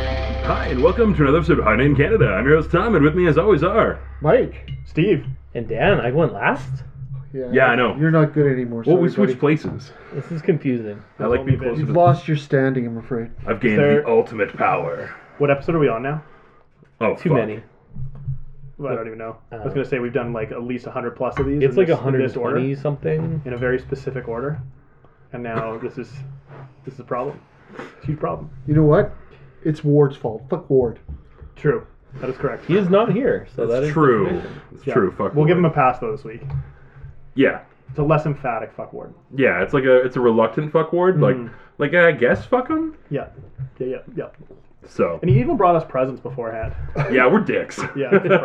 Hi, and welcome to another episode of High Name Canada. I'm your host Tom, and with me, as always, are Mike. Steve. And Dan, I went last? Yeah, I know. You're not good anymore. well, we sorry, buddy. switched places. This is confusing. I like being only been- closer. You've To lost your standing, I'm afraid. I've gained Is there- the ultimate power. What episode are we on now? Oh, Too fuck. many. Well, I don't even know. I Uh, was gonna say we've done like at least hundred plus of these. It's in like this, in this 120 order, something. in a very specific order, and now this is this is a problem. It's a huge problem. You know what? It's Ward's fault. Fuck Ward. True. That is correct. He is not here, so that That's is true. confusing. It's Yeah. true. Fuck. We'll give him Lord. a pass though this week. Yeah, It's a less emphatic fuck word. yeah. It's like a it's a reluctant fuck ward. Hmm. Like like I guess fuck him. Yeah. Yeah. Yeah. Yeah. So And he even brought us presents beforehand. yeah, we're dicks. Yeah. It's a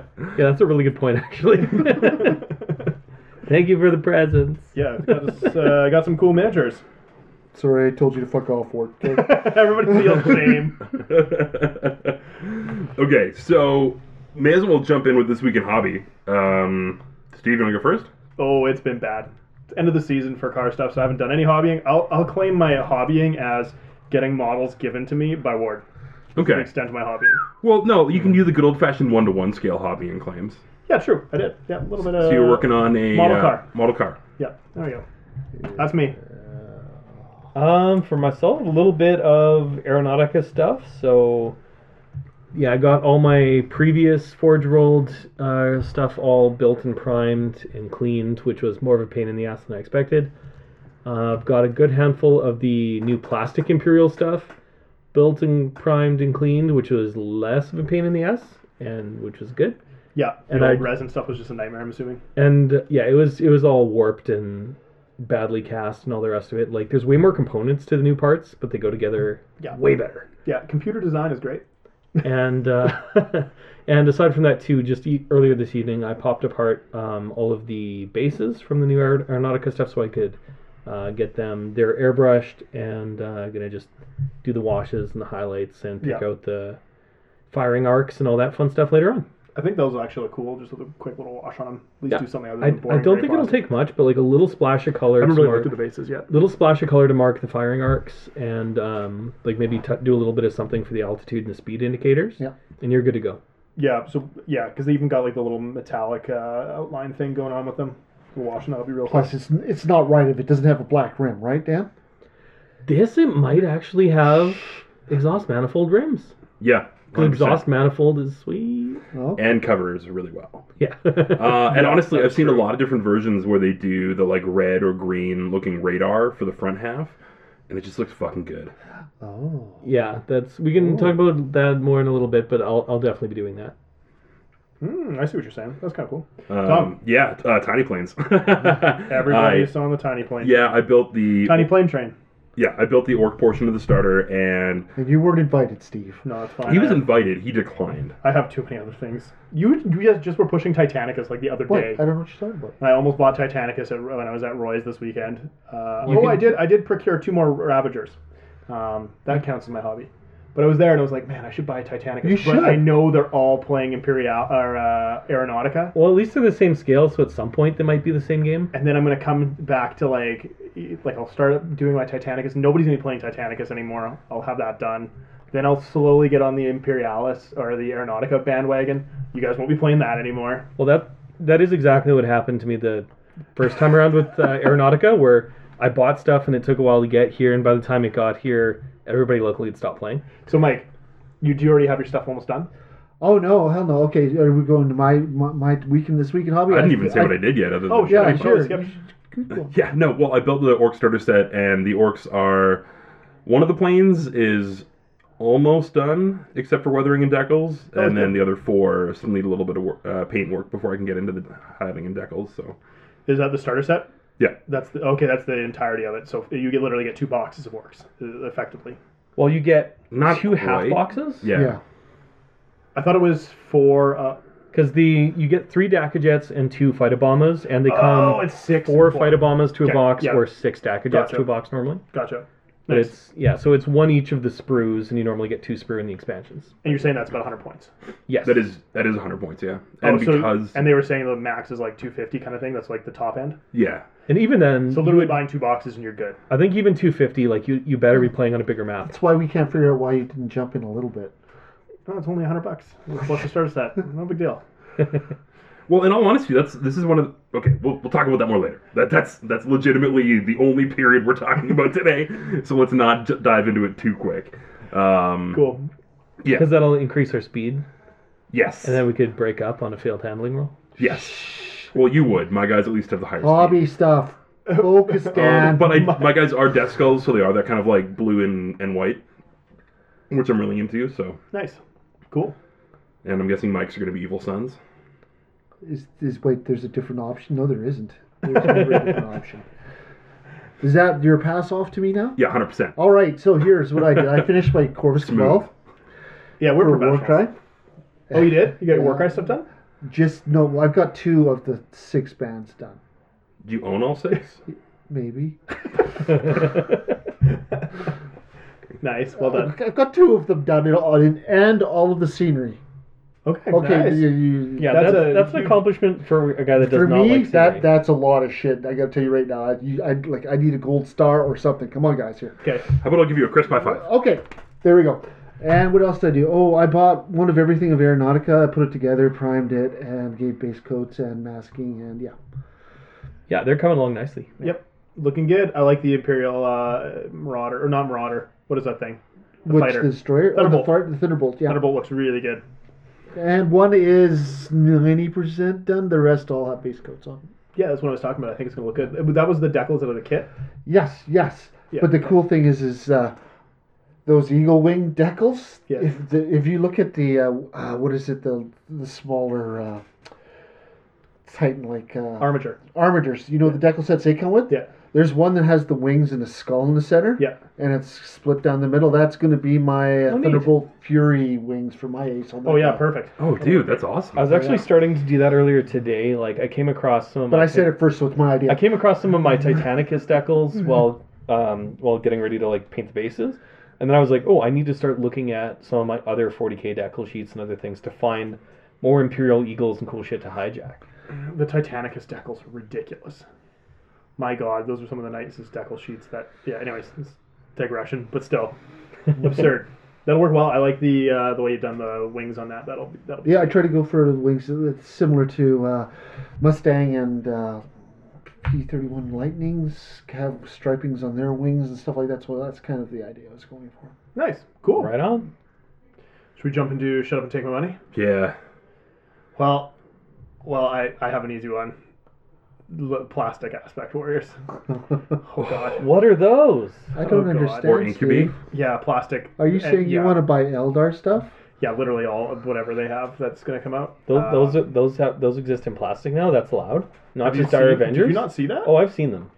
problem. Yeah, that's a really good point, actually. Thank you for the presents. yeah. Got, us, uh, got some cool miniatures. Sorry, I told you to fuck off, Ward. Okay? Everybody feels the same. okay, so may as well jump in with this week in hobby. Um, Steve, you want to go first? Oh, it's been bad. It's end of the season for car stuff, so I haven't done any hobbying. I'll, I'll claim my hobbying as getting models given to me by Ward. To Okay. extend my hobbying. Well, no, you can Hmm. do the good old fashioned one to one scale hobby and claims. Yeah, true. I did. Yeah, a little bit of. So you're working on a model uh, car. Model car. Yeah, there we go. That's me. Um, for myself, a little bit of Aeronautica stuff. So, yeah, I got all my previous Forge rolled uh, stuff all built and primed and cleaned, which was more of a pain in the ass than I expected. Uh, I've got a good handful of the new plastic Imperial stuff built and primed and cleaned, which was less of a pain in the ass and which was good. Yeah, And and old I- resin stuff was just a nightmare. I'm assuming. And uh, yeah, it was it was all warped and badly cast and all the rest of it. Like there's way more components to the new parts, but they go together Yeah. way better. Yeah, computer design is great. and uh, and aside from that too, just e- earlier this evening, I popped apart um, all of the bases from the new Aer- Aeronautica stuff, so I could uh, get them. They're airbrushed, and uh, gonna just do the washes and the highlights and pick Yeah. out the firing arcs and all that fun stuff later on. I think those are actually cool. Just with a quick little wash on them. At least do something other I, than boring. I don't gray think it'll plastic. take much, but like a little splash of color. I haven't to really mark- looked at the bases yet. little splash of color to mark the firing arcs and um, like maybe t- do a little bit of something for the altitude and the speed indicators Yeah. and you're good to go Yeah, so yeah, because they even got like the little metallic uh, outline thing going on with them. The washing that'll be real Plus, it's it's not right if it doesn't have a black rim, right, Dan? this it might actually have exhaust manifold rims Yeah. the 100%. exhaust manifold is sweet No. And covers really well. yeah Uh, and Yeah, honestly, I've that's seen a true. lot of different versions where they do the like red or green looking radar for the front half, and it just looks fucking good. Oh. yeah that's we can talk about that more in a little bit but i'll, I'll definitely be doing that Mm, I see what you're saying. That's kind of cool. Um, Tom. Yeah, t- uh, tiny planes. I, Everybody's on the tiny plane. yeah, I built the Tiny plane train. yeah I built the orc portion of the starter, and And you weren't invited, Steve. No, that's fine. he I was have- invited. He declined. I have too many other things. You you guys just were pushing Titanicus like the other What? day. I don't know what you're talking about. And I almost bought Titanicus at, when I was at Roy's this weekend. Uh, oh, You can- I did. I did procure two more Ravagers. Um, that counts as my hobby. But I was there and I was like, man, I should buy Titanicus. You But I should. know they're all playing Imperial or uh, Aeronautica. well at least they're the same scale so at some point they might be the same game and then I'm gonna come back to like e- like I'll start doing my Titanicus. Nobody's gonna be playing Titanicus anymore. I'll have that done. Then I'll slowly get on the Imperialis or the Aeronautica bandwagon. You guys won't be playing that anymore. Well, that that is exactly what happened to me the first time around with uh, Aeronautica, where I bought stuff and it took a while to get here, and by the time it got here, everybody locally had stopped playing. So Mike, you do already have your stuff almost done. Oh no, hell no. Okay, are we going to my my, my weekend this weekend hobby? I didn't even say what I did yet. Other than Oh, the yeah, tiny I Yeah, planes. sure. sure. Skip. Good one. Yeah, no, well, I built the orc starter set, and the orcs are. One of the planes is almost done, except for weathering and decals, Oh, and then the other four still need a little bit of wor- uh, paint work before I can get into the hiving and decals, so. Is that the starter set? Yeah. That's the okay. That's the entirety of it. So you get literally get two boxes of orcs uh, effectively. Well, you get Not two half quite. boxes. Yeah. Yeah. I thought it was four. Uh, Because the you get three Dakajets and two Phytobombas, and they come oh, it's six. four and Phytobombas to a Okay, box yeah. or six Dakajets Gotcha. to a box normally. Gotcha. But Nice. it's yeah, so it's one each of the sprues, and you normally get two sprue in the expansions. And you're saying that's about 100 points. Yes, That is that is 100 points, yeah. And Oh, so- because and they were saying the max is like 250 kind of thing. That's like the top end. yeah, and even then, So literally buying two boxes and you're good. I think even 250, like you, you better be playing on a bigger map. That's why we can't figure out why you didn't jump in a little bit. No, it's only 100 bucks. We're supposed to service that. No big deal. Well, in all honesty, that's this is one of the, okay. We'll, we'll talk about that more later. That that's that's legitimately the only period we're talking about today. So let's not j- dive into it too quick. Um, Cool. Yeah. Because that'll increase our speed, Yes. and then we could break up on a failed handling roll. yes. Well, you would. My guys at least have the higher speed. Hobby stuff. Focus, Dan. Um, but I, my guys are death skulls, so they are that kind of like blue and, and white, which I'm really into. So, Nice. Cool. and I'm guessing Mike's are going to be evil sons. Is, is wait? There's a different option? No, there isn't. There's never a different option. Is that your pass off to me now? Yeah, hundred percent. Oh. All right. So here's what I did. I finished my Corvus Twelve Yeah, we're for professionals. Warcry. Oh, you did? You got your Warcry stuff done? Just no. I've got two of the six bands done. Do you own all six? Maybe. Nice. Well done. I've got two of them done in, all- in, and all of the scenery. Okay. Okay. nice. you- you- Yeah, That's that's, a that's, an huge- accomplishment for a guy that does for not me, like that scenery. that's a lot of shit. I gotta tell you right now. I, you, I like. I need a gold star or something. Come on, guys. Here. Okay. How about I'll give you a crisp high Oh. five? Okay, there we go. And what else did I do? Oh, I bought one of everything of Aeronautica. I put it together, primed it, and gave base coats and masking, and yeah. Yeah, they're coming along nicely. Yep. Looking good. I like the Imperial uh, Marauder, or not Marauder. What is that thing? The Which fighter. the destroyer? Oh, the, Thunderbolt. fart, the Thunderbolt, yeah. Thunderbolt looks really good. And one is 90% done. The rest all have base coats on. Yeah, that's what I was talking about. I think it's gonna look good. That was the decals out of the kit. Yes, yes. Yeah. But the cool thing is, is uh, those eagle wing decals. Yeah. If the, if you look at the uh, uh, what is it the the smaller uh, Titan like uh, Armature. armatures, you know the decal sets they come with. Yeah. There's one that has the wings and a skull in the center. Yeah. And it's split down the middle. That's going to be my uh, neat. Thunderbolt Fury wings for my ace. on Oh that yeah, guy. perfect. Oh, dude, that's awesome. I was actually yeah. starting to do that earlier today. Like, I came across some. Of But my I said Mm-hmm. it first, so it's my idea. I came across some of my Titanicus decals while um, while getting ready to like paint the bases, and then I was like, oh, I need to start looking at some of my other 40k decal sheets and other things to find more Imperial Eagles and cool shit to hijack. The Titanicus decals are ridiculous. My God, those are some of the nicest decal sheets that. Yeah. Anyways, it's digression, but still absurd. That'll work well. I like the uh, the way you've done the wings on that. That'll be, that'll be Yeah, I try to go for the wings that's similar to uh, Mustang and uh, P31 Lightnings have stripings on their wings and stuff like that. So that's kind of the idea I was going for. nice. Cool. Right on. Should we jump into shut up and take my money? Yeah. Well, well, I I have an easy one. L- plastic aspect warriors. Oh God. What are those? I Oh, don't God. understand. Or incubate. Steve. Yeah, plastic. Are you and- saying you yeah. want to buy Eldar stuff? Yeah, literally all of whatever they have that's going to come out. Those Uh, those are, those have those exist in plastic now. That's allowed. Not have you just our seen- Avengers. Did you not see that? Oh, I've seen them.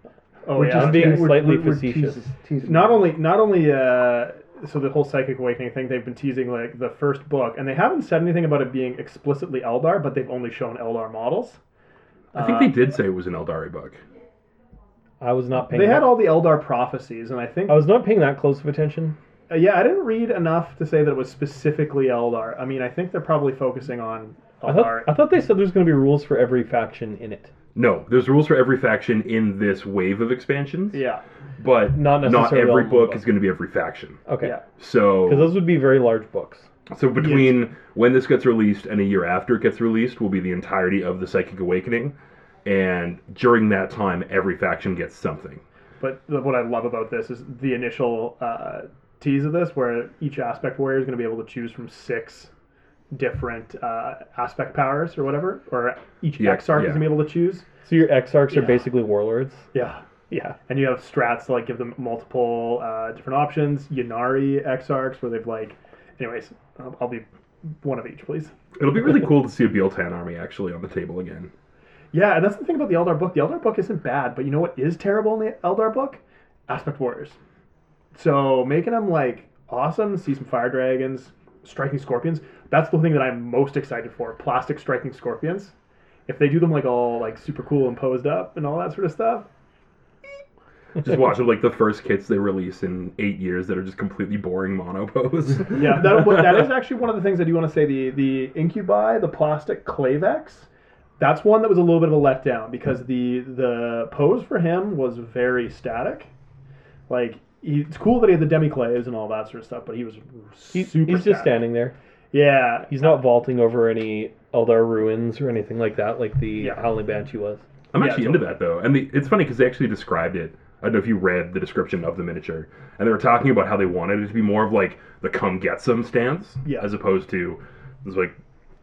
oh We're yeah. just okay. being we're- slightly we're- we're facetious. teasing- teasing. not only not only uh, so the whole psychic awakening thing they've been teasing like the first book, and they haven't said anything about it being explicitly Eldar, but they've only shown Eldar models. I think they Uh, did say it was an Eldari bug. I was not paying. They that- had all the Eldar prophecies, and I think I was not paying that close of attention. Uh, yeah, I didn't read enough to say that it was specifically Eldar. I mean, I think they're probably focusing on I thought, Eldar. I thought they said there's going to be rules for every faction in it. No, there's rules for every faction in this wave of expansions. yeah, But Not necessarily every all of book them. is going to be every faction. Okay. yeah. So Because those would be very large books. So between when this gets released and a year after it gets released will be the entirety of the Psychic Awakening, and during that time, every faction gets something. But the- what I love about this is the initial uh, tease of this, where each aspect warrior is going to be able to choose from six different uh, aspect powers or whatever, or each Yeah, exarch yeah. is going to be able to choose. So your exarchs are basically warlords. Yeah. Yeah. And you have strats to like give them multiple uh, different options. Yanari exarchs, where they've like, anyways, I'll, I'll be one of each, please. It'll be really cool to see a Bealtan army actually on the table again. Yeah, and that's the thing about the Eldar book. The Eldar book isn't bad, but you know what is terrible in the Eldar book? Aspect Warriors. So making them like awesome, see some fire dragons, striking scorpions. That's the thing that I'm most excited for. Plastic striking scorpions. If they do them like all like super cool and posed up and all that sort of stuff, Just watch like the first kits they release in eight years that are just completely boring monopos. Yeah, that, what- that is actually one of the things I do want to say. The the incubi, the plastic Clavex, that's one that was a little bit of a letdown because the the pose for him was very static. Like he, it's cool that he had the demiclaves and all that sort of stuff, but he was He- super. he's just static. standing there. Yeah, He's not vaulting over any Eldar ruins or anything like that, like the Yeah. Howling Banshee was. I'm Yeah, actually into totally. that though, and the, it's funny because they actually described it. I don't know if you read the description of the miniature, and they were talking about how they wanted it to be more of like the "come get some" stance, Yeah. as opposed to it's like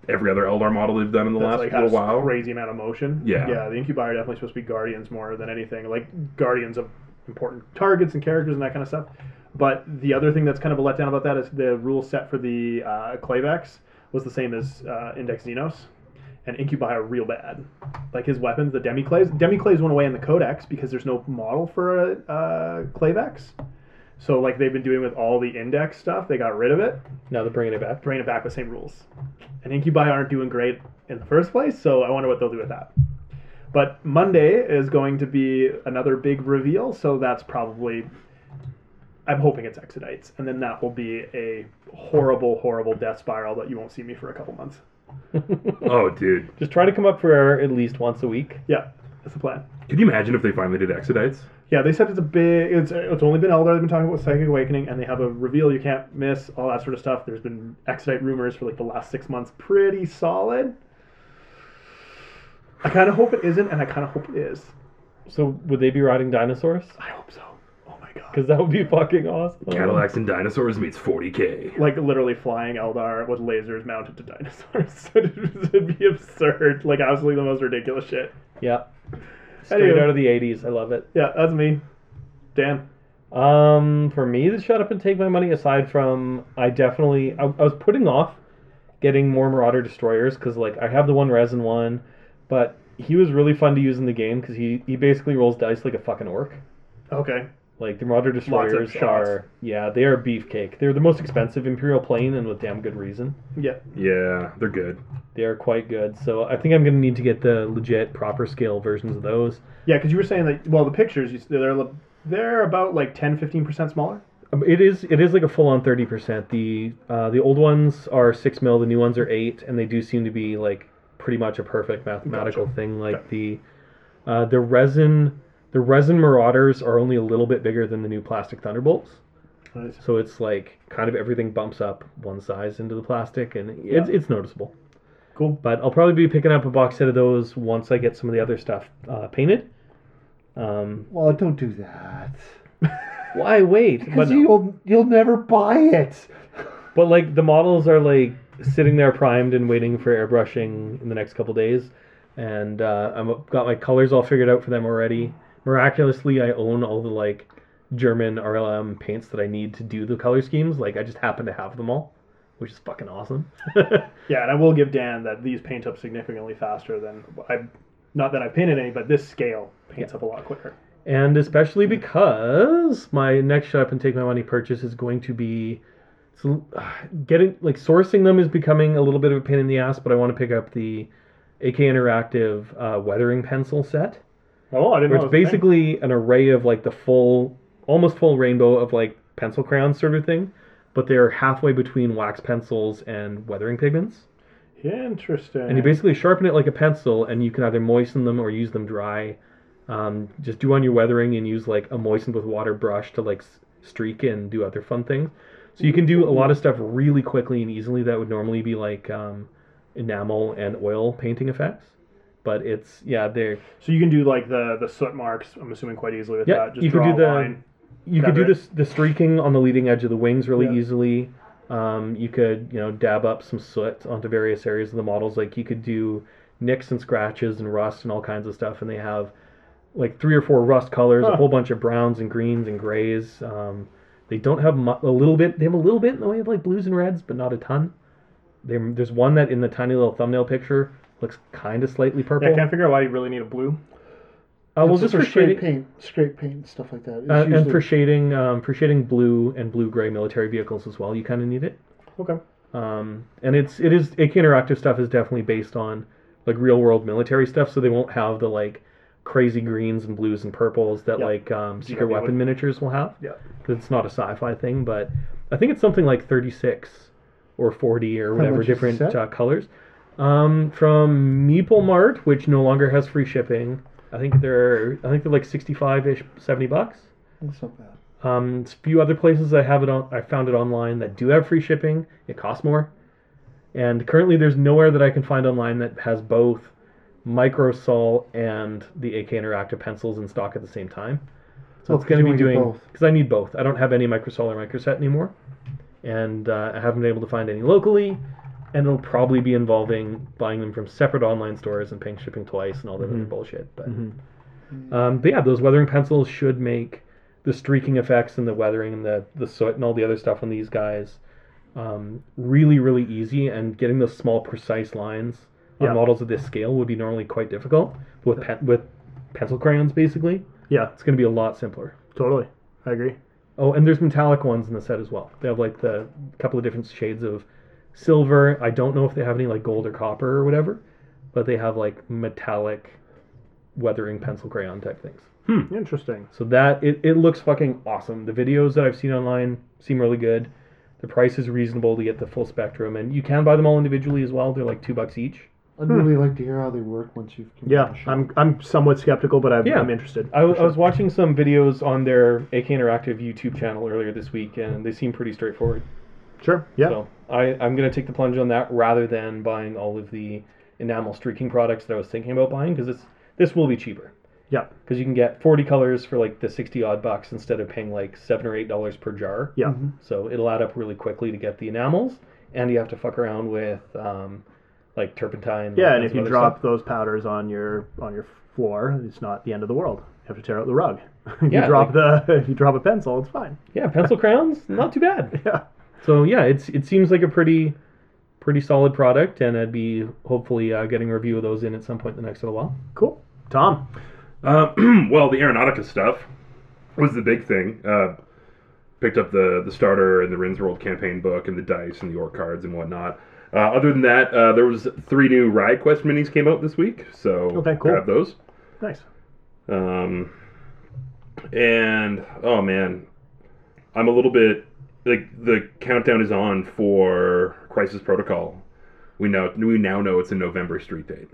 every other Eldar model they've done in the that's last like had little a while. crazy amount of motion. Yeah. yeah. The incubi are definitely supposed to be guardians more than anything, like guardians of important targets and characters and that kind of stuff. But the other thing that's kind of a letdown about that is the rule set for the uh, Clavex was the same as uh, Index Xenos, and Incubi are real bad. Like his weapons, the Demiclaves. Demiclaves went away in the Codex because there's no model for a uh, Clavex. So like they've been doing with all the Index stuff, they got rid of it Now they're bringing it back. bringing it back with same rules. And Incubi aren't doing great in the first place, so I wonder what they'll do with that. But Monday is going to be another big reveal, so that's probably. I'm hoping it's Exodites, and then that will be a horrible, horrible death spiral that you won't see me for a couple months. Oh, dude, Just try to come up for air at least once a week. Yeah, that's the plan. could you imagine if they finally did Exodites? Yeah, they said it's a big. It's it's only been Eldar. They've been talking about Psychic Awakening, and they have a reveal you can't miss, all that sort of stuff. There's been Exodite rumors for like the last six months, pretty solid. I kind of hope it isn't, and I kind of hope it is. So would they be riding dinosaurs? I hope so. Oh my god! Because that would be fucking awesome. Oh. Cadillacs and dinosaurs meets 40k. Like literally flying Eldar with lasers mounted to dinosaurs. It'd be absurd. Like absolutely the most ridiculous shit. Yeah. Straight Anyway. out of the 80s. I love it. Yeah, that's me. Dan. Um, for me, the shut up and take my money. Aside from, I definitely I, I was putting off getting more Marauder destroyers because like I have the one resin one, but he was really fun to use in the game because he he basically rolls dice like a fucking orc. Okay. Like the Marauder destroyers shots. are yeah they are beefcake. They're the most expensive Imperial plane and with damn good reason. Yeah. Yeah, they're good. They are quite good. So I think I'm gonna need to get the legit proper scale versions of those. Yeah, because you were saying that. Well, the pictures you- they're they're about like 10, 15 percent smaller. Um, It is it is like a full on thirty percent. The uh, the old ones are six mil, the new ones are eight, and they do seem to be like pretty much a perfect mathematical thing. Like the uh, the resin the resin marauders are only a little bit bigger than the new plastic thunderbolts. Nice. So it's like kind of everything bumps up one size into the plastic, and it's it's noticeable. Cool. But I'll probably be picking up a box set of those once I get some of the other stuff uh, painted. Um, Well, don't do that. why wait? Because you'll you'll never buy it. But like the models are like sitting there primed and waiting for airbrushing in the next couple days, and uh, I've got my colors all figured out for them already. Miraculously, I own all the like German RLM paints that I need to do the color schemes. Like I just happen to have them all, which is fucking awesome. Yeah, and I will give Dan that these paint up significantly faster than I. Not that I painted any, but this scale paints up a lot quicker. and especially because my next shut up and take my money purchase is going to be so uh, getting like sourcing them is becoming a little bit of a pain in the ass but i want to pick up the ak interactive uh, weathering pencil set Oh, I didn't where it's basically an array of like the full almost full rainbow of like pencil crayons sort of thing but they're halfway between wax pencils and weathering pigments interesting. and you basically sharpen it like a pencil, and you can either moisten them or use them dry. Um, just do on your weathering and use like a moistened with water brush to like s- streak and do other fun things. So you can do a lot of stuff really quickly and easily that would normally be like um, enamel and oil painting effects. But it's yeah, they're so you can do like the the soot marks. I'm assuming quite easily with Yeah, that. uh, Just you could draw do the- a line. you could do Feather it. this the streaking on the leading edge of the wings really Yeah. easily. Um, you could you know dab up some soot onto various areas of the models. Like you could do nicks and scratches and rust and all kinds of stuff. And they have like three or four rust colors, Huh. a whole bunch of browns and greens and grays. Um, they don't have mu- a little bit. They have a little bit in the way of like blues and reds, but not a ton. They, there's one that in the tiny little thumbnail picture looks kind of slightly purple. Yeah, I can't figure out why you really need a blue. uh, well, It's just for for straight shading, paint, straight paint, and stuff like that. It's Uh, and usually- for shading, um, for shading blue and blue-gray military vehicles as well, you kind of need it. Okay. Um, and it's it is AK interactive stuff is definitely based on like real-world military stuff, so they won't have the like crazy greens and blues and purples that Yeah. like um, You secret got me weapon one. miniatures will have. Yeah. 'Cause it's not a sci-fi thing, but I think it's something like 36 or 40 or whatever much is the different set? uh, colors. Um, from Meeple Mart, which no longer has free shipping. I think they're I think they're like 65ish, 70 bucks. That's not bad. Um, it's a few other places I have it on. I found it online that do have free shipping. It costs more, and currently there's nowhere that I can find online that has both Microsol and the AK Interactive pencils in stock at the same time. So Oh, it's 'cause going you to be wanna get doing both. because I need both. I don't have any Microsol or Microset anymore, and uh, I haven't been able to find any locally. And it'll probably be involving buying them from separate online stores and paying shipping twice and all that other bullshit. But um, but yeah, those weathering pencils should make the streaking effects and the weathering and the, the soot and all the other stuff on these guys um, really, really easy. And getting those small, precise lines on Yeah. models of this scale would be normally quite difficult. But with, pen, with pencil crayons, basically, Yeah, it's going to be a lot simpler. totally. I agree. Oh, and there's metallic ones in the set as well. They have like the couple of different shades of silver. I don't know if they have any like gold or copper or whatever, but they have like metallic weathering pencil crayon type things. Interesting. So that it, it looks fucking awesome. The videos that I've seen online seem really good. The price is reasonable to get the full spectrum, and you can buy them all individually as well. They're like two bucks each. I'd Hmm. really like to hear how they work once you've. given them Yeah, a shot. I'm I'm somewhat skeptical, but I'm, Yeah. I'm interested. I, for I sure. was watching some videos on their AK Interactive YouTube channel earlier this week, and they seem pretty straightforward. sure. Yeah. So I, I'm going to take the plunge on that rather than buying all of the enamel streaking products that I was thinking about buying because this will be cheaper. Yeah. Because you can get 40 colors for like the 60 odd bucks instead of paying like 7 or $8 per jar. Yeah. Mm-hmm. So it'll add up really quickly to get the enamels, and you have to fuck around with um, like turpentine. all Yeah, and kinds if of you other drop stuff. those powders on your on your floor, it's not the end of the world. You have to tear out the rug. if Yeah, you drop the if you drop a pencil, it's fine. yeah, pencil crayons, not too bad. Yeah. So yeah, it's it seems like a pretty pretty solid product, and I'd be hopefully uh, getting a review of those in at some point in the next little while. Cool. Tom. Uh, well, the Aeronautica stuff was the big thing. Uh, picked up the the starter and the Rins World campaign book and the dice and the orc cards and whatnot. Uh, other than that, uh, there was three new ride quest minis came out this week, so Okay, cool. grab those. Nice. Um, and oh man, I'm a little bit like the countdown is on for Crisis Protocol. We know we now know it's a November street date.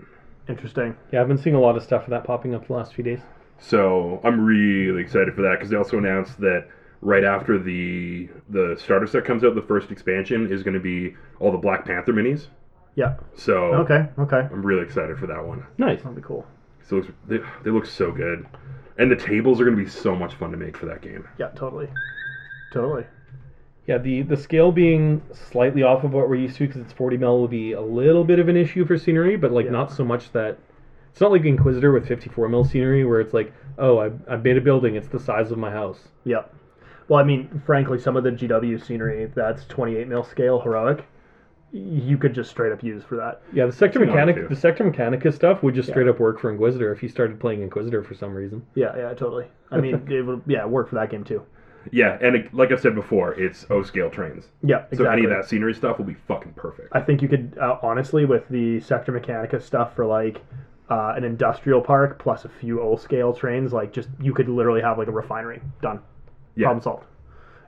Interesting. Yeah, I've been seeing a lot of stuff for that popping up the last few days. So I'm really excited for that because they also announced that right after the the starter set comes out, the first expansion is going to be all the Black Panther minis. Yeah. So Okay. Okay. I'm really excited for that one. Nice. That'll be cool. So it looks, they, they look so good, and the tables are going to be so much fun to make for that game. Yeah. Totally. Totally. Yeah, the the scale being slightly off of what we're used to because it's 40 mil will be a little bit of an issue for scenery, but like Yeah. not so much that it's not like Inquisitor with 54 mil scenery where it's like, oh, I, I made a building, it's the size of my house. Yeah. Well, I mean, frankly, some of the GW scenery that's 28 mil scale heroic, you could just straight up use for that. Yeah, the sector If you wanted mechanic, to. the sector mechanica stuff would just straight up work for Inquisitor if you started playing Inquisitor for some reason. Yeah. Yeah. Totally. I mean, it would yeah work for that game too. Yeah, and it, like I've said before, it's O scale trains. Yeah. Exactly. So any of that scenery stuff will be fucking perfect. I think you could uh, honestly with the sector mechanica stuff for like uh, an industrial park plus a few old scale trains, like just you could literally have like a refinery done. Yeah. Problem solved.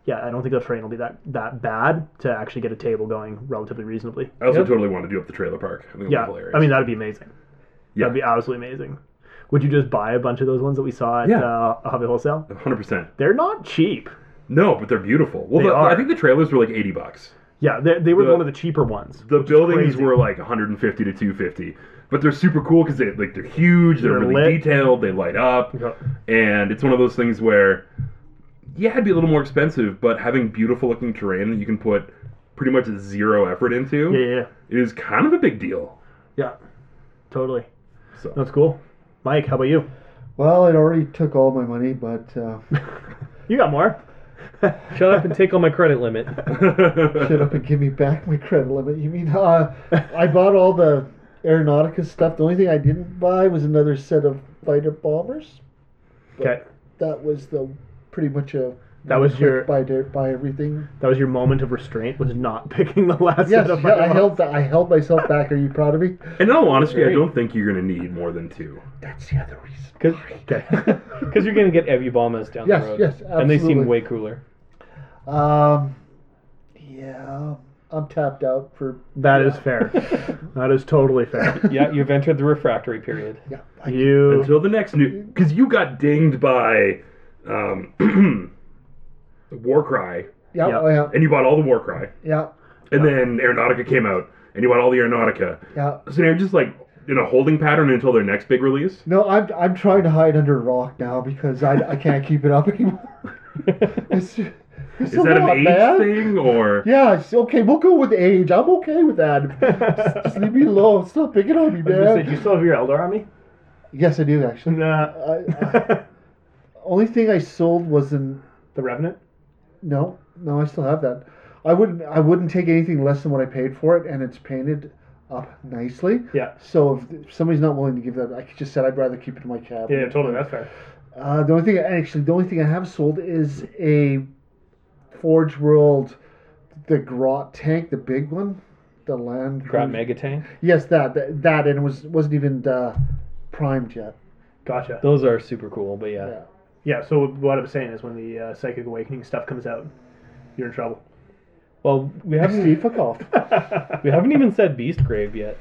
Yeah, I don't think the train will be that that bad to actually get a table going relatively reasonably. I also Yep. totally want to do up the trailer park. I think it'll be Yeah, hilarious. I mean that'd be amazing. Yeah. That'd be absolutely amazing. Would you just buy a bunch of those ones that we saw at Yeah. uh, Hobby Wholesale? 100%. They're not cheap. No, but they're beautiful. Well, They the, are. I think the trailers were like 80 bucks. Yeah, they, they were The- one of the cheaper ones. The which is buildings crazy. were like 150 to 250, but they're super cool because they like they're huge, they're, They're really lit. detailed, they light up, Yeah. and it's one of those things where, yeah, it'd be a little more expensive, but having beautiful looking terrain that you can put pretty much zero effort into Yeah, yeah, yeah. is kind of a big deal. yeah. Totally. So That's cool. Mike, how about you? Well, it already took all my money, but uh, You got more. Shut up and take all my credit limit. shut up and give me back my credit limit. You mean uh, I bought all the Aeronautica stuff. The only thing I didn't buy was another set of fighter bombers. Okay. That was the pretty much a That was click your- by di- by everything. That was your moment of restraint was not picking the last Yes, set of yeah, I Pokemon. held that. I held myself back. Are you proud of me? In all honesty, I Great. don't think you're going to need more than two. That's the other reason. Because Okay. you're going to get Ebubombas down Yes, the road. yes, And they seem absolutely. way cooler. Um, yeah, I'm tapped out for. That is fair. that is totally fair. Yeah, you've entered the refractory period. Yeah, I, You Until the next new. Because you got dinged by um, Warcry, yeah, Yeah. oh, yeah, and you bought all the Warcry. yeah, And then Aeronautica came out, and you bought all the Aeronautica. yeah. So they're just like in a holding pattern until their next big release. No, I'm I'm trying to hide under a rock now because I, I can't keep it up anymore. It's, it's Is that an age man. thing or? Yeah, it's, okay, we'll go with age. I'm okay with that. Just- Just leave me alone. Stop picking on me, I was gonna say, do you man. still have your Eldar on me? Yes, I do actually. Nah. I, I, only thing I sold was an the Revenant? No, no, I still have that. I wouldn't. I wouldn't take anything less than what I paid for it, and it's painted up nicely. Yeah. So if, if somebody's not willing to give that, I could just said I'd rather keep it in my cab. Yeah, totally. That's fair. Uh, the only thing, actually, the only thing I have sold is a Forge World, the Grot tank, the big one, the land. Grot Megatank. Yes, that, that that, and it was wasn't even uh, primed yet. Gotcha. Those are super cool, but yeah. Yeah. Yeah, so what I'm saying is when the uh, Psychic Awakening stuff comes out, you're in trouble. Well, we haven't Steve, fuck off. we haven't even said Beast Grave yet.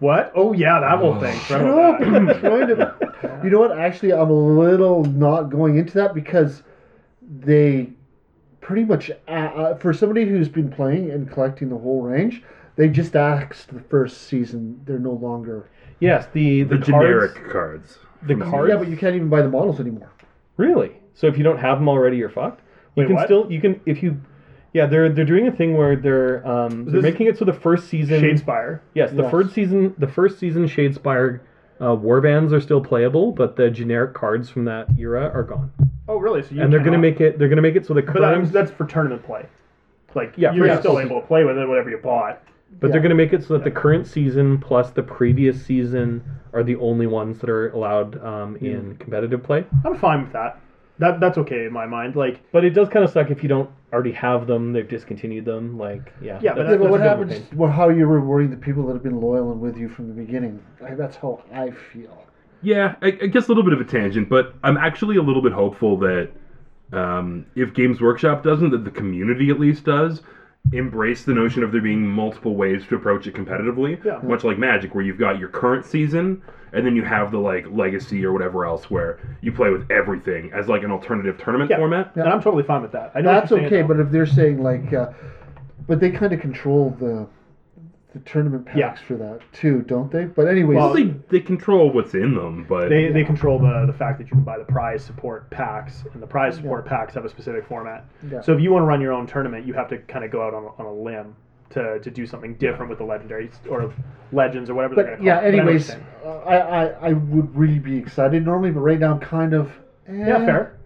What? Oh, yeah, that whole thing. Shut up! I'm trying to. You know what? Actually, I'm a little not going into that because they pretty much, uh, uh, for somebody who's been playing and collecting the whole range, they just axed the first season. They're no longer. Yes, the The, the, cards- generic cards. the from the- cards. Yeah, but you can't even buy the models anymore. Really? So if you don't have them already, you're fucked. You Wait, can what? still you can if you. Yeah, they're they're doing a thing where they're um, they're This- making it so the first season Shadespire. Yes, the Yes. first season, the first season Shadespire uh, warbands are still playable, but the generic cards from that era are gone. Oh, really? So you and they're going to cannot- make it. They're going to make it so the But that, current. that's for tournament play. Like, Yeah, you're for- still yes. able to play with it, whatever you bought. but yeah. they're going to make it so that the current season plus the previous season are the only ones that are allowed um, in competitive play. I'm fine with that. That That's okay in my mind. Like, But it does kind of suck if you don't already have them. They've discontinued them. Like yeah. Yeah, but Yeah, but what a different happens? Well, how are you rewarding the people that have been loyal and with you from the beginning? Like, That's how I feel. Yeah, I, I guess a little bit of a tangent, but I'm actually a little bit hopeful that um, if Games Workshop doesn't, that the community at least does embrace the notion of there being multiple ways to approach it competitively. Yeah. Much like Magic, where you've got your current season, and then you have the like Legacy or whatever else, where you play with everything as like an alternative tournament Yeah. format. and I'm totally fine with that. I know what That's you're saying, okay, though. but if they're saying like, uh, but they kind of control the the tournament packs Yeah. for that too, don't they? But anyways, Well, They, they control what's in them, but They, they control the, the fact that you can buy the prize support packs, and the prize support packs have a specific format. Yeah. So if you want to run your own tournament, you have to kind of go out on, a- on a limb to, to do something different with the legendaries or legends or whatever they're but going to yeah. call it. But I know what Anyways, you're saying. I, I I would really be excited normally, but right now I'm kind of eh, yeah, fair.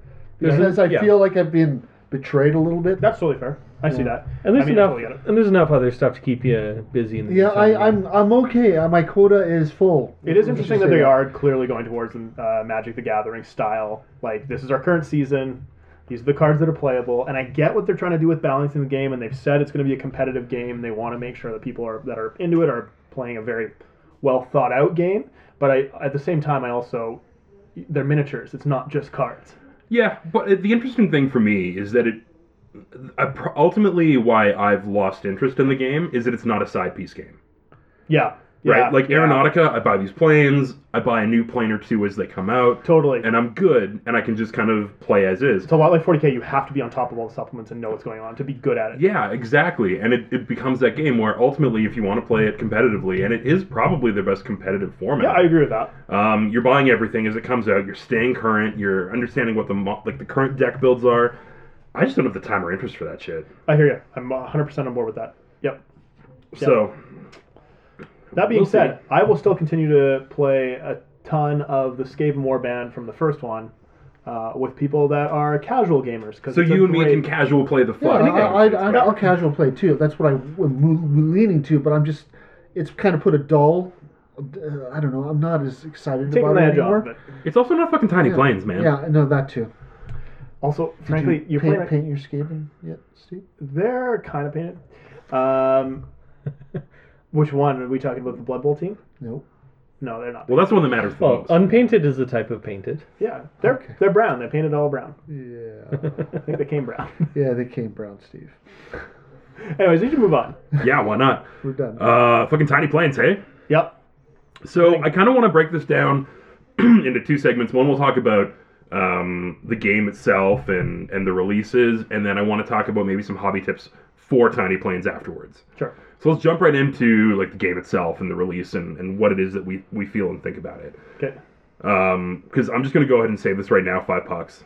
There's because a- I yeah. feel like I've been betrayed a little bit. That's totally fair. I see that. And there's I mean, I enough. totally get it. and there's enough other stuff to keep you busy. In the yeah, meantime. I, I'm I'm okay. Uh, my quota is full. It is Let's just interesting that say they are clearly going towards the uh, Magic the Gathering style. Like, this is our current season. These are the cards that are playable. And I get what they're trying to do with balancing the game, and they've said it's going to be a competitive game. They want to make sure that people are, that are into it are playing a very well thought out game. But I, at the same time, I also, they're miniatures. It's not just cards. Yeah, but it- the interesting thing for me is that it I pr- ultimately why I've lost interest in the game is that it's not a side piece game. Yeah. Right? Yeah. like Yeah. Aeronautica, I buy these planes, I buy a new plane or two as they come out, Totally. and I'm good, and I can just kind of play as is. it's a lot like 40K. You have to be on top of all the supplements and know what's going on to be good at it. Yeah, exactly. And it, it becomes that game where ultimately, if you want to play it competitively, and it is probably the best competitive format. yeah I agree with that. Um, you're buying everything as it comes out. You're staying current. You're understanding what the mo- like the current deck builds are. I just don't have the time or interest for that shit. I hear you. I'm 100% on board with that. Yep. So That being We'll see. said, I will still continue to play a ton of the Skaven War band from the first one uh, with people that are casual gamers. Cause So it's a you and me great- can casual play the Yeah, fuck. I, I, I, I'll casual play too. That's what I'm leaning to, but I'm just, it's kind of put a dull, uh, I don't know, I'm not as excited taking about the it edge anymore. off of it. it's also not fucking tiny planes, man. Yeah, no, that too. Also, frankly, Did you you are playing paint, like- paint your skating yet, Steve? they're kind of painted. Um, which one are we talking about? The Blood Bowl team? No. No, they're not. Well, that's the one that matters the Oh, Well, most. unpainted is the type of painted. yeah, they're Okay. they're brown. They painted all brown. Yeah. I think they came brown. yeah, they came brown, Steve. Anyways, we should move on. yeah, why not? We're done. Uh, fucking tiny planes, hey? Yep. So I kind of want to break this down into two segments. One, we'll talk about um, the game itself and and the releases, and then I want to talk about maybe some hobby tips for Tiny Planes afterwards. Sure. So let's jump right into like the game itself and the release and, and what it is that we, we feel and think about it. Okay. Because I'm just gonna go ahead and say this right now, five pucks.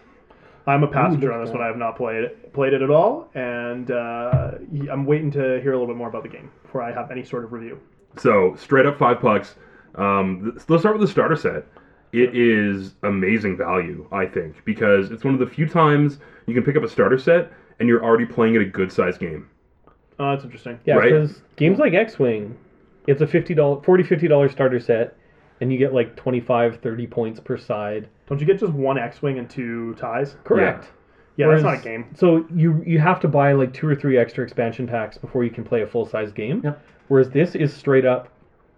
I'm a passenger on this good. one. I have not played it, played it at all, and uh, y- I'm waiting to hear a little bit more about the game before I have any sort of review. So straight up five pucks. Um, th- let's start with the starter set. It is amazing value, I think, because it's one of the few times you can pick up a starter set and you're already playing at a good size game. Oh, that's interesting. Yeah, Right. because games like X Wing, it's a fifty dollar, forty fifty dollar starter set, and you get like 25, 30 points per side. Don't you get just one X-wing and two ties? Correct. Yeah, Whereas- that's not a game. So you you have to buy like two or three extra expansion packs before you can play a full size game. Yep. Whereas this is straight up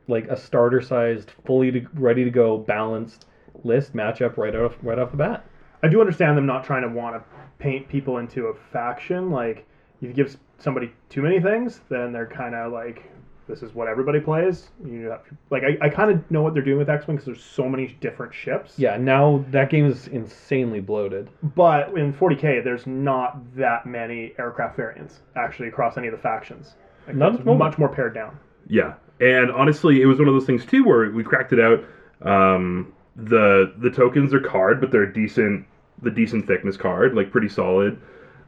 like a starter sized, fully to, ready to go, balanced list matchup right off right off the bat. I do understand them not trying to want to paint people into a faction. Like, if you give s- somebody too many things, then they're kind of like, this is what everybody plays. You have, like, I, I kind of know what they're doing with X-wing because there's so many different ships. Yeah. Now that game is insanely bloated. But in 40k, there's not that many aircraft variants actually across any of the factions. Like, Not at it's the moment. much more pared down. Yeah, and honestly, it was one of those things too where we cracked it out. Um, the the tokens are card, but they're decent, the decent thickness card, like pretty solid.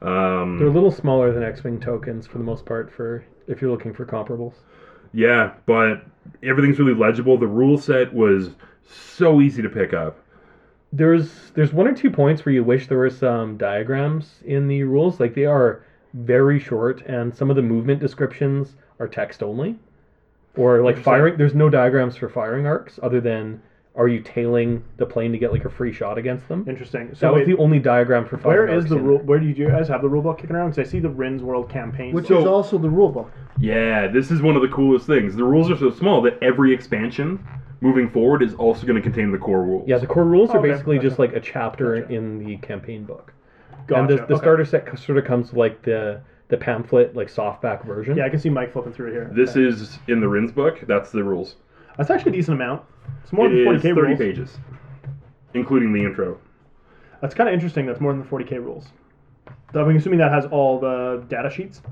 Um, They're a little smaller than X Wing tokens for the most part. For if you're looking for comparables. Yeah, but everything's really legible. The rule set was so easy to pick up. there's there's one or two points where you wish there were some diagrams in the rules. Like they are very short, and some of the movement descriptions are text only, or like firing. There's no diagrams for firing arcs other than are you tailing the plane to get like a free shot against them. Interesting. So that was wait, the only diagram for firing where is arcs the in rule? there. Where do you guys have the rule book kicking around? 'Cause I see the Rins World campaign. Which book. is also the rule book. Yeah, this is one of the coolest things. The rules are so small that every expansion moving forward is also going to contain the core rules. Yeah, the core rules are Oh, Okay, basically just like a chapter in the campaign book. And Gotcha, the, the okay. starter set sort of comes with like the the pamphlet, like softback version. Yeah, I can see Mike flipping through here. This is in the Rins book. That's the rules. That's actually a decent amount. It's more It than is 40k 30 rules. pages, including the intro. That's kind of interesting. That's more than the 40k rules. So I'm assuming that has all the data sheets.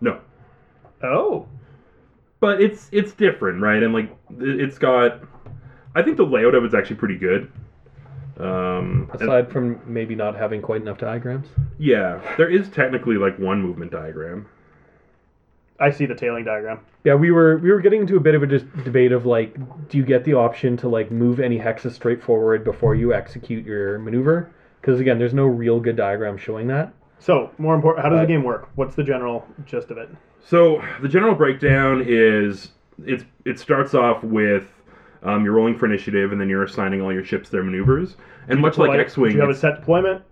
No, Oh, but it's it's different, right? And like it- it's got, I think the layout of it's actually pretty good. Um, and- Aside from maybe not having quite enough diagrams. yeah, there is technically like one movement diagram. I see the tailing diagram. Yeah, we were we were getting into a bit of a dis- debate of like, do you get the option to like move any hexes straight forward before you execute your maneuver? Because again, there's no real good diagram showing that. So more important, how does Uh, the game work? What's the general gist of it? So the general breakdown is it's it starts off with um, you're rolling for initiative, and then you're assigning all your ships their maneuvers. And much like do X-wing, you have a it's- set deployment?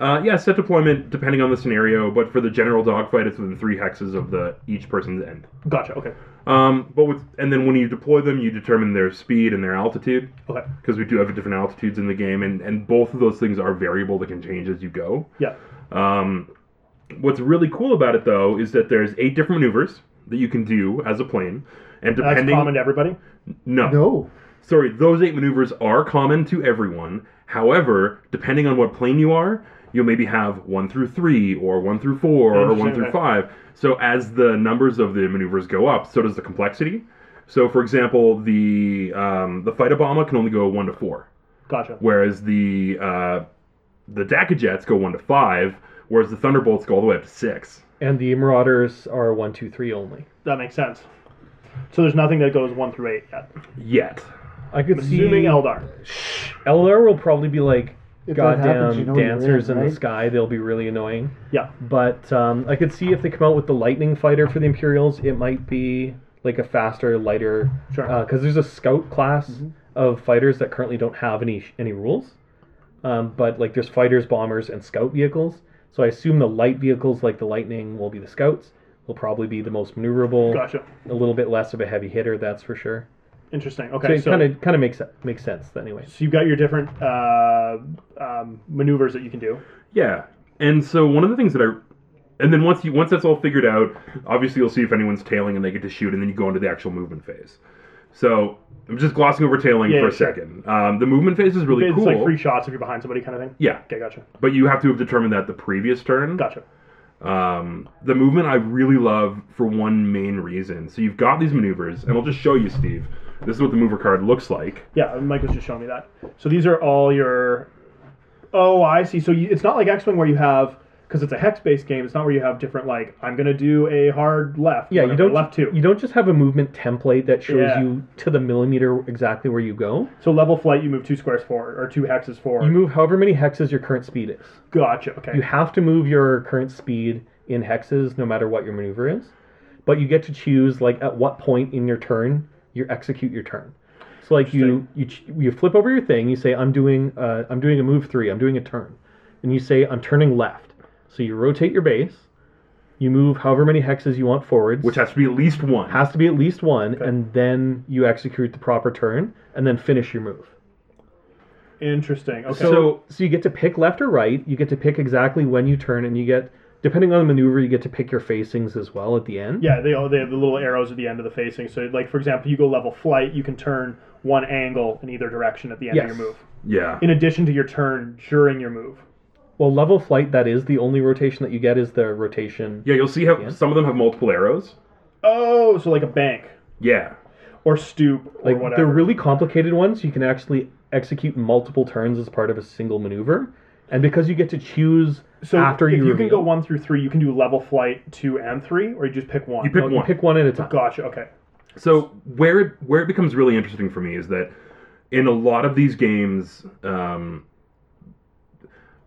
uh, yeah, set deployment depending on the scenario, but for the general dogfight, it's within three hexes of the each person's end. Gotcha. Okay. Um, but with and then when you deploy them, you determine their speed and their altitude Okay. because we do have different altitudes in the game, and and both of those things are variable that can change as you go. Yeah. Um, what's really cool about it though is that there's eight different maneuvers that you can do as a plane, and That's depending common to everybody. no, No. sorry those eight maneuvers are common to everyone. However, depending on what plane you are, you'll maybe have one through three or one through four or one Interesting, through okay. five. So as the numbers of the maneuvers go up, so does the complexity. So for example, the um, the fighter bomber can only go one to four Gotcha. whereas the uh, the Daka Jets go one to five, whereas the Thunderbolts go all the way up to six. And the marauders are one, two, three only. That makes sense. So there's nothing that goes one through eight yet. Yet, I could see Assuming Eldar. Eldar will probably be like If that goddamn happens, you know you're in, dancers in, right? the sky. They'll be really annoying. Yeah. But um, I could see if they come out with the lightning fighter for the Imperials, it might be like a faster, lighter. uh, Sure. Mm-hmm. Because there's a scout class of fighters that currently don't have any any rules. Um, but like there's fighters, bombers, and scout vehicles. So I assume the light vehicles like the Lightning will be the scouts. Will probably be the most maneuverable. Gotcha. A little bit less of a heavy hitter, that's for sure. Interesting. So Okay, it so, kind of kind of makes makes sense anyway. so you've got your different uh, um, maneuvers that you can do. Yeah, and so one of the things that I, and then once you once that's all figured out, obviously you'll see if anyone's tailing and they get to shoot, and then you go into the actual movement phase. So I'm just glossing over tailing Yeah, for yeah, a sure. second. Um, the movement phase is really It's cool. like free shots if you're behind somebody, kind of thing. yeah, Okay, gotcha. but you have to have determined that the previous turn. Gotcha. Um, the movement I really love for one main reason. So you've got these maneuvers, and I'll just show you, Steve. This is what the mover card looks like. Yeah, uh, Mike was just showing me that. So these are all your. Oh, I see. So you, it's not like X Wing where you have because it's a hex-based game. It's not where you have different like I'm gonna do a hard left. Yeah, you whatever, don't left two. You don't just have a movement template that shows Yeah. you to the millimeter exactly where you go. so level flight, you move two squares forward or two hexes forward. You move however many hexes your current speed is. gotcha. Okay. You have to move your current speed in hexes no matter what your maneuver is, but you get to choose like at what point in your turn you execute your turn. So like you you ch- you flip over your thing, you say I'm doing uh, I'm doing a move 3, I'm doing a turn. And you say I'm turning left. So you rotate your base, you move however many hexes you want forwards. Which has to be at least one. has to be at least one, and then you execute the proper turn, and then finish your move. Interesting. Okay. So, so you get to pick left or right. You get to pick exactly when you turn, and you get, depending on the maneuver, you get to pick your facings as well at the end. Yeah, they all they have the little arrows at the end of the facing. So, like for example, you go level flight, you can turn one angle in either direction at the end Yes. of your move. Yeah. In addition to your turn during your move. Well, level flight, that is the only rotation that you get is the rotation. Yeah, you'll see how some of them have multiple arrows. Oh, so like a bank Yeah. or stoop or Like whatever. they're really complicated ones. You can actually execute multiple turns as part of a single maneuver, and because you get to choose so after if you, you, can reveal- go one through three, you can do level flight two and three, or you just pick one. You pick you one. pick one at a time. Gotcha. Okay. So where it, where it becomes really interesting for me is that in a lot of these games, um,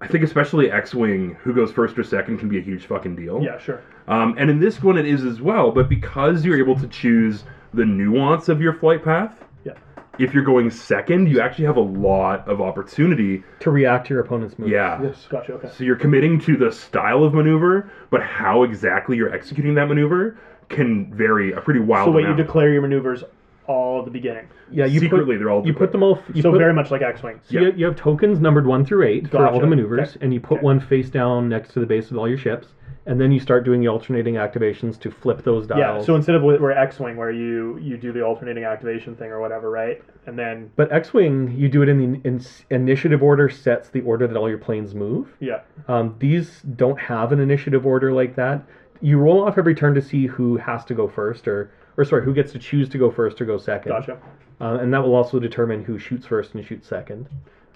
I think especially X Wing, who goes first or second, can be a huge fucking deal. Yeah. Sure. Um, and in this one, it is as well. But because you're able to choose the nuance of your flight path, Yeah. if you're going second, you actually have a lot of opportunity. Mm-hmm. To react to your opponent's move. Yeah. Yes. Gotcha. Okay. So you're committing to the style of maneuver, but how exactly you're executing that maneuver can vary a pretty wild So wait, you amount. declare your maneuvers all at the beginning. Yeah. You put, Secretly, they're all you different. put them all. You so put, very much like X-wing. So you, Yeah. you have tokens numbered one through eight for all Gotcha. the maneuvers, Okay. and you put one face down next to the base of all your ships, and then you start doing the alternating activations to flip those dials. Yeah. So instead of wh- where X-wing, where you you do the alternating activation thing or whatever, right? And then but X-wing, you do it in the in, initiative order sets the order that all your planes move. yeah. Um, these don't have an initiative order like that. You roll off every turn to see who has to go first, or or sorry, who gets to choose to go first or go second. Gotcha. Uh, and that will also determine who shoots first and shoots second.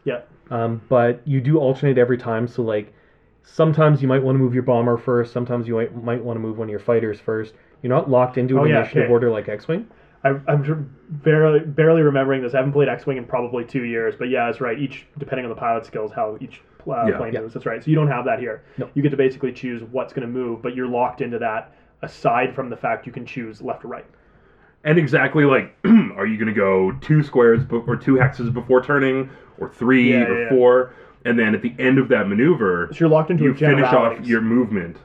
Yeah. Um, but you do alternate every time. So like, sometimes you might want to move your bomber first. Sometimes you might might want to move one of your fighters first. You're not locked into an Oh, yeah, initiative okay. order like X-wing. I, I'm sure- barely barely remembering this. I haven't played X Wing in probably two years, but yeah, that's right. Each depending on the pilot skills, how each uh, Yeah. plane Yeah. moves. That's right. So you don't have that here. No. You get to basically choose what's going to move, but you're locked into that. Aside from the fact you can choose left or right. and exactly like are you going to go two squares be- or two hexes before turning or three Yeah, or yeah, yeah. four and then at the end of that maneuver So you're locked into you a finish off generalities. your movement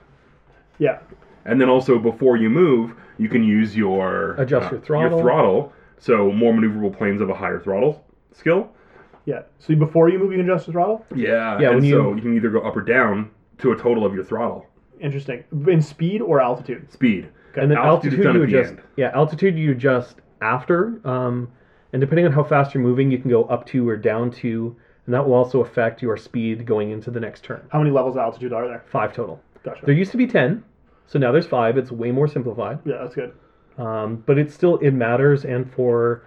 yeah. and then also before you move you can use your Adjust your throttle. throttle so more maneuverable planes have a higher throttle skill Yeah. So before you move, you can adjust the throttle. yeah Yeah, and when you- so you can either go up or down to a total of your throttle Interesting. In speed or altitude. speed And then Altitude altitude, is done you at the adjust. end. Yeah, altitude you adjust after. Um, and depending on how fast you're moving, you can go up to or down to, and that will also affect your speed going into the next turn. How many levels of altitude are there? Five total. Gotcha. There used to be ten, so now there's five. It's way more simplified. yeah, that's good. um, but it still it matters and for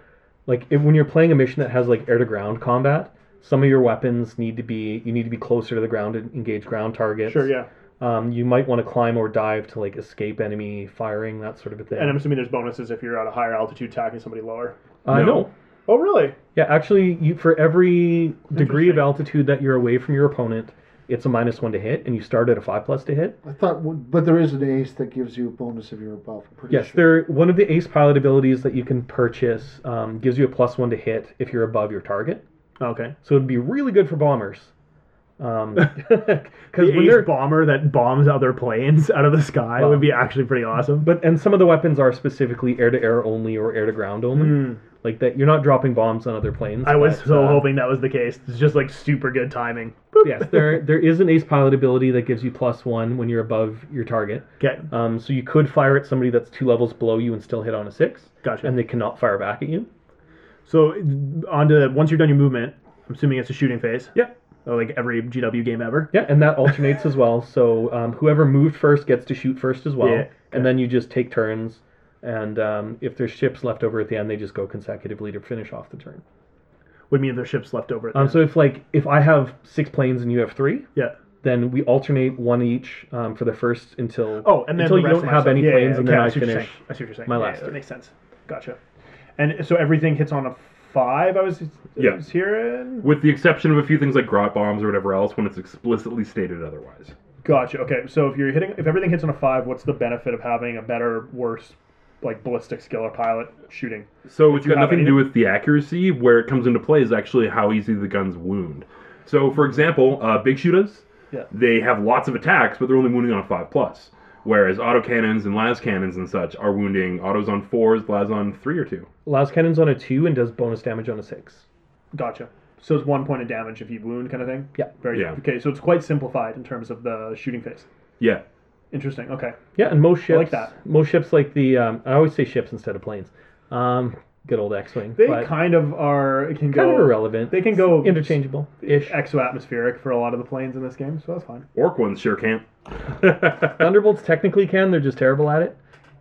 like if, when you're playing a mission that has like air to ground combat some of your weapons need to be you need to be closer to the ground and engage ground targets Sure. Yeah. um, you might want to climb or dive to like escape enemy firing that sort of a thing And I'm assuming there's bonuses if you're at a higher altitude attacking somebody lower. uh, no. No. Oh, really? yeah actually you, for every degree of Interesting. altitude that you're away from your opponent it's a minus one to hit and you start at a five plus to hit I thought, w- but there is an ace that gives you a bonus if you're above. I'm pretty yes sure. they're one of the ace pilot abilities that you can purchase um, gives you a plus one to hit if you're above your target Okay. So it'd be really good for bombers Um, Because the when ace there's bomber that bombs other planes out of the sky, it would be actually pretty awesome. but and some of the weapons are specifically air to air only or air to ground only. Like that, you're not dropping bombs on other planes. Hmm. I was but, so uh, hoping that was the case. It's just like super good timing. yes, there there is an ace pilot ability that gives you plus one when you're above your target. Okay, Um, so you could fire at somebody that's two levels below you and still hit on a six, gotcha. and they cannot fire back at you. so on to once you're done your movement. I'm assuming it's a shooting phase. Yeah, Oh, like every GW game ever. yeah, and that alternates as well. So um, whoever moved first gets to shoot first as well, Yeah, and then you just take turns. And um, if there's ships left over at the end, they just go consecutively to finish off the turn. Would mean if there's ships left over. at the Um, end. so if like if I have six planes and you have three, yeah. then we alternate one each um, for the first until Oh, and then until the you rest don't of have my any stuff. Yeah, planes, yeah, and okay, then I I see what you're finish. saying. I see what you're saying. my Yeah, last yeah, turn. That makes sense. Gotcha. And so everything hits on a five. I was, Yeah. I was hearing. with the exception of a few things like grot bombs or whatever else when it's explicitly stated otherwise. Gotcha. Okay. So if you're hitting, if everything hits on a five, what's the benefit of having a better, worse, like ballistic skill or pilot shooting? So it's you got have nothing to any- do with the accuracy. Where it comes into play is actually how easy the guns wound. So, for example, uh, big shooters, Yeah. they have lots of attacks, but they're only wounding on a five plus. Whereas autocannons and las cannons and such are wounding autos on fours, las on three or two. Las cannons on a two and does bonus damage on a six. Gotcha. So it's one point of damage if you wound, kind of thing. Yeah. Very. Yeah. Okay. So it's quite simplified in terms of the shooting phase. Yeah, Interesting. Okay. Yeah, and most ships like that. Most ships like the um, I always say ships instead of planes. Um, good old X-wing. They but kind of are. kind Can go, of irrelevant. They can go interchangeable ish. exo-atmospheric for a lot of the planes in this game, so that's fine. orc ones sure can't. Thunderbolts technically can. They're just terrible at it.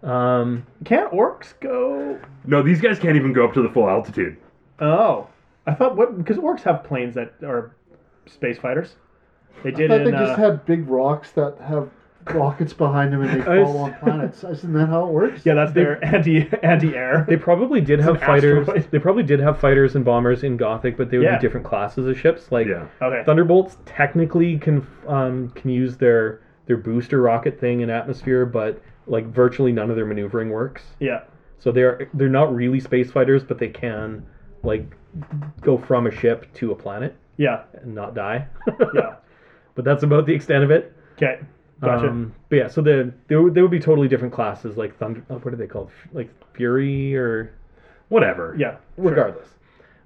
Um, Can't orcs go? no, these guys can't even go up to the full altitude. Oh, I thought what because orcs have planes that are space fighters. They I did thought in they uh, just had big rocks that have rockets behind them and they I fall s- on planets. Isn't that how it works? yeah, that's their anti anti air. they probably did have an fighters. asteroid. They probably did have fighters and bombers in Gothic, but they would Yeah. be different classes of ships. Like Yeah. Okay, Thunderbolts technically can um, can use their their booster rocket thing in atmosphere, but like virtually none of their maneuvering works. yeah, So they're they're not really space fighters, but they can like go from a ship to a planet yeah, and not die. yeah. but that's about the extent of it. Okay, gotcha. Um, but yeah, so the there would, there would be totally different classes like thunder. oh, What are they called? Like fury or Whatever. yeah, sure. regardless.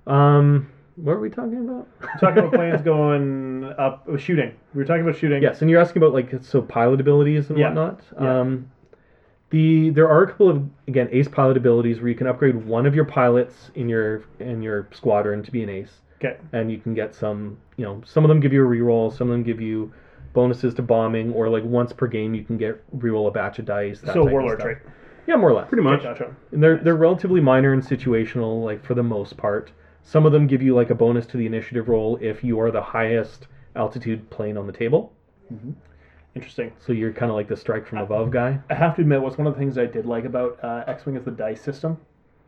Um, what were we talking about? talking about planes going up oh, shooting. We were talking about shooting. Yes, and you're asking about like so pilot abilities and Yeah. whatnot. Yeah. Um, the there are a couple of again ace pilot abilities where you can upgrade one of your pilots in your in your squadron to be an ace, Okay. and you can get some you know some of them give you a reroll, some of them give you bonuses to bombing, or like once per game you can get reroll a batch of dice. That So type of warlord stuff. trait. Yeah, more or less. Pretty much. Okay, gotcha. And they're they're relatively minor and situational, like for the most part. Some of them give you like a bonus to the initiative roll if you are the highest altitude plane on the table. Interesting. So you're kind of like the strike from above guy. I have to admit, what's one of the things I did like about uh, X Wing is the dice system.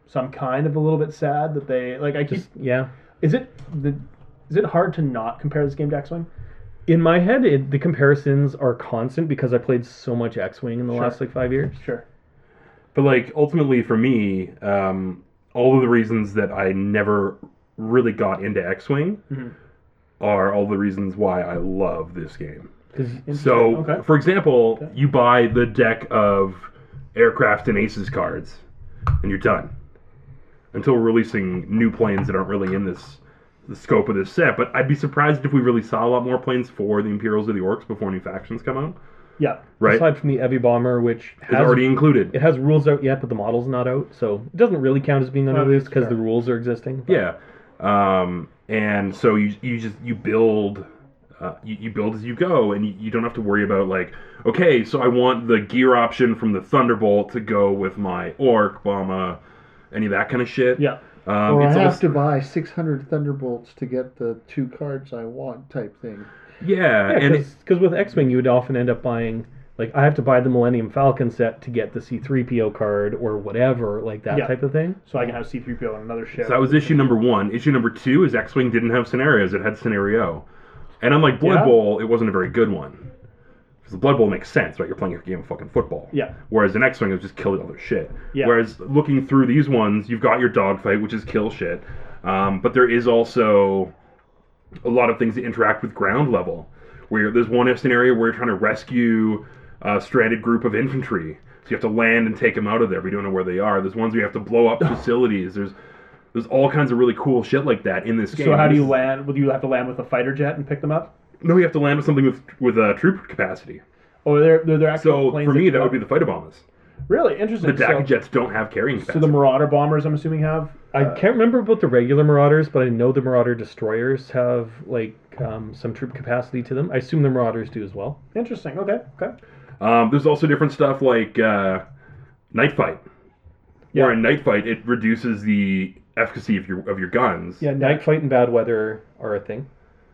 So I'm kind of a little bit sad that they like I keep. Just yeah. Is it the? Is it hard to not compare this game to X Wing? In my head, it, the comparisons are constant because I played so much X-wing in the last like five years. Sure. But like ultimately for me, um, all of the reasons that I never really got into X-wing Mm-hmm. are all the reasons why I love this game. 'Cause So, Okay. for example, you buy the deck of aircraft and aces cards, and you're done until releasing new planes that aren't really in this the scope of this set. But I'd be surprised if we really saw a lot more planes for the Imperials or the Orcs before new factions come out, Yeah. right? aside from the heavy bomber, which It's has already included. it has rules out yet, but the model's not out, so it doesn't really count as being under Okay, this because sure. the rules are existing. but- Yeah, um, and so you you just you build. Uh, you, you build as you go, and you, you don't have to worry about like, okay, so I want the gear option from the Thunderbolt to go with my Orc, Bama, any of that kind of shit. Yeah. um, Or I it's have almost, to buy 600 Thunderbolts to get the two cards I want type thing. yeah, and it, because with X-wing you would often end up buying like I have to buy the Millennium Falcon set to get the C-3PO card or whatever, like that Yeah. type of thing. So I can have C3PO on another ship. so that was issue number one. Issue number two is X Wing didn't have scenarios; it had scenario, and unlike Blood Yeah. Bowl, it wasn't a very good one. Because Blood Bowl makes sense, right? You're playing a game of fucking football. Yeah. Whereas the next one is just kill other shit. Yeah. Whereas looking through these ones, you've got your dogfight, which is kill shit. Um, but there is also a lot of things that interact with ground level. Where there's one scenario where you're trying to rescue a stranded group of infantry, so you have to land and take them out of there. We don't know where they are. There's ones where you have to blow up facilities. There's there's all kinds of really cool shit like that in this game. So how do you This- land? Will you have to land with a fighter jet and pick them up? No, you have to land with something with with uh, troop capacity. Or Oh, they're they're, they're actual So planes. for me, do that it? would be the fighter bombers. really interesting. The DAC so, jets don't have carrying so capacity. the Marauder bombers, I'm assuming, have. uh, I can't remember about the regular Marauders, but I know the Marauder destroyers have like um, some troop capacity to them. I assume the Marauders do as well. Interesting. Okay. Okay. Um, there's also different stuff like uh, night fight. Yeah. Where in night fight it reduces the efficacy of your of your guns. Yeah. Night Night. fight and bad weather are a thing,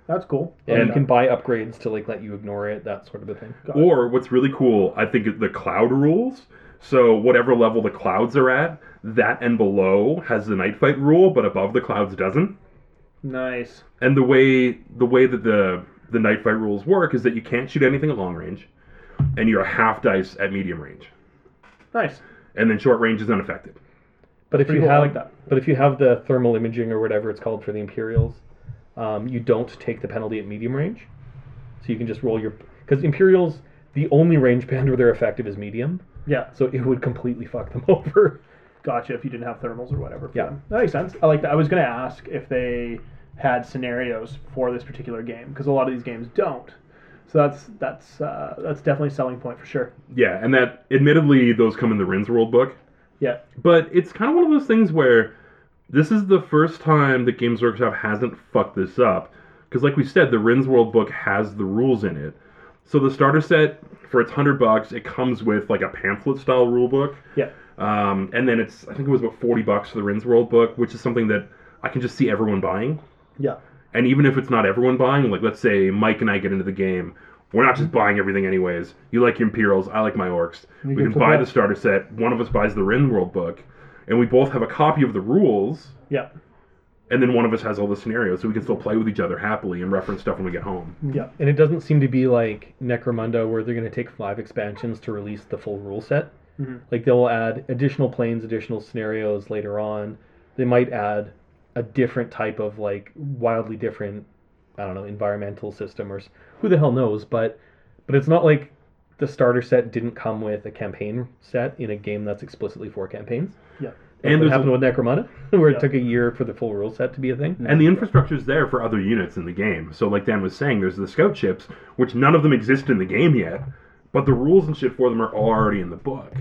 That's cool. and And- you can buy upgrades to like let you ignore it, that sort of a thing. Or what's really cool, I think, is the cloud rules. So whatever level the clouds are at, that and below has the night fight rule, but above the clouds doesn't. Nice. And the way the way that the the night fight rules work is that you can't shoot anything at long range, and you're a half dice at medium range, Nice. and then short range is unaffected. But if Pretty you cool, I have like that. but if you have the thermal imaging or whatever it's called for the Imperials, um, you don't take the penalty at medium range, so you can just roll your because Imperials the only range band where they're effective is medium, Yeah. so it would completely fuck them over. Gotcha. If you didn't have thermals or whatever. for Yeah. them. That makes sense. I like that. I was gonna ask if they had scenarios for this particular game because a lot of these games don't. So that's that's uh, that's definitely a selling point for sure. Yeah, and that admittedly those come in the Rins World book, Yeah. but it's kind of one of those things where this is the first time that Games Workshop hasn't fucked this up because, like we said, the Rins World book has the rules in it. So the starter set for its hundred bucks, it comes with like a pamphlet style rule book, Yeah. um, and then it's I think it was about forty bucks for the Rins World book, which is something that I can just see everyone buying. Yeah. And even if it's not everyone buying, like let's say Mike and I get into the game, we're not just buying everything anyways. You like your Imperials, I like my Orcs. You we get can to buy buy- the starter set. One of us buys the Rin World book, and we both have a copy of the rules. Yeah. And then one of us has all the scenarios, so we can still play with each other happily and reference stuff when we get home. Yeah. And it doesn't seem to be like Necromunda where they're going to take five expansions to release the full rule set. Mm-hmm. Mhm. Like they'll add additional planes, additional scenarios later on. They might add a different type of like wildly different, I don't know, environmental system or s- who the hell knows. But but it's not like the starter set didn't come with a campaign set in a game that's explicitly for campaigns. Yeah. And Like what there's a- happened with Necromunda, where Yeah. it took a year for the full rule set to be a thing. And the infrastructure's there for other units in the game. So, like Dan was saying, there's the scout ships, which none of them exist in the game yet, but the rules and shit for them are already in the book.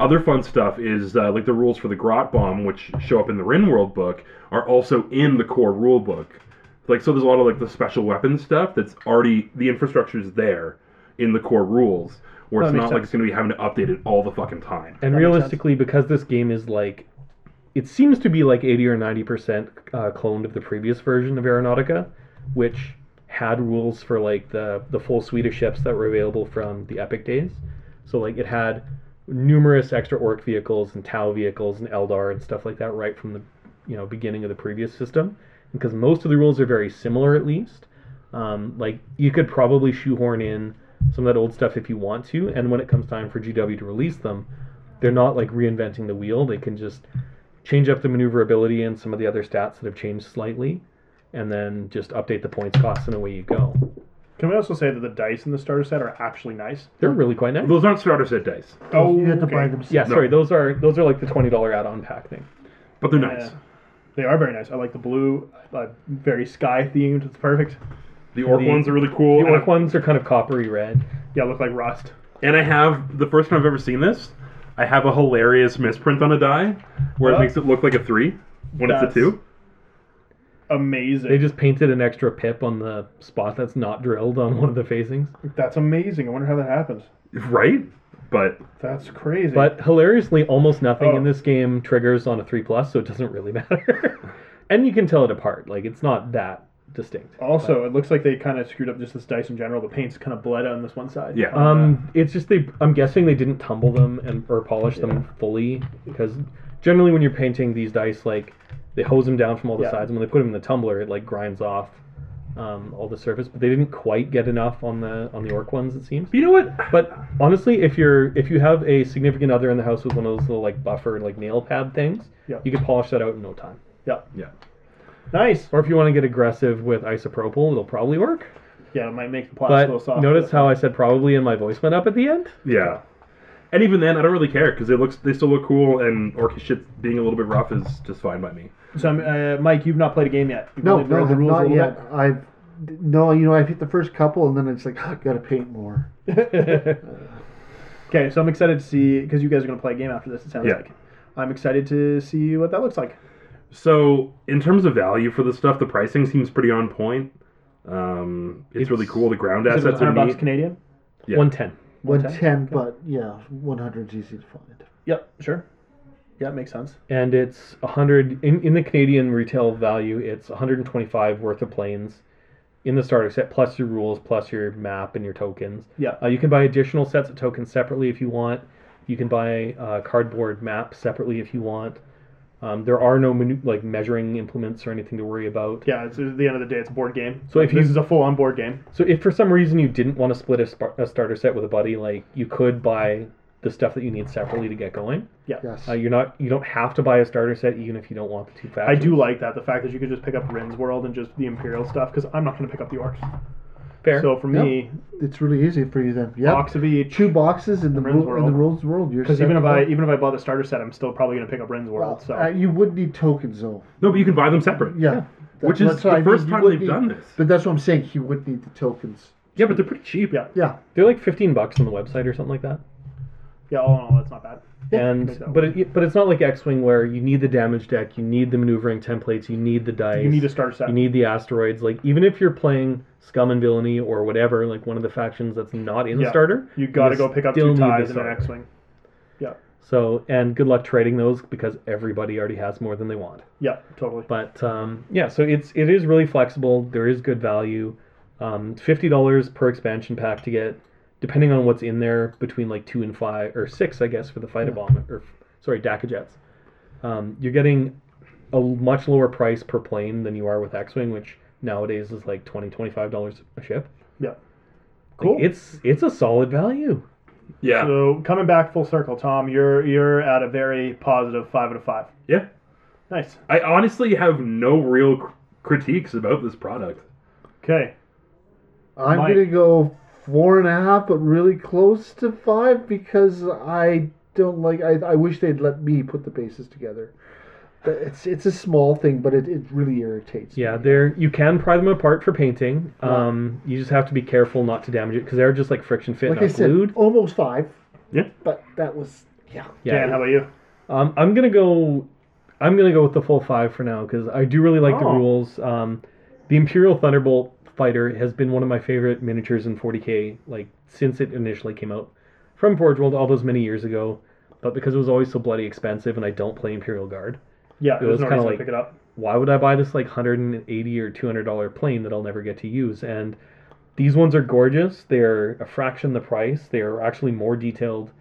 Other fun stuff is uh, like the rules for the Grot Bomb, which show up in the Rin World book, are also in the core rule book. Like, so there's a lot of like the special weapons stuff that's already the infrastructure's there in the core rules, where it's That not makes like sense. it's going to be having to update it all the fucking time. And That makes sense. realistically, because this game is like, it seems to be like 80 or 90% uh, cloned of the previous version of Aeronautica, which had rules for like the, the full suite of ships that were available from the Epic days. So, like, it had numerous extra Orc vehicles and Tau vehicles and Eldar and stuff like that right from the you know beginning of the previous system. Because most of the rules are very similar, at least. Um, like you could probably shoehorn in some of that old stuff if you want to, and when it comes time for GW to release them, they're not like reinventing the wheel. They can just change up the maneuverability and some of the other stats that have changed slightly, and then just update the points cost and away you go. Can we also say that the dice in the starter set are actually nice? They're really quite nice. Those aren't starter set dice, Oh, you had to okay. buy them. Yeah, No. sorry, those are those are like the twenty dollar add on pack thing. but they're Yeah. nice. They are very nice. I like the blue, uh, very sky themed. It's perfect. The orc The- ones are really cool. The and I- orc ones are kind of coppery red. Yeah, look like rust. And I have the first time I've ever seen this. I have a hilarious misprint on a die where Huh? it makes it look like a three when That's- it's a two. Amazing. They just painted an extra pip on the spot that's not drilled on one of the facings. That's amazing. I wonder how that happens. Right? But That's crazy. But hilariously, almost nothing Oh. in this game triggers on a three plus, so it doesn't really matter. and you can tell it apart; like it's not that distinct. also, it looks like they kind of screwed up just this dice in general. The paint's kind of bled on this one side. Yeah. Um, it's just they. I'm guessing they didn't tumble them and or polish them fully because generally when you're painting these dice, like they hose them down from all the Yeah. sides, and when they put them in the tumbler, it like grinds off um, all the surface. But they didn't quite get enough on the on the orc ones, it seems. you know what? But honestly, if you're if you have a significant other in the house with one of those little like buffer like nail pad things, Yeah. you could polish that out in no time. yeah. Yeah. Nice. Or if you want to get aggressive with isopropyl, it'll probably work. Yeah, it might make the plots a little But softer. notice how I said probably and my voice went up at the end? Yeah. And even then, I don't really care because it looks they still look cool, and orc shit being a little bit rough is just fine by me. So, um, uh, Mike, you've not played a game yet. You've No, only no, read have a not little yet. I've no, you know, I've hit the first couple, and then it's like gotta paint more. bit. Okay, so I'm excited to see because you guys are going to play a game after this. It sounds Yeah. like. I'm excited to see what that looks like. So in terms of value for the stuff, the pricing seems pretty on point. Um, it's, It's- really cool. The ground Is it assets are 100 bucks neat. Canadian? Yeah. 110. One ten, 110? but yeah, one hundred's easy to find. Yep, sure. Yeah, it makes sense. And it's 100, in, in the Canadian retail value, it's 125 worth of planes in the starter set, plus your rules, plus your map and your tokens. Yeah. Uh, you can buy additional sets of tokens separately if you want. You can buy uh, cardboard maps separately if you want. Um, there are no manu- like measuring implements or anything to worry about. Yeah, it's, at the end of the day, it's a board game. So Like, if you- this is a full-on board game, So if for some reason you didn't want to split a, sp- a starter set with a buddy, like you could buy the stuff that you need separately to get going. Yes. Uh, you're not you don't have to buy a starter set even if you don't want the two I factions. do like that. The fact that you could just pick up Rin's World and just the Imperial stuff because I'm not going to pick up the orcs. fair. So for me, it's really easy for you then. Yeah. box of each. Two boxes in the, Rim's rule, in the rules world. You're Because set even if to I go. even if I bought the starter set, I'm still probably going to pick up Rin's World. so Uh, you would need tokens though. No, but you can buy them separate. Yeah. That- Which is that's what the I mean, first you time would they've need- done this. But that's what I'm saying. He would need the tokens. Yeah, but they're pretty cheap. yeah, Yeah. They're like 15 bucks on the website or something like that. yeah. All in all, that's not bad. and that but it, but it's not like X-wing where you need the damage deck, you need the maneuvering templates, you need the dice, You need a starter set. you need the asteroids. Like even if you're playing Scum and Villainy or whatever, like one of the factions that's not in the Yeah. starter, you got to still go pick up need two the ties and an starter. X-wing. Yeah, So and good luck trading those because everybody already has more than they want. yeah, totally. But um, yeah, so it's it is really flexible. There is good value. Um, Fifty dollars per expansion pack to get, depending on what's in there, between like two and five or six, I guess, for the fighter bomb or sorry, Daca jets. Um, you're getting a much lower price per plane than you are with X-wing, which nowadays is like 20 dollars a ship. Yeah, Like, cool. it's it's a solid value. Yeah. so coming back full circle, Tom, you're you're at a very positive five out of five. yeah. Nice. I honestly have no real cr- critiques about this product. Okay. I'm Mike. gonna go four and a half, but really close to five because I don't like. I, I wish they'd let me put the bases together. But it's it's a small thing, but it, it really irritates. me. Yeah, they're you can pry them apart for painting. Um, you just have to be careful not to damage it because they're just like friction fit, Like not I said, oh, glued. almost five. Yeah. But that was yeah. Yeah, Dan, how about you? Um, I'm gonna go. I'm gonna go with the full five for now because I do really like the Oh. rules. Um, the Imperial Thunderbolt fighter has been one of my favorite miniatures in 40k, like since it initially came out from Forge World all those many years ago. But because it was always so bloody expensive, and I don't play Imperial Guard, Yeah, there's was no kinda reason like- to pick it up. why would I buy this like 180 or 200 dollar plane that I'll never get to use? And these ones are gorgeous. They're a fraction the price. They are actually more detailed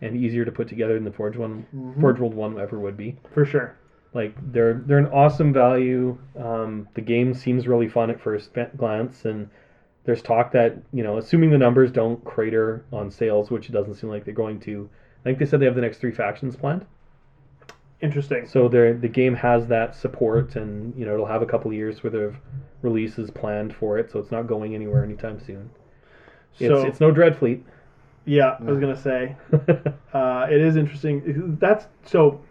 and easier to put together than the Forge one, Forge World one ever would be For sure. like they're they're an awesome value. Um, the game seems really fun at first fa- glance, and there's talk that you know, assuming the numbers don't crater on sales, which it doesn't seem like they're going to. I think they said they have the next three factions planned, Interesting. so they're, the game has that support, and you know it'll have a couple years worth of releases planned for it, so it's not going anywhere anytime soon. It's, So- it's no Dreadfleet. Yeah, I was gonna say uh, it is interesting. That's so.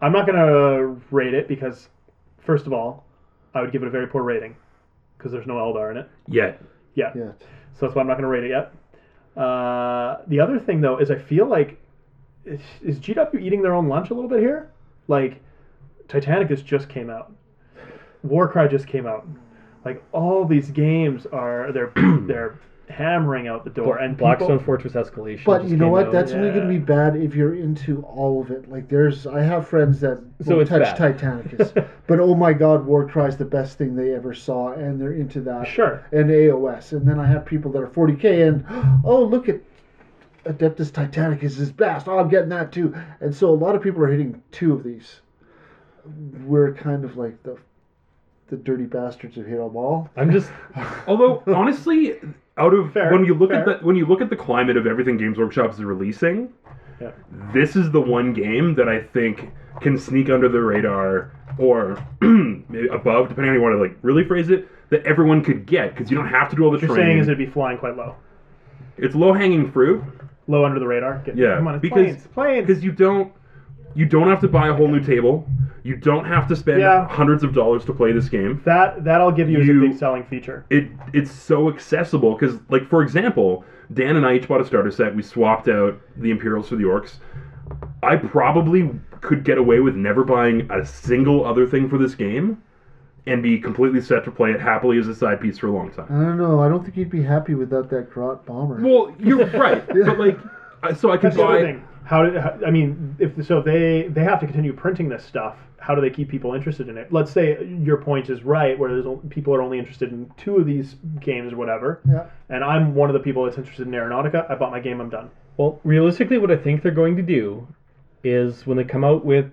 I'm not gonna rate it because, first of all, I would give it a very poor rating because there's no Eldar in it. Yeah. Yeah, Yeah. so that's why I'm not gonna rate it yet. Uh, the other thing though is I feel like is, is GW eating their own lunch a little bit here? Like, Titanicus just came out. Warcry just came out. Like all these games are they're they're hammering out the door and people- Blackstone Fortress Escalation. But just you know came what? out. That's only going to yeah. be bad if you're into all of it. Like, there's I have friends that So won't it's touch bad. Titanicus, but oh my God, Warcry is the best thing they ever saw, and they're into that. Sure. And AOS, and then I have people that are 40k, and oh look at Adeptus Titanicus is best. Oh, I'm getting that too. And so a lot of people are hitting two of these. We're kind of like the the dirty bastards who hit them all. I'm just Although honestly, out of Fair, when you look at fair. the when you look at the climate of everything Games Workshop is releasing, Yeah. this is the one game that I think can sneak under the radar or maybe above, depending on how you want to like really phrase it, that everyone could get because you don't have to do all the You're training. saying is it'd be flying quite low, it's low hanging fruit low under the radar. Get, Yeah, come on, it's because- planes, planes. because you don't you don't have to buy a whole new table. You don't have to spend Yeah. hundreds of dollars to play this game. That that I'll give you, as You- a big selling feature. it it's so accessible because like for example dan and i each bought a starter set we swapped out the imperials for the orcs i probably could get away with never buying a single other thing for this game and be completely set to play it happily as a side piece for a long time I don't know. I don't think you'd be happy without that Grot bomber. well you're right but like I- so i could That's the other buy thing. How do how, I mean? If so, if they they have to continue printing this stuff. How do they keep people interested in it? Let's say your point is right, where there's on- people are only interested in two of these games or whatever. yeah. And I'm one of the people that's interested in Aeronautica. I bought my game. I'm done. Well, realistically, what I think they're going to do is when they come out with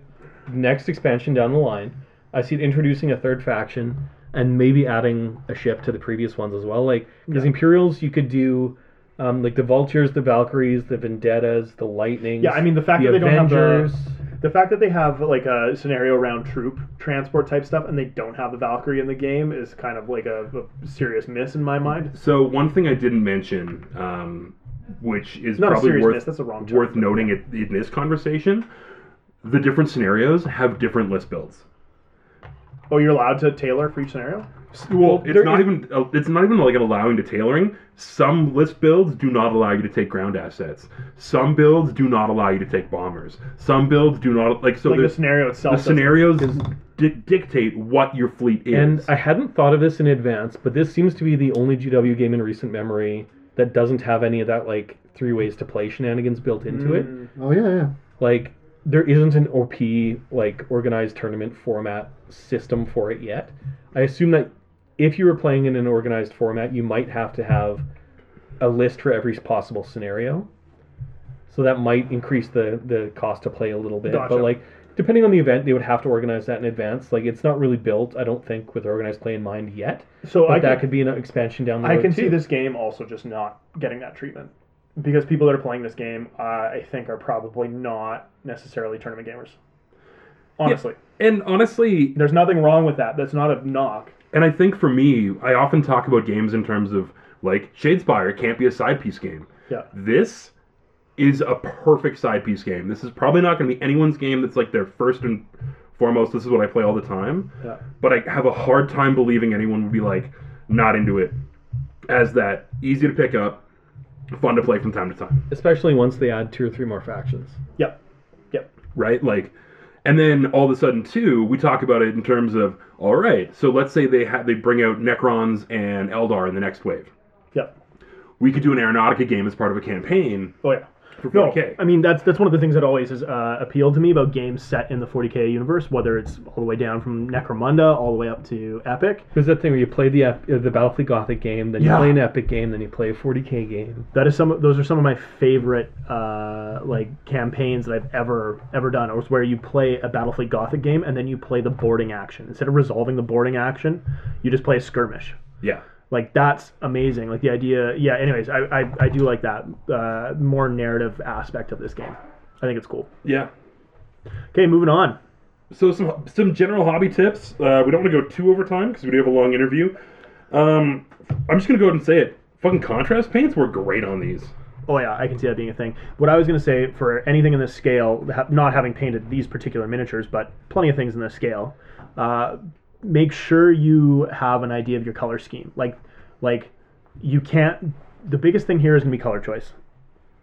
next expansion down the line, I see it introducing a third faction and maybe adding a ship to the previous ones as well. Like because Imperials, you could do um, like the Vultures, the Valkyries, the Vendettas, the Lightnings. Yeah, I mean, the fact the that they don't have the- Avengers. The fact that they have like a scenario round troop transport type stuff, and they don't have the Valkyrie in the game is kind of like a, a serious miss in my mind. so one thing i didn't mention um, which is Not a probably serious worth miss. That's a wrong term. worth noting it, in this conversation the different scenarios have different list builds Oh, you're allowed to tailor for each scenario. Well, there it's not is- even uh, it's not even like an allowing to tailoring. Some list builds do not allow you to take ground assets. Some builds do not allow you to take bombers. Some builds do not like so. Like the there's the, scenario itself. doesn't- scenarios di- dictate what your fleet is. And I hadn't thought of this in advance, but this seems to be the only GW game in recent memory that doesn't have any of that like three ways to play shenanigans built into it. Mm. Oh yeah, yeah. like there isn't an OP like organized tournament format system for it yet. I assume that if you were playing in an organized format, you might have to have a list for every possible scenario. So that might increase the the cost to play a little bit, Gotcha. but like depending on the event, they would have to organize that in advance. Like it's not really built, I don't think, with organized play in mind yet. So But I that could, could be an expansion down the I road, can too. see this game also just not getting that treatment because people that are playing this game, uh, I think, are probably not necessarily tournament gamers. Honestly, and honestly, there's nothing wrong with that. That's not a knock. and I think for me, I often talk about games in terms of like Shadespire can't be a side piece game. Yeah. This is a perfect side piece game. This is probably not going to be anyone's game that's like their first and foremost. This is what I play all the time. Yeah. But I have a hard time believing anyone would be like not into it as that easy to pick up, fun to play from time to time, especially once they add two or three more factions. Yep. Yep. right? Like, and then all of a sudden too, we talk about it in terms of all right. So let's say they ha- they bring out Necrons and Eldar in the next wave. Yep. We could do an Aeronautica game as part of a campaign Oh yeah. for 40k. No, I mean that's that's one of the things that always has uh, appealed to me about games set in the 40k universe, whether it's all the way down from Necromunda all the way up to Epic. There's that thing where you play the ep- uh, the Battlefield Gothic game, then you Yeah. play an Epic game, then you play a 40k game. That is some. of- Those are some of my favorite uh, like campaigns that I've ever ever done. Or where you play a Battlefleet Gothic game and then you play the boarding action instead of resolving the boarding action, you just play a skirmish. yeah. Like that's amazing. Like the idea. Yeah. Anyways, I I, I do like that uh, more narrative aspect of this game. I think it's cool. Yeah. Okay, moving on. So some some general hobby tips. Uh, we don't want to go too over time because we do have a long interview. Um, I'm just gonna go ahead and say it. Fucking contrast paints were great on these. Oh yeah, I can see that being a thing. What I was gonna say for anything in this scale, ha- not having painted these particular miniatures, but plenty of things in this scale, uh, make sure you have an idea of your color scheme. Like, like you can't. The biggest thing here is gonna be color choice,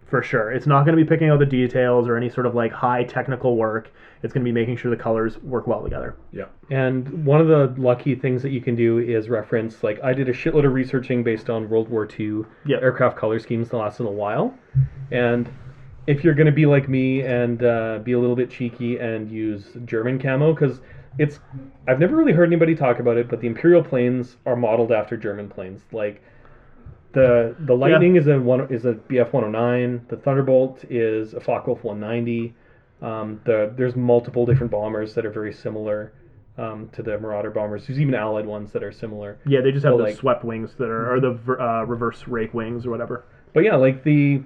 for sure. It's not gonna be picking out the details or any sort of like high technical work. It's gonna be making sure the colors work well together. Yeah. And one of the lucky things that you can do is reference, like, I did a shitload of researching based on World War II Yeah. aircraft color schemes that last a little while. And if you're going to be like me and uh, be a little bit cheeky and use German camo, because it's, I've never really heard anybody talk about it, but the Imperial planes are modeled after German planes. Like, the the Lightning is a one is a BF 109. The Thunderbolt is a Focke-Wulf 190. Um, the there's multiple different bombers that are very similar um, to the Marauder bombers. There's even Allied ones that are similar. Yeah, they just have Well, the like- swept wings that are or the ver- uh, reverse rake wings or whatever. But yeah, like the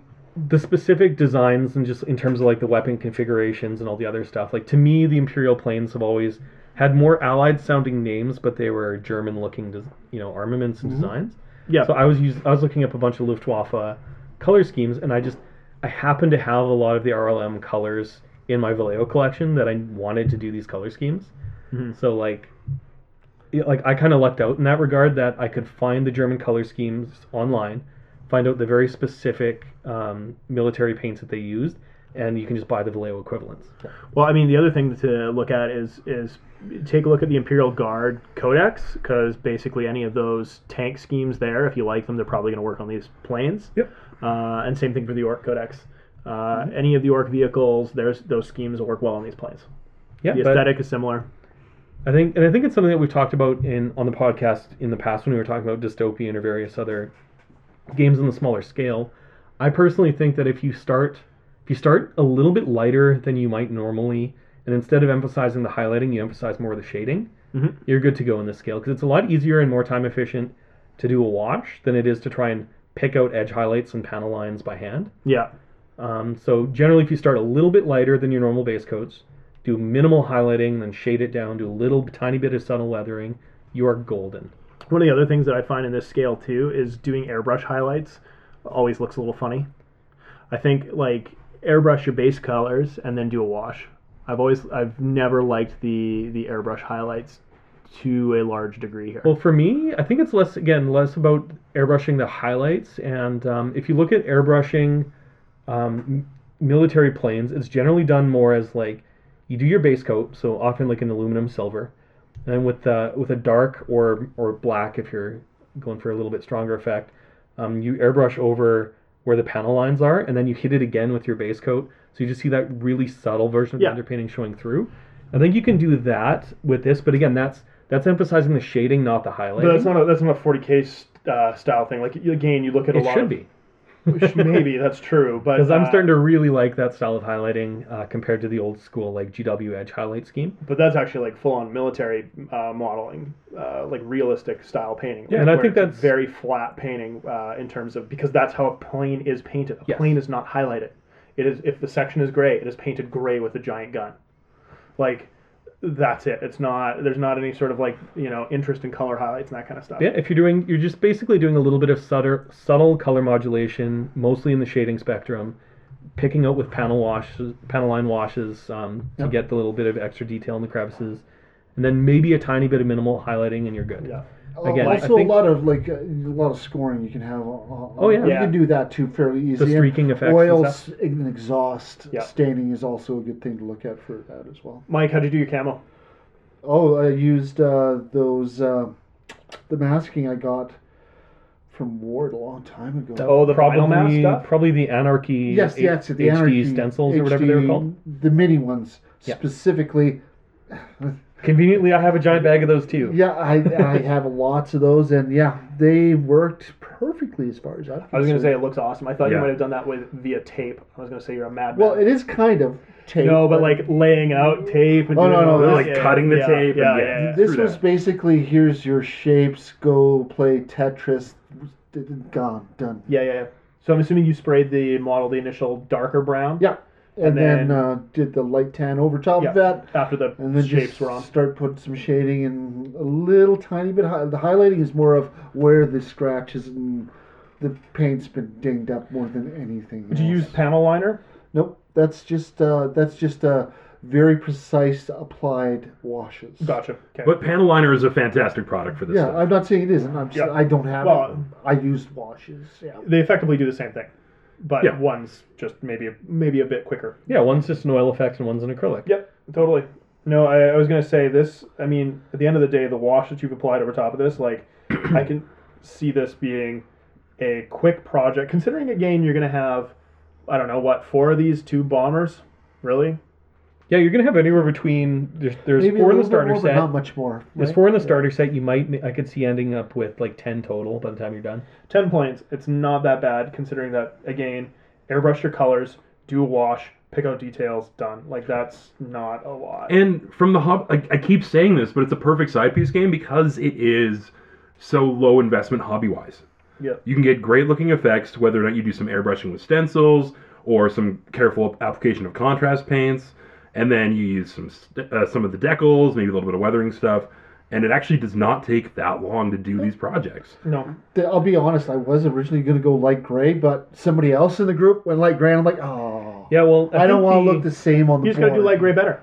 the specific designs and just in terms of like the weapon configurations and all the other stuff. Like to me, the Imperial planes have always had more Allied sounding names, but they were German looking, des- you know, armaments and designs. Yeah. So I was using, I was looking up a bunch of Luftwaffe color schemes, and I just I happened to have a lot of the RLM colors in my Vallejo collection that I wanted to do these color schemes. Mhm. So like, it, like I kind of lucked out in that regard that I could find the German color schemes online, find out the very specific um, military paints that they used, and you can just buy the Vallejo equivalents. Well, I mean, the other thing to look at is is take a look at the Imperial Guard Codex because basically any of those tank schemes there, if you like them, they're probably going to work on these planes. Yep. Uh, and same thing for the Orc Codex. Uh, Mm-hmm. Any of the Orc vehicles, there's those schemes will work well on these planes. Yeah, The but- aesthetic is similar. I think, and I think it's something that we've talked about in on the podcast in the past when we were talking about dystopian or various other games on the smaller scale. I personally think that if you start, if you start a little bit lighter than you might normally, and instead of emphasizing the highlighting, you emphasize more of the shading, Mhm. you're good to go in this scale because it's a lot easier and more time efficient to do a wash than it is to try and pick out edge highlights and panel lines by hand. Yeah. Um, so generally, if you start a little bit lighter than your normal base coats, do minimal highlighting, then shade it down, do a little tiny bit of subtle leathering, you are golden. One of the other things that I find in this scale too is doing airbrush highlights always looks a little funny. I think like airbrush your base colors and then do a wash. I've always I've never liked the the airbrush highlights to a large degree here. Well, for me, I think it's less again less about airbrushing the highlights, and um, if you look at airbrushing um, m- military planes, it's generally done more as like you do your base coat, so often like an aluminum silver, and with uh, with a dark or or black if you're going for a little bit stronger effect, um, you airbrush over where the panel lines are, and then you hit it again with your base coat, so you just see that really subtle version of Yeah. the underpainting showing through. I think you can do that with this, but again, that's that's emphasizing the shading, not the highlighting. but that's not a, that's not a 40k uh, style thing. Like again, you look at a it lot should of be maybe that's true, but because I'm uh, starting to really like that style of highlighting uh, compared to the old school like GW Edge highlight scheme. But that's actually like full on military uh, modeling, uh, like realistic style painting. Yeah, and I where think it's a that's- very flat painting uh, in terms of because that's how a plane is painted. A Yes. plane is not highlighted. It is if the section is gray, it is painted gray with a giant gun. Like that's it. It's not there's not any sort of like you know interest in color highlights and that kind of stuff. Yeah, if you're doing, you're just basically doing a little bit of subtle, subtle color modulation, mostly in the shading spectrum, picking out with panel washes, panel line washes um, to get the little bit of extra detail in the crevices, and then maybe a tiny bit of minimal highlighting, and you're good. Yeah. Again, I also think- a lot of like uh, a lot of scoring you can have. On, Oh, yeah. you Yeah. can do that too fairly easy. And streaking effects and oil stuff. s- and exhaust Yeah. staining is also a good thing to look at for that as well. Mike, how'd you do your camo? Oh, I used uh, those uh, the masking I got from Ward a long time ago. Oh, the vinyl mask probably, stuff? probably the anarchy. yes, H- yes, the HD Anarchy, stencils or whatever they were HD called. The mini ones Yeah. specifically. Conveniently, I have a giant bag of those too. Yeah, I, I have lots of those, and yeah, they worked perfectly as far as I'm I was gonna concerned. say it looks awesome. I thought you Yeah. might have done that with via tape. I was gonna say you're a madman. Well, it is kind of tape. no, but like laying out tape and Oh, no, doing no, all no, that. like cutting the tape and yeah. Yeah, yeah, yeah. this screw was that. basically here's your shapes. Go play Tetris. D- d- Gone, done. Yeah, yeah, yeah. So I'm assuming you sprayed the model the initial darker brown. Yeah, and, And then, then- uh, did the light tan over top Yeah. of that, After the and then shapes just were on. start putting some shading and a little tiny bit. High, the highlighting is more of where the scratches and the paint's been dinged up more than anything. Did you else. use panel liner? Nope, that's just uh, that's just uh, very precise applied washes. Gotcha. Okay. But panel liner is a fantastic product for this. Yeah, stuff. I'm not saying it isn't. I'm just, Yeah. I don't have it. Well- I used washes. Yeah. they effectively do the same thing, but Yeah. one's just maybe maybe a bit quicker. Yeah, one's just an oil effect and one's an acrylic. Yep, totally. No, I, I was gonna say this. I mean, at the end of the day, the wash that you've applied over top of this, like, I can see this being a quick project. Considering again, you're gonna have, I don't know, what four of these two bombers, really? Yeah, you're gonna have anywhere between there's there's Maybe four a in little the bit starter more, but set. not much more. There's right? four in the starter set. You might ma- I could see ending up with like ten total by the time you're done. Ten points. It's not that bad considering that again, airbrush your colors, do a wash, pick out details, done. Like that's not a lot. And from the hub, I, I keep saying this, but it's a perfect side piece game because it is so low investment hobby wise. yeah. You can get great looking effects whether or not you do some airbrushing with stencils or some careful application of contrast paints. and then you use some st- uh, some of the decals, maybe a little bit of weathering stuff, and it actually does not take that long to do these projects. No. Th- I'll be honest, I was originally going to go light gray, but somebody else in the group went light gray, and I'm like, oh. Yeah, well, I, don't think want the- to look the same on the You just got to do board. light gray better.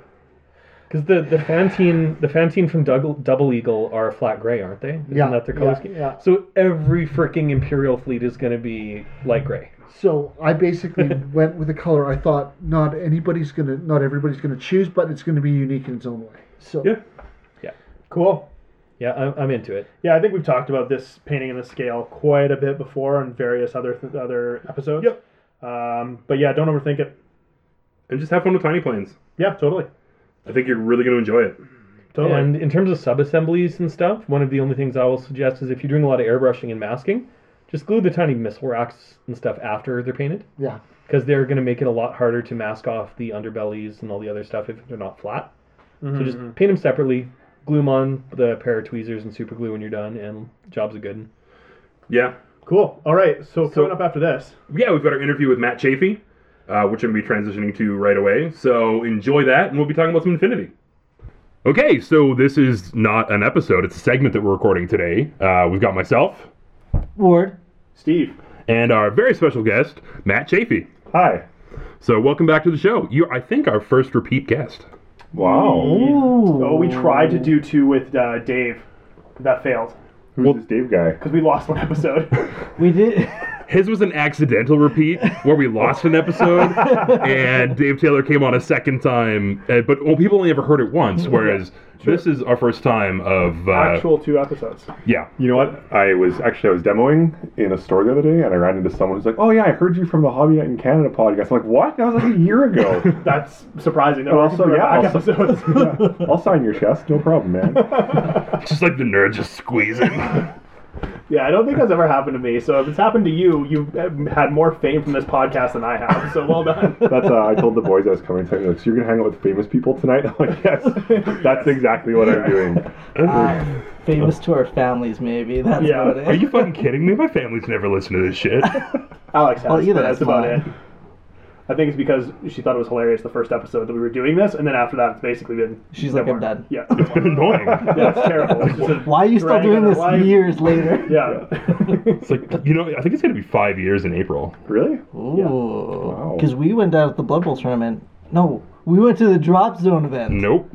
Because the, the Fantine the Fantine from Double, Double Eagle are flat gray, aren't they? Isn't Yeah, that their color yeah, scheme? yeah. So every freaking Imperial fleet is going to be light gray. So I basically went with a color I thought not anybody's gonna, not everybody's gonna choose, but it's gonna be unique in its own way. So Yeah. Cool. Yeah, I'm, I'm into it. Yeah, I think we've talked about this painting in the scale quite a bit before on various other th- other episodes. Yep. Um, but yeah, don't overthink it. And just have fun with tiny planes. Yeah, totally. I think you're really going to enjoy it. Totally. And in terms of sub-assemblies and stuff, one of the only things I will suggest is if you're doing a lot of airbrushing and masking, just glue the tiny missile racks and stuff after they're painted. yeah, because they're going to make it a lot harder to mask off the underbellies and all the other stuff if they're not flat. So just paint them separately, glue them on with a pair of tweezers and super glue when you're done, and job's a good. un. Yeah. cool. All right. So, coming up after this, Yeah, we've got our interview with Matt Chafee, uh, which I'm going to be transitioning to right away. So enjoy that, and we'll be talking about some Infinity. Okay, so this is not an episode, it's a segment that we're recording today. Uh, we've got myself Ward. Steve. and our very special guest, Matt Chafee. Hi. So welcome back to the show. You're, I think, our first repeat guest. Wow. Ooh. Oh, we tried to do two with uh, Dave. That failed Who's this Dave guy? Uh, because we lost one episode. We did. His was an accidental repeat where we lost an episode, and Dave Taylor came on a second time. Uh, but well, people only ever heard it once, whereas this is our first time of uh, Actual two episodes. yeah. You know what? I was actually I was demoing in a store the other day, and I ran into someone who's like, "Oh yeah, I heard you from the Hobby Night in Canada podcast." I'm like, "What? That was like a year ago." That's surprising. That But we're also, doing yeah, back also- episodes. Yeah, I'll sign your chest, no problem, man. Just like the nerd just squeezing. Yeah, I don't think that's ever happened to me. So if it's happened to you, you've um, had more fame from this podcast than I have. So well done. That's uh, I told the boys I was coming tonight. Like, so you're gonna hang out with famous people tonight? I'm like, yes, that's exactly what I'm doing. I'm famous to our families, maybe. That's Yeah. about it. Are you fucking kidding me? My family's never listened to this shit. Alex has, Well, either but that's that's about it. fine. I think it's because she thought it was hilarious the first episode that we were doing this, and then after that, it's basically been. She's like, I'm done. Yeah, It's been annoying. yeah, it's terrible. It's just a- Why are you still Dragging doing it this alive. years later? yeah. It's like you know, I think it's gonna be five years in April. Really? Ooh. Wow. Because we went down at the Blood Bowl tournament. No, we went to the Drop Zone event. Nope,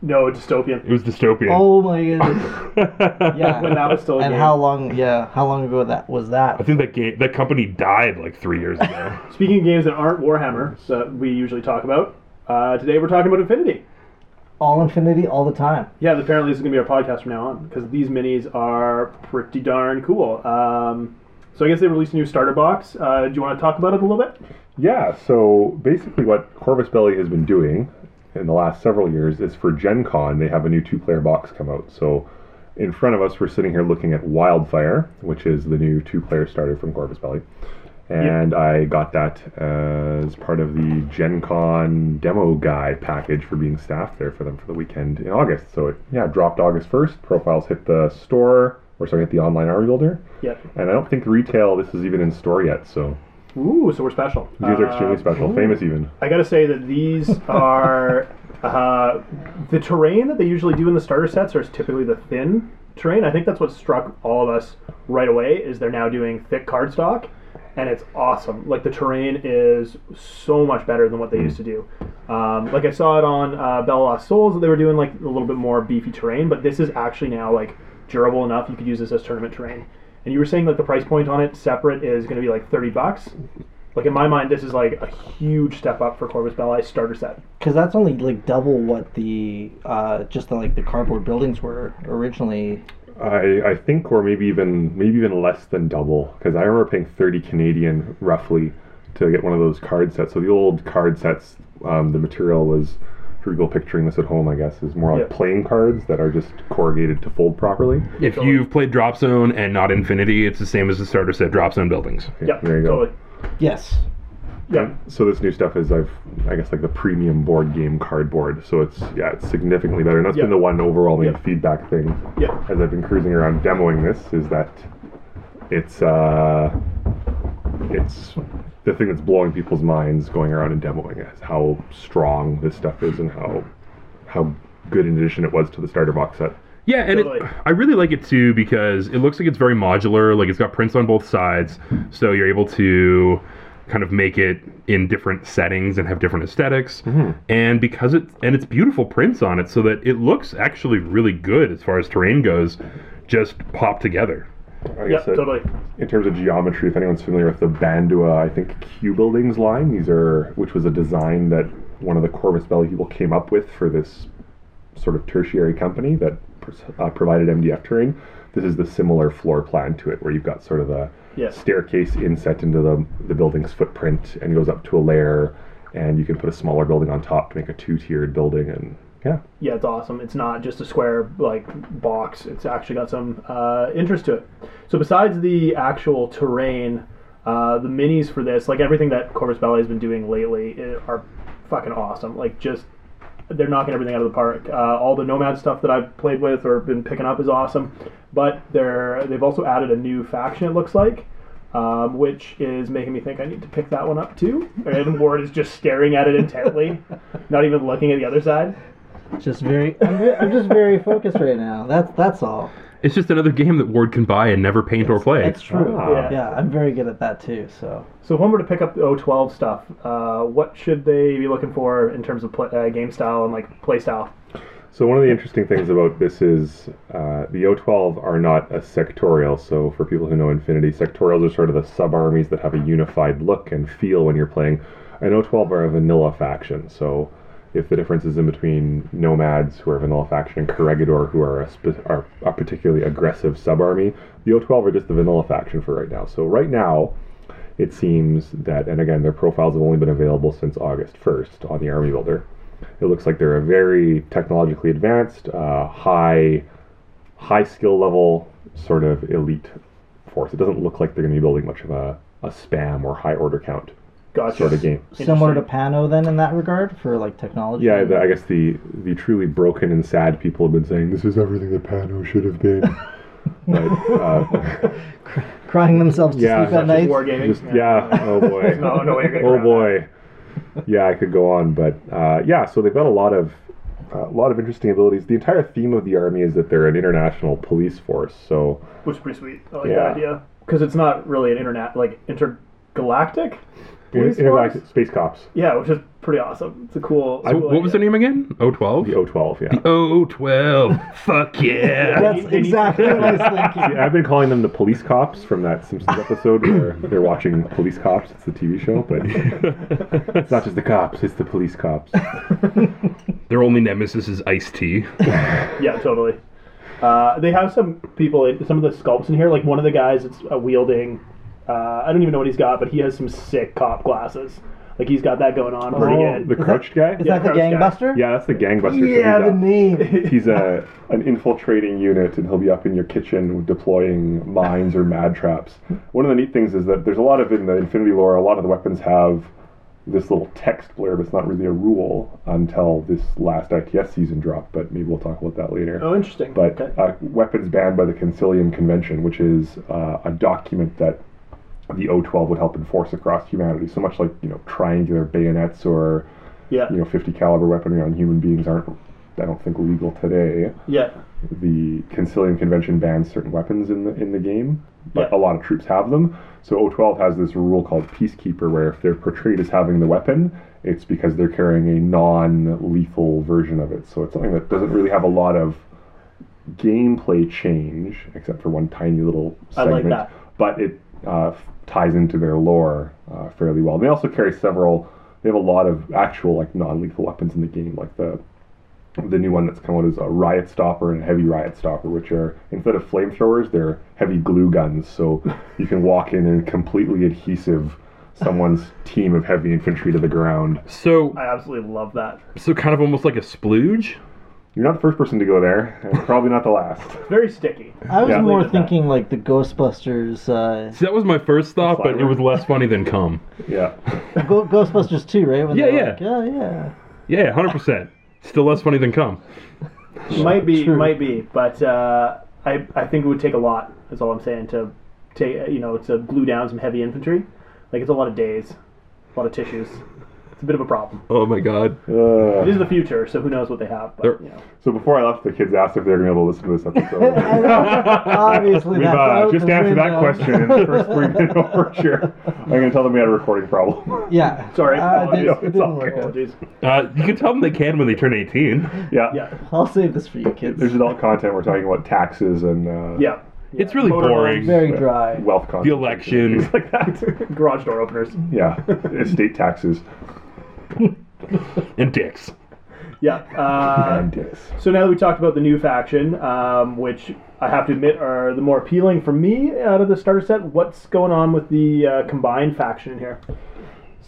no, dystopian. it was dystopian. Oh my goodness. yeah. When that was still a and game. how long? Yeah, how long ago that was that? I think that game, that company died like three years ago. Speaking of games that aren't Warhammer that we usually talk about, uh, today we're talking about Infinity. All Infinity, all the time. Yeah, apparently this is gonna be our podcast from now on because these minis are pretty darn cool. Um, so I guess they released a new starter box. Uh, do you want to talk about it a little bit? Yeah, so basically what Corvus Belli has been doing in the last several years is for Gen Con, they have a new two player box come out. So in front of us, we're sitting here looking at Wildfire, which is the new two player starter from Corvus Belli. And I got that as part of the Gen Con demo guide package for being staffed there for them for the weekend in August. So it yeah, dropped August 1st. Profiles hit the store, or sorry, hit the online army builder. Yep. And I don't think retail, this is even in store yet. So Ooh, so we're special. these are Uh, extremely special, Oh. famous even. I gotta say that these are uh, the terrain that they usually do in the starter sets are typically the thin terrain. I think that's what struck all of us right away is they're now doing thick cardstock, and it's awesome. Like the terrain is so much better than what they used to do. Um, like I saw it on uh, Bell Lost Souls that they were doing like a little bit more beefy terrain, but this is actually now like durable enough. You could use this as tournament terrain. And you were saying like the price point on it separate is going to be like thirty bucks. Like in my mind, this is like a huge step up for Corvus Belli starter set. Because that's only like double what the uh, just the, like the cardboard buildings were originally. I, I think, or maybe even maybe even less than double, because I remember paying thirty Canadian roughly to get one of those card sets. So the old card sets, um, the material was, for people picturing this at home, I guess, is more like Yeah. playing cards that are just corrugated to fold properly. If you've played Drop Zone and not Infinity, it's the same as the starter set Drop Zone buildings. Okay, Yep, there you go. totally. Yes. Yeah, So this new stuff is I've I guess like the premium board game cardboard. So it's yeah, it's significantly better. And that's Yeah. been the one overwhelming Yeah. feedback thing yeah, as I've been cruising around demoing this is that it's uh it's the thing that's blowing people's minds going around and demoing it is how strong this stuff is and how how good an addition it was to the starter box set. Yeah, and it, Totally. I really like it too because it looks like it's very modular. Like it's got prints on both sides, so you're able to kind of make it in different settings and have different esthetics Mm-hmm. And because it and it's beautiful prints on it, so that it looks actually really good as far as terrain goes, just pop together. I Yep, guess that- totally. In terms of geometry, if anyone's familiar with the Bandua, I think Q buildings line, these are which was a design that one of the Corvus Belli people came up with for this sort of tertiary company that uh, provided MDF terrain. This is the similar floor plan to it, where you've got sort of the Yes. staircase inset into the the building's footprint and goes up to a layer, and you can put a smaller building on top to make a two-tiered building. And yeah, Yeah, it's awesome. It's not just a square like box. It's actually got some uh, interest to it. So besides the actual terrain, uh, the minis for this, like everything that Corvus Ballet has been doing lately, i are fucking awesome. Like just they're knocking everything out of the park. Uh, all the Nomad stuff that I've played with or been picking up is awesome. But they're they've also added a new faction. It looks like. Um, which is making me think I need to pick that one up too. And Ward is just staring at it intently, not even looking at the other side. Just very, I'm, ve- I'm just very focused right now. That's that's all. It's just another game that Ward can buy and never paint or play. That's true. Ah. yeah. I'm very good at that too. So So if one were to pick up the 012 stuff, uh, what should they be looking for in terms of play, uh, game style and like play style? So one of the interesting things about this is uh, the O12 are not a sectorial. So for people who know Infinity, sectorials are sort of the sub armies that have a unified look and feel when you're playing. An O12 are a vanilla faction. So if the difference is in between nomads who are a vanilla faction and corregidor who are a, spe- are a particularly aggressive sub army, the O12 are just the vanilla faction for right now. So right now it seems that, and again, their profiles have only been available since August 1st on the Army Builder. It looks like they're a very technologically advanced, uh, high, high skill level sort of elite force. It doesn't look like they're going to be building much of a, a spam or high order count Gotcha. sort of game. similar to Pano then in that regard for like technology. Yeah, the, I guess the the truly broken and sad people have been saying this is everything that Pano should have been. but, uh, crying themselves to Yeah, sleep at that's night. Wargaming. just, yeah. Oh boy. No, no way. you're gonna oh grab that. boy yeah i could go on but uh, yeah so they've got a lot of uh, a lot of interesting abilities the entire theme of the army is that they're an international police force so Which is pretty sweet. I like Yeah. that idea. Because it's not really an internet, like intergalactic police intergalactic force? space cops Yeah, which is pretty awesome. It's a cool. it's a So cool what was the idea. name again? O12. the o12 yeah O12. Fuck yeah. That's exactly what I was thinking. Yeah, I've been calling them the police cops from that Simpsons episode where they're watching police cops. It's the TV show, but it's not just the cops; it's the police cops. Their only nemesis is Ice Tea. Yeah, totally. Uh, they have some people, in- some of the sculpts in here. Like one of the guys that's uh, wielding, uh, I don't even know what he's got, but he has some sick cop glasses. Like he's got that going on pretty Oh, good. the crouched guy. Is Yeah. that the Crouch guy. gangbuster? that's the gangbuster. So Yeah, he's the up. He's name. a an infiltrating unit, and he'll be up in your kitchen deploying mines or mad traps. One of the neat things is that there's a lot of in the Infinity lore. A lot of the weapons have this little text blurb. It's not really a rule until this last ITS season drop, but maybe we'll talk about that later. Oh, interesting. But Okay. uh, weapons banned by the Concilium Convention, which is uh, a document that the O12 would help enforce across humanity. So much like you know triangular bayonets or yeah, you know 50 caliber weaponry on human beings aren't I don't think legal today. yeah. The Concilium Convention bans certain weapons in the in the game, but Yeah. a lot of troops have them. So O12 has this rule called Peacekeeper, where if they're portrayed as having the weapon, it's because they're carrying a non-lethal version of it. So it's something that doesn't really have a lot of gameplay change, except for one tiny little I like segment. that. But it uh, f- ties into their lore uh, fairly well. They also carry several. They have a lot of actual like non-lethal weapons in the game, like the the new one that's come out is a riot stopper and a heavy riot stopper, which are instead of flamethrowers, they're heavy glue guns. So you can walk in and completely adhesive someone's team of heavy infantry to the ground. So I absolutely love that. so kind of almost like a splooge. You're not the first person to go there, and probably not the last. Very sticky. I was Yeah. more Leave it at that. thinking like the Ghostbusters, uh, See, that was my first thought, but it Slimer. was less funny than cum. Yeah. Go- Ghostbusters 2, right? When Yeah, they're yeah. like, yeah, yeah. Yeah, hundred percent. Still less funny than cum. might be, True. might be, but uh, I I think it would take a lot. That's all I'm saying to take you know to glue down some heavy infantry. Like it's a lot of days, a lot of tissues. It's a bit of a problem. Oh my god. It is Uh, the future, so who knows what they have? But you know. so before I left, the kids asked if they were going to be able to listen to this episode. Obviously, We've that's uh, out just the answered that window. question in the first three minute overture. I'm going to tell them we had a recording problem. Yeah. Sorry, Uh, apologies. it didn't- it It's didn't all work good. out. Apologies. Uh, you can tell them they can when they turn 18. yeah. Yeah, I'll save this for you kids. There's adult content. We're talking about taxes and uh, yeah. It's really Motorhomes. boring. Very dry. wealth content. The election. Like that. Garage door openers. yeah. Estate taxes and dicks. Yeah. Uh, and dicks. so now that we talked about the new faction, um, which I have to admit are the more appealing for me out of the starter set, what's going on with the uh, combined faction in here?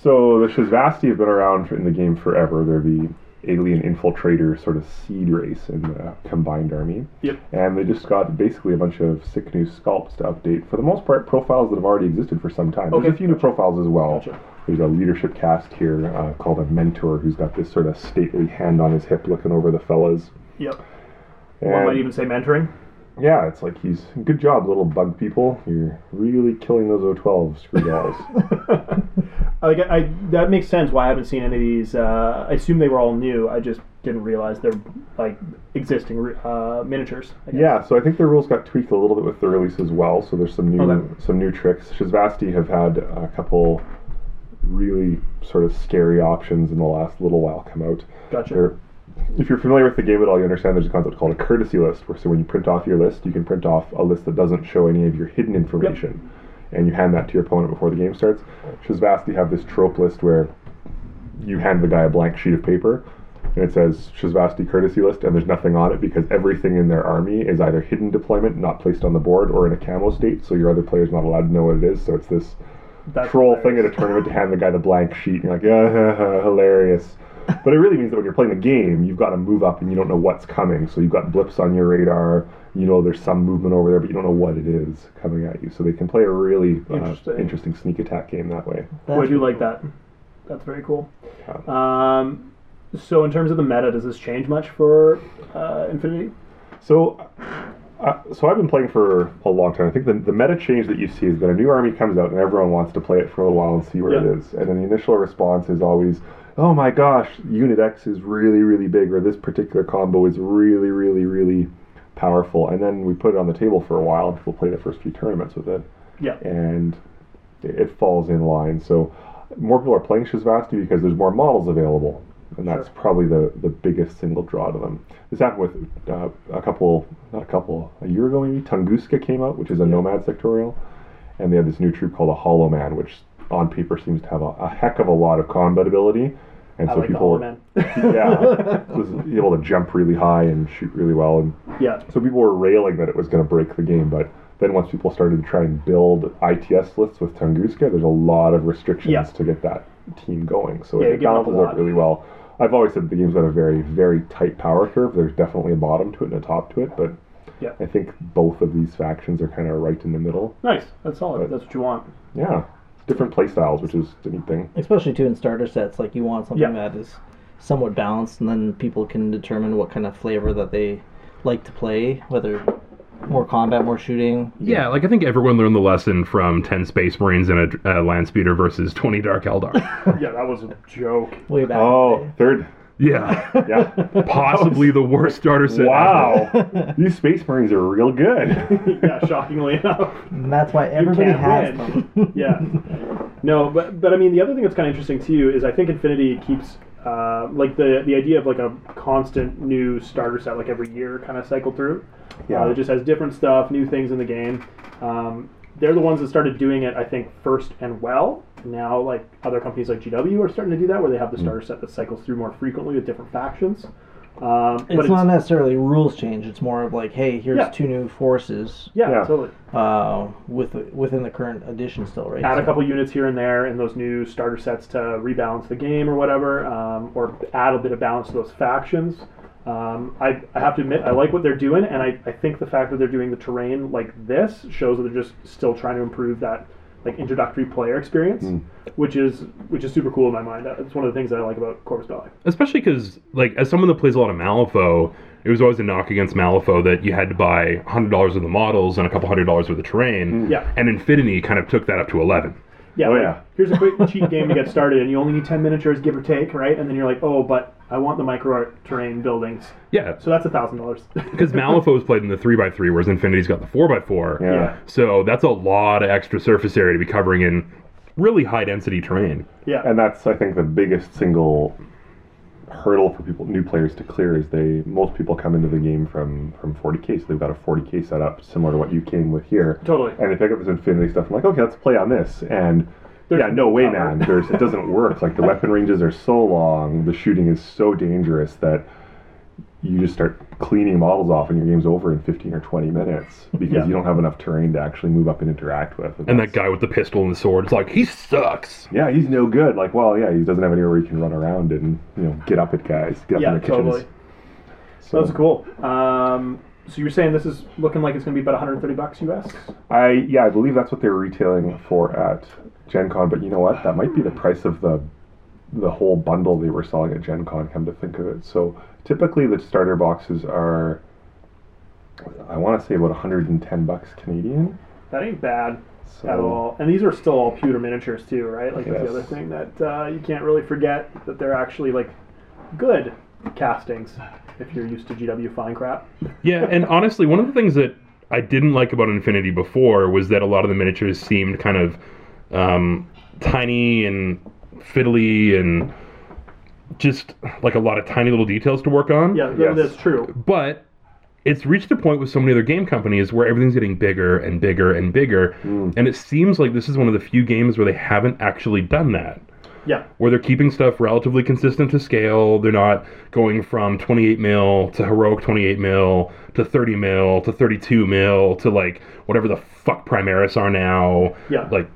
So the Shazvasti have been around in the game forever. They're the alien infiltrator sort of seed race in the combined army. Yep. And they just got basically a bunch of sick new sculpts to update. For the most part, profiles that have already existed for some time. There's Okay. a few new profiles as well. Gotcha. There's a leadership cast here uh, called a mentor who's got this sort of stately hand on his hip looking over the fellas. Yep. One And might even say mentoring. yeah, it's like he's good job, little bug people. You're really killing those O12 screwballs. Like I, I, that makes sense. Why I haven't seen any of these. Uh, I assume they were all new. I just didn't realize they're like existing re- uh, miniatures. I guess. Yeah, so I think the rules got tweaked a little bit with the release as well. So there's some new Okay. some new tricks. Shazvasti have had a couple really sort of scary options in the last little while come out. Gotcha. They're- if you're familiar with the game at all, you understand there's a concept called a courtesy list, where so when you print off your list, you can print off a list that doesn't show any of your hidden information, and you hand that to your opponent before the game starts. Shazvasti have this trope list where you hand the guy a blank sheet of paper and it says Shizvasti courtesy list and there's nothing on it because everything in their army is either hidden deployment not placed on the board or in a camo state so your other player's not allowed to know what it is so it's this That's troll thing at hilarious. a tournament to hand the guy the blank sheet and you're like yeah hilarious but it really means that when you're playing the game you've got to move up and you don't know what's coming so you've got blips on your radar you know there's some movement over there but you don't know what it is coming at you so they can play a really interesting, Interesting. interesting sneak attack game that way Well, I do like that. That's very cool. Um, so in terms of the meta, does this change much for uh, Infinity? So, uh, so I've been playing for a long time. I think the, the meta change that you see is that a new army comes out and everyone wants to play it for a little while and see where Yeah. it is. And then the initial response is always, "Oh my gosh, Unit X is really really big," or "This particular combo is really really really powerful." And then we put it on the table for a while. and People play the first few tournaments with it Yeah. and it falls in line. So more people are playing Shizvasti because there's more models available, and that's probably the, the biggest single draw to them. This happened with uh, a couple, not a couple, a year ago maybe. Tunguska came out, which is a nomad sectorial, and they had this new troop called a Hollow Man, which on paper seems to have a, a heck of a lot of combat ability. And I so like the people Hollow were Man. yeah, was able to jump really high and shoot really well, and yeah. so people were railing that it was going to break the game, but then once people started to try and build ITS lists with Tunguska, there's a lot of restrictions Yeah. to get that team going. So Yeah, it give up a balances out lot. really well. I've always said the game's got a very, very tight power curve. There's definitely a bottom to it and a top to it, but Yeah. I think both of these factions are kind of right in the middle. Nice. That's solid. That's what you want. Yeah, different play styles, which is the neat thing. Especially too in starter sets, like you want something Yeah. that is somewhat balanced, and then people can determine what kind of flavor that they like to play, whether more combat, more shooting. Yeah, like I think everyone learned the lesson from 10 Space Marines and a uh, Land Speeder versus 20 Dark Eldar. Yeah, that was a joke. Way back. Oh, third. yeah. Yeah. Possibly the worst starter set. wow. These Space Marines are real good. yeah, shockingly enough. and that's why everybody can't has win. them. yeah. No, but but I mean the other thing that's kind of interesting too is I think Infinity keeps uh, like the the idea of like a constant new starter set like every year kind of cycle through. Yeah. Uh, it just has different stuff, new things in the game. Um, they're the ones that started doing it, I think, first and well. Now, like other companies like GW are starting to do that, where they Mm. have the starter set that cycles through more frequently with different factions. Um, but It's not necessarily rules change. It's more of like, hey, here's Yeah. two new forces yeah, Yeah. totally. uh, with within the current edition still, right? add a So- couple units here and there in those new starter sets to rebalance the game or whatever, um, or add a bit of balance to those factions. Um, I, I have to admit, I like what they're doing, and I, I think the fact that they're doing the terrain like this shows that they're just still trying to improve that like introductory player experience, Hmm. which is which is super cool in my mind. Uh, It's one of the things that I like about Corvus Belli. especially because like as someone that plays a lot of Malifaux, it was always a knock against Malifaux that you had to buy hundred dollars of the models and a couple hundred dollars worth of terrain. Yeah. And Infinity kind of took that up to eleven. Yeah, Oh, like, yeah. here's a quick cheap game to get started, and you only need 10 miniatures, give or take, right? And then you're like, oh, but I want the micro art terrain buildings. Yeah, So that's a $1,000. because Malifaux's played in the 3x3, whereas Infinity's got the 4x4. Yeah. yeah. So that's a lot of extra surface area to be covering in really high density terrain. Yeah. and that's I think the biggest single hurdle for people new players to clear is they most people come into the game from from 40k so they've got a 40k setup similar to what you came with here Totally. and they pick up this infinity stuff and like okay let's play on this and There's yeah no way no man there's it doesn't work like the weapon ranges are so long the shooting is so dangerous that you just start cleaning models off and your game's over in 15 or 20 minutes because Yeah. you don't have enough terrain to actually move up and interact with And that's- that guy with the pistol and the sword, it's like, he sucks. yeah, he's no good. Like, well, yeah, he doesn't have anywhere where he can run around and you know get up at guys, get up Yeah, in their kitchens. totally. So That's cool. Um, so you were saying this is looking like it's going to be about 130 bucks US? I yeah, I believe that's what they're retailing for at Gen Con. But you know what? That might be the price of the the whole bundle they were selling at Gen Con. Come to think of it, so typically the starter boxes are, I want to say about 110 bucks Canadian. That ain't bad So at all. And these are still all pewter miniatures, too, right? Like, that's Yes. the other thing that uh, you can't really forget that they're actually, like, good castings if you're used to GW fine crap. Yeah, and honestly, one of the things that I didn't like about Infinity before was that a lot of the miniatures seemed kind of um, tiny and fiddly and just like a lot of tiny little details to work on. Yeah, Yes. that's true. But it's reached a point with so many other game companies where everything's getting bigger and bigger and bigger. And it seems like this is one of the few games where they haven't actually done that. Yeah. Where they're keeping stuff relatively consistent to scale. They're not going from 28 mil to heroic 28 mil to 30 mil to 32 mil to like whatever the fuck Primaris are now. Yeah. Like,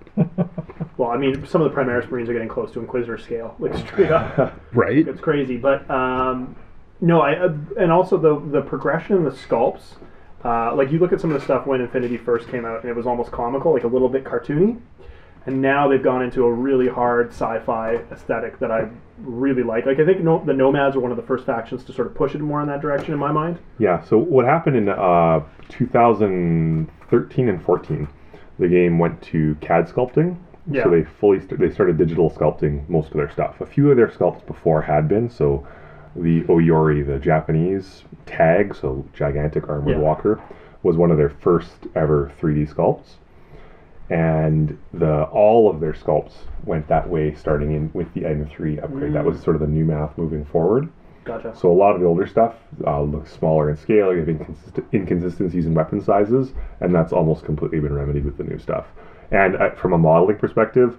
Well, I mean, some of the Primaris Marines are getting close to Inquisitor scale, like straight up. right? it's crazy, but um, no, I uh, and also the the progression in the sculpts. Uh, like you look at some of the stuff when Infinity first came out, and it was almost comical, like a little bit cartoony. And now they've gone into a really hard sci-fi aesthetic that I really like. Like I think no, the Nomads are one of the first factions to sort of push it more in that direction in my mind. Yeah, so what happened in uh, 2013 and 14, the game went to CAD sculpting. Yeah. So they fully st- they started digital sculpting most of their stuff. A few of their sculpts before had been, so the Oyori, the Japanese tag, so gigantic armored Yeah. walker, was one of their first ever 3D sculpts. And the all of their sculpts went that way starting in with the M3 upgrade. That Mm. was sort of the new math moving forward. Gotcha. So a lot of the older stuff uh, looks smaller in scale. You have inconsist- inconsistencies in weapon sizes, and that's almost completely been remedied with the new stuff. And uh, from a modeling perspective,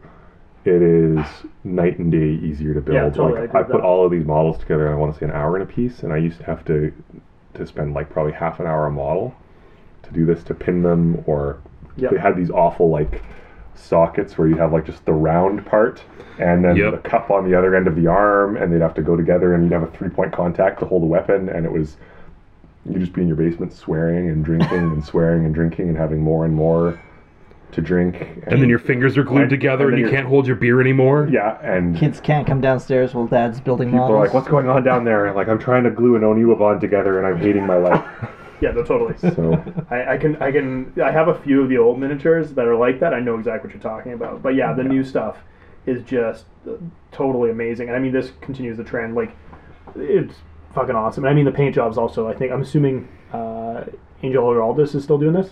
it is night and day easier to build. Yeah, totally, I like agree I, with put that. all of these models together. I want to say an hour in a piece, and I used to have to to spend like probably half an hour a model to do this to pin them, or Yeah. they had these awful like sockets where you have like just the round part and then Yep. the cup on the other end of the arm and they'd have to go together and you'd have a three point contact to hold a weapon and it was you'd just be in your basement swearing and drinking and swearing and drinking and having more and more to drink And then your fingers are glued And- together and, and then you you're- can't hold your beer anymore. yeah and Kids can't come downstairs while dad's building people are models. like what's going on down there and like i'm trying to glue an oniwabon together and i'm hating my life Yeah, no, totally. so I, I can I can I have a few of the old miniatures that are like that. I know exactly what you're talking about. But yeah, the new stuff is just uh, totally amazing. And I mean, this continues the trend. Like, it's fucking awesome. And I mean, the paint jobs also. I think I'm assuming uh, Angel Heraldus is still doing this.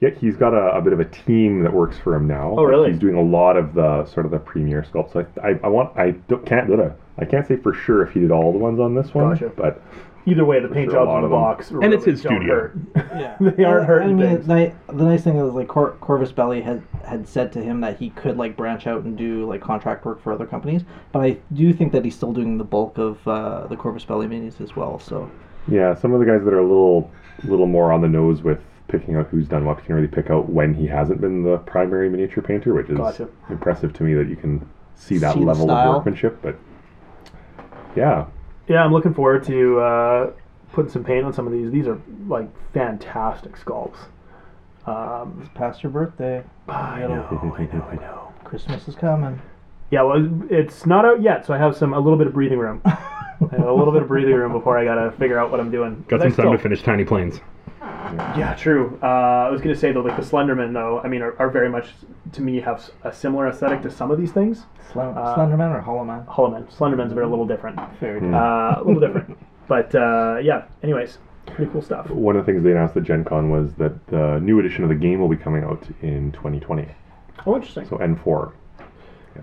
Yeah, he's got a, a bit of a team that works for him now. Oh, really? He's doing a lot of the sort of the premier sculpts. I, I, I want I don't, can't uh, I can't say for sure if he did all the ones on this one, Gotcha. but Either way, the paint sure, a jobs lot in the of them. box And it's really his don't studio. hurt. Yeah. They aren't hurting I mean, things. the, ni- the nice thing is like Cor- Corvus Belly had had said to him that he could like branch out and do like contract work for other companies, but I do think that he's still doing the bulk of uh, the Corvus Belly minis as well. So yeah, some of the guys that are a little little more on the nose with picking out who's done what can really pick out when he hasn't been the primary miniature painter, which is Gotcha. impressive to me that you can see that See the level of style. workmanship. But yeah, Yeah, I'm looking forward to uh, putting some paint on some of these. These are like fantastic sculpts. Um, past your birthday, I know, I know, I know. Christmas is coming. Yeah, well, it's not out yet, so I have some a little bit of breathing room. I have a little bit of breathing room before I gotta figure out what I'm doing. Got some But I time to still- finish Tiny Planes. Yeah, true. Uh, I was gonna say though, like the Slenderman though. I mean, are, are very much to me have s- a similar aesthetic to some of these things. Slen- Slenderman or Hollow Man? Hollow Man, Slenderman's are a little different. Very Hmm. Uh, a little different, but uh, yeah. Anyways, pretty cool stuff. One of the things they announced at Gen Con was that the new edition of the game will be coming out in 2020. Oh, interesting. So N4.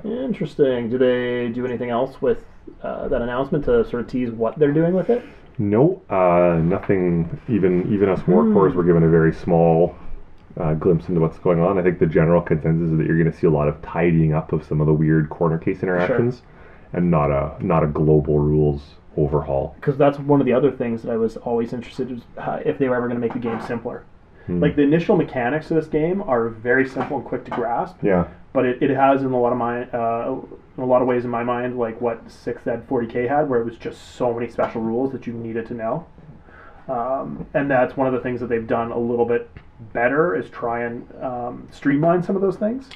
Interesting. Do they do anything else with uh, that announcement to sort of tease what they're doing with it? No, uh, nothing. Even even us war cores were given a very small uh, glimpse into what's going on. I think the general consensus is that you're going to see a lot of tidying up of some of the weird corner case interactions, and not a not a global rules overhaul. because that's one of the other things that I was always interested in, uh, if they were ever going to make the game simpler. Hmm. Like the initial mechanics of this game are very simple and quick to grasp, Yeah, but it, it has in a lot of my uh, in a lot of ways in my mind like what sixth ed 40k had, where it was just so many special rules that you needed to know. Um, and that's one of the things that they've done a little bit better is try and um, streamline some of those things.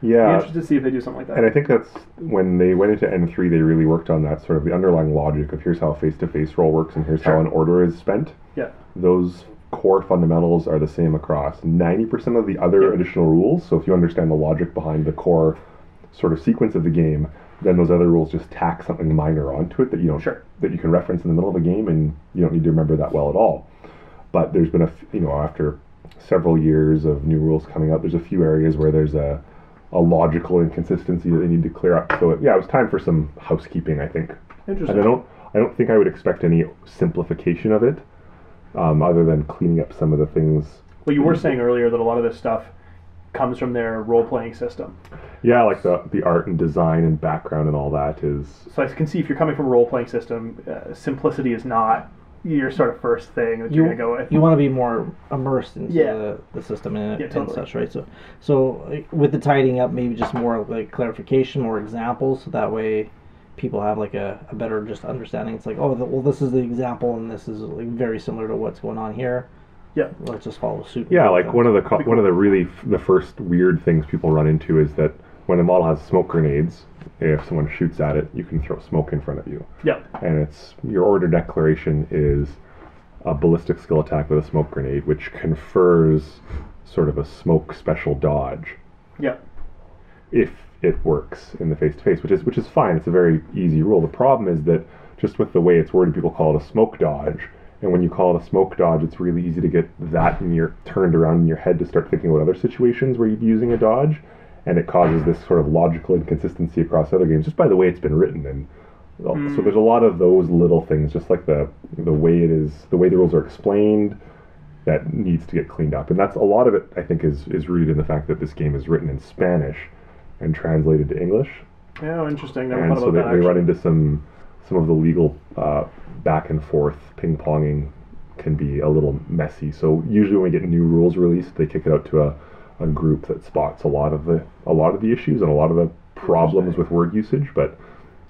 Be yeah. interested to see if they do something like that. Uh, And I think that's when they went into N3, they really worked on that sort of the underlying logic of here's how face to face roll works and here's how an order is spent. yeah, those core fundamentals are the same across 90% of the other additional rules so if you understand the logic behind the core sort of sequence of the game then those other rules just tack something minor onto it that you don't Sure. that you can reference in the middle of the game and you don't need to remember that well at all but there's been a f- you know after several years of new rules coming out there's a few areas where there's a a logical inconsistency that they need to clear up so it, yeah it was time for some housekeeping i think interesting. and I don't, I don't think I would expect any simplification of it, um, other than cleaning up some of the things. Well, you were saying earlier that a lot of this stuff comes from their role playing system. Yeah, like the the art and design and background and all that is. So I can see if you're coming from a role playing system, uh, simplicity is not your sort of first thing that you, you're going to go with. you want to be more immersed into Yeah. the, the system and, Yeah, and totally. such, right? So, so like, with the tidying up, maybe just more like clarification, more examples, so that way people have like a, a better just understanding. It's like, oh, the, well, this is the example, and this is like very similar to what's going on here. Yeah. Let's just follow suit. Yeah, like one of the co- one of the really f- the first weird things people run into is that when a model has smoke grenades, if someone shoots at it, you can throw smoke in front of you, yeah. and it's your order declaration is a ballistic skill attack with a smoke grenade, which confers sort of a smoke special dodge. Yeah. if it works in the face to face, which is which is fine. It's a very easy rule. The problem is that just with the way it's worded, people call it a smoke dodge. And when you call it a smoke dodge, it's really easy to get that in your turned around in your head to start thinking about other situations where you'd be using a dodge, and it causes this sort of logical inconsistency across other games just by the way it's been written. And uh, so there's a lot of those little things, just like the the way it is, the way the rules are explained, that needs to get cleaned up. And that's a lot of it. I think is is rooted in the fact that this game is written in Spanish, and translated to English. Yeah, interesting. Never And thought so about they, that. they run actually. into some some of the legal uh, back and forth ping ponging can be a little messy. So usually when we get new rules released, they kick it out to a, a group that spots a lot of the a lot of the issues and a lot of the problems with word usage, but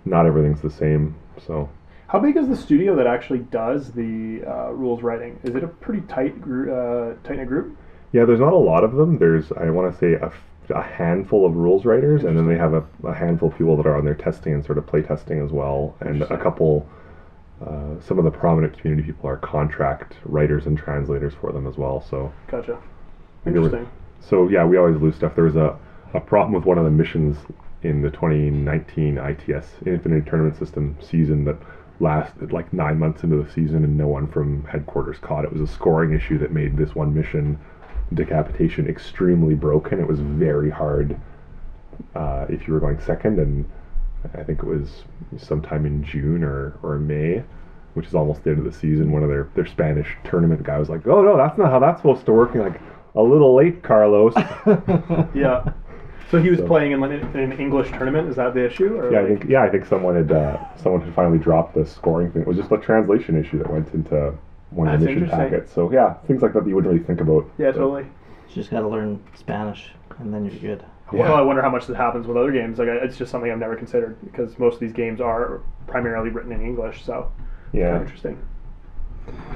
not everything's the same. So How big is the studio that actually does the uh, rules writing? Is it a pretty tight, gr- uh, tight knit group? yeah, there's not a lot of them. There's I want to say a, f- a handful of rules writers, and then they have a, a handful of people that are on their testing and sort of play testing as well, and a couple. Uh, some of the prominent community people are contract writers and translators for them as well. So Gotcha. there was- Interesting. So yeah, we always lose stuff. There was a, a problem with one of the missions in the 2019 ITS Infinite Tournament System season that lasted like nine months into the season, and no one from headquarters caught it. It was a scoring issue that made this one mission decapitation extremely broken. It was very hard uh, if you were going second, and I think it was sometime in June or, or May, which is almost the end of the season. One of their, their Spanish tournament guy was like, "Oh no, that's not how that's supposed to work." And like, a little late, Carlos. yeah, Yeah. So he was playing in, like, in an English tournament. Is that the issue? Or I like- think yeah, I think someone had uh, someone had finally dropped the scoring thing. It was just a translation issue that went into one of That's the mission interesting. packets. So yeah, things like that that you wouldn't really think about. Yeah, totally. You just got to learn Spanish, and then you're good. Well, I wonder how much that happens with other games. Like, I- it's just something I've never considered because most of these games are primarily written in English. So, Yeah, interesting.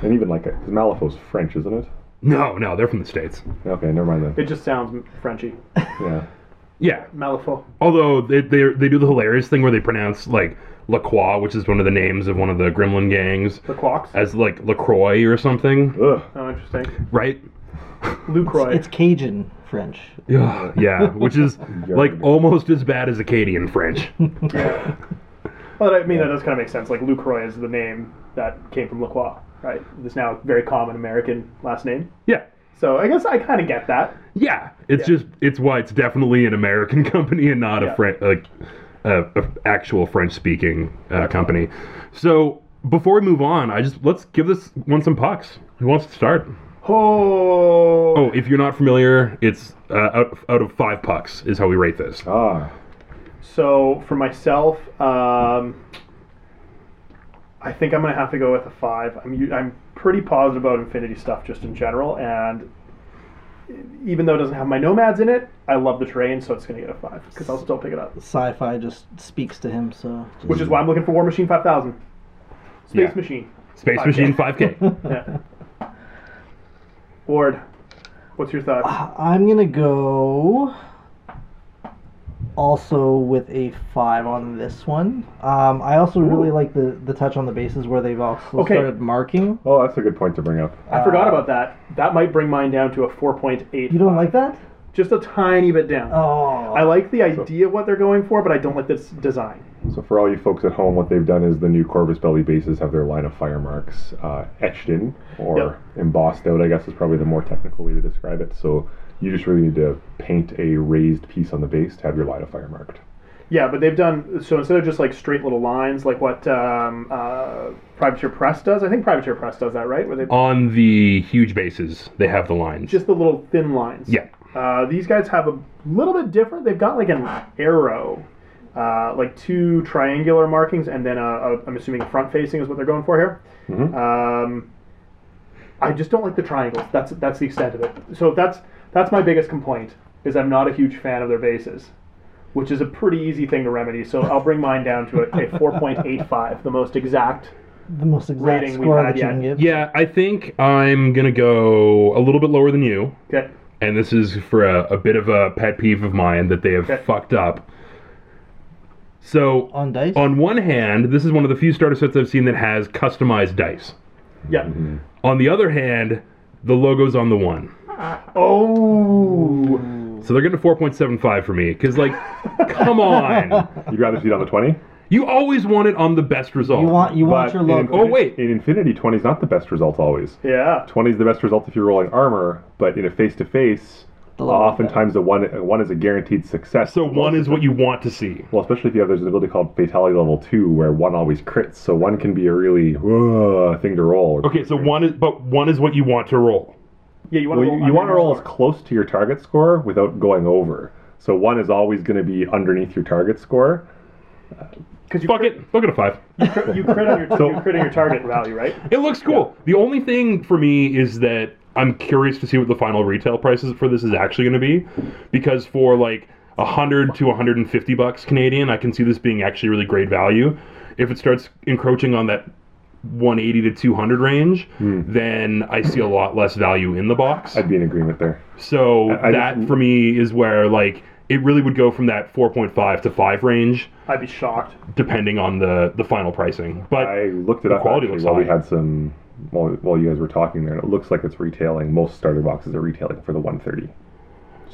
and even like because Malifaux's French, isn't it? No, no, they're from the states. Okay, never mind then. It just sounds Frenchy. Yeah. Yeah, Malifaux. although they they they do the hilarious thing where they pronounce like Lacroix, which is one of the names of one of the Gremlin gangs, The clocks. as like Lacroix or something, Ugh. Oh, interesting. right? Lucroy. It's Cajun French. Yeah, yeah, which is like almost as bad as Acadian French. But I mean, that does kind of make sense. Like Lucroy is the name that came from Lacroix, right? It's now a very common American last name. Yeah, So I guess I kind of get that. yeah. It's just it's why it's definitely an American company and not Yeah. a French like a, a actual French speaking uh, company. So before we move on, I just let's give this one some pucks. Who wants to start? Oh, Oh, if you're not familiar, it's uh, out, out of five pucks is how we rate this. Oh, Ah, So for myself, um, I think I'm gonna have to go with a five. I'm u- I'm pretty positive about Infinity stuff just in general, and even though it doesn't have my nomads in it, I love the terrain, so it's gonna get a five because I'll still pick it up. Sci-fi just speaks to him, so. just- Which is why I'm looking for War Machine 5000, Space Yeah. Machine. Space 5K. Machine 5K. Yeah. Ward, what's your thought? I'm gonna go also with a five on this one. Um, I also really like the, the touch on the bases where they've also Okay. started marking. oh, that's a good point to bring up. I forgot about that. That might bring mine down to a 4.8. You don't like that? Just a tiny bit down. Oh, I like the idea of what they're going for, but I don't like this design. So for all you folks at home, what they've done is the new Corvus Belly bases have their line of fire marks uh, etched in or Yep. embossed out. I guess is probably the more technical way to describe it. So you just really need to paint a raised piece on the base to have your line of fire marked. Yeah, but they've done so instead of just like straight little lines, like what um, uh, Privateer Press does. I think Privateer Press does that, right? Where they On the huge bases, they have the lines. just the little thin lines. yeah. Uh, these guys have a little bit different. They've got like an arrow, uh, like two triangular markings, and then a, a, I'm assuming front facing is what they're going for here. Mm-hmm. Um, I just don't like the triangles. That's that's the extent of it. So that's that's my biggest complaint is I'm not a huge fan of their bases, which is a pretty easy thing to remedy. So I'll bring mine down to a, a 4.85, the most exact. the most exact rating we've score had that you yet. can give. Yeah, I think I'm going to go a little bit lower than you. Okay. And this is for a, a bit of a pet peeve of mine that they have Okay. fucked up. So, on dice. on one hand, this is one of the few starter sets I've seen that has customized dice. Yeah. Mm-hmm. On the other hand, the logo's on the one. Oh. So they're getting a 4.75 for me. Because, like, come on. You'd rather see it on the twenty. You always want it on the best result. you want you want But your in logo. Oh, wait. In Infinity, twenty is not the best result always. Yeah. Twenty is the best result if you're rolling armor, but in a face to face, The logo. oftentimes the one one is a guaranteed success. So one is what you want to see. Well, especially if you have there's an ability called Fatality Level Two, where one always crits, so one can be a really uh, thing to roll. Okay, so one is but one is what you want to roll. Yeah. You want Well, to you, you want to roll as close to your target score without going over. So one is always going to be underneath your target score. because you Fuck crit, it. Look at a five. you crit on your you crit on your target value, right? It looks cool. The only thing for me is that I'm curious to see what the final retail prices for this is actually going to be, because for like 100 to 150 bucks Canadian, I can see this being actually really great value. If it starts encroaching on that 180 to 200 range, Hmm. then I see a lot less value in the box. I'd be in agreement there. So I- I that just- for me is where like it really would go from that 4.5 to 5 range I'd be shocked. depending on the the final pricing. But I looked it the up quality actually looks while we high. had some while, while you guys were talking there, and it looks like it's retailing. Most starter boxes are retailing for the 130.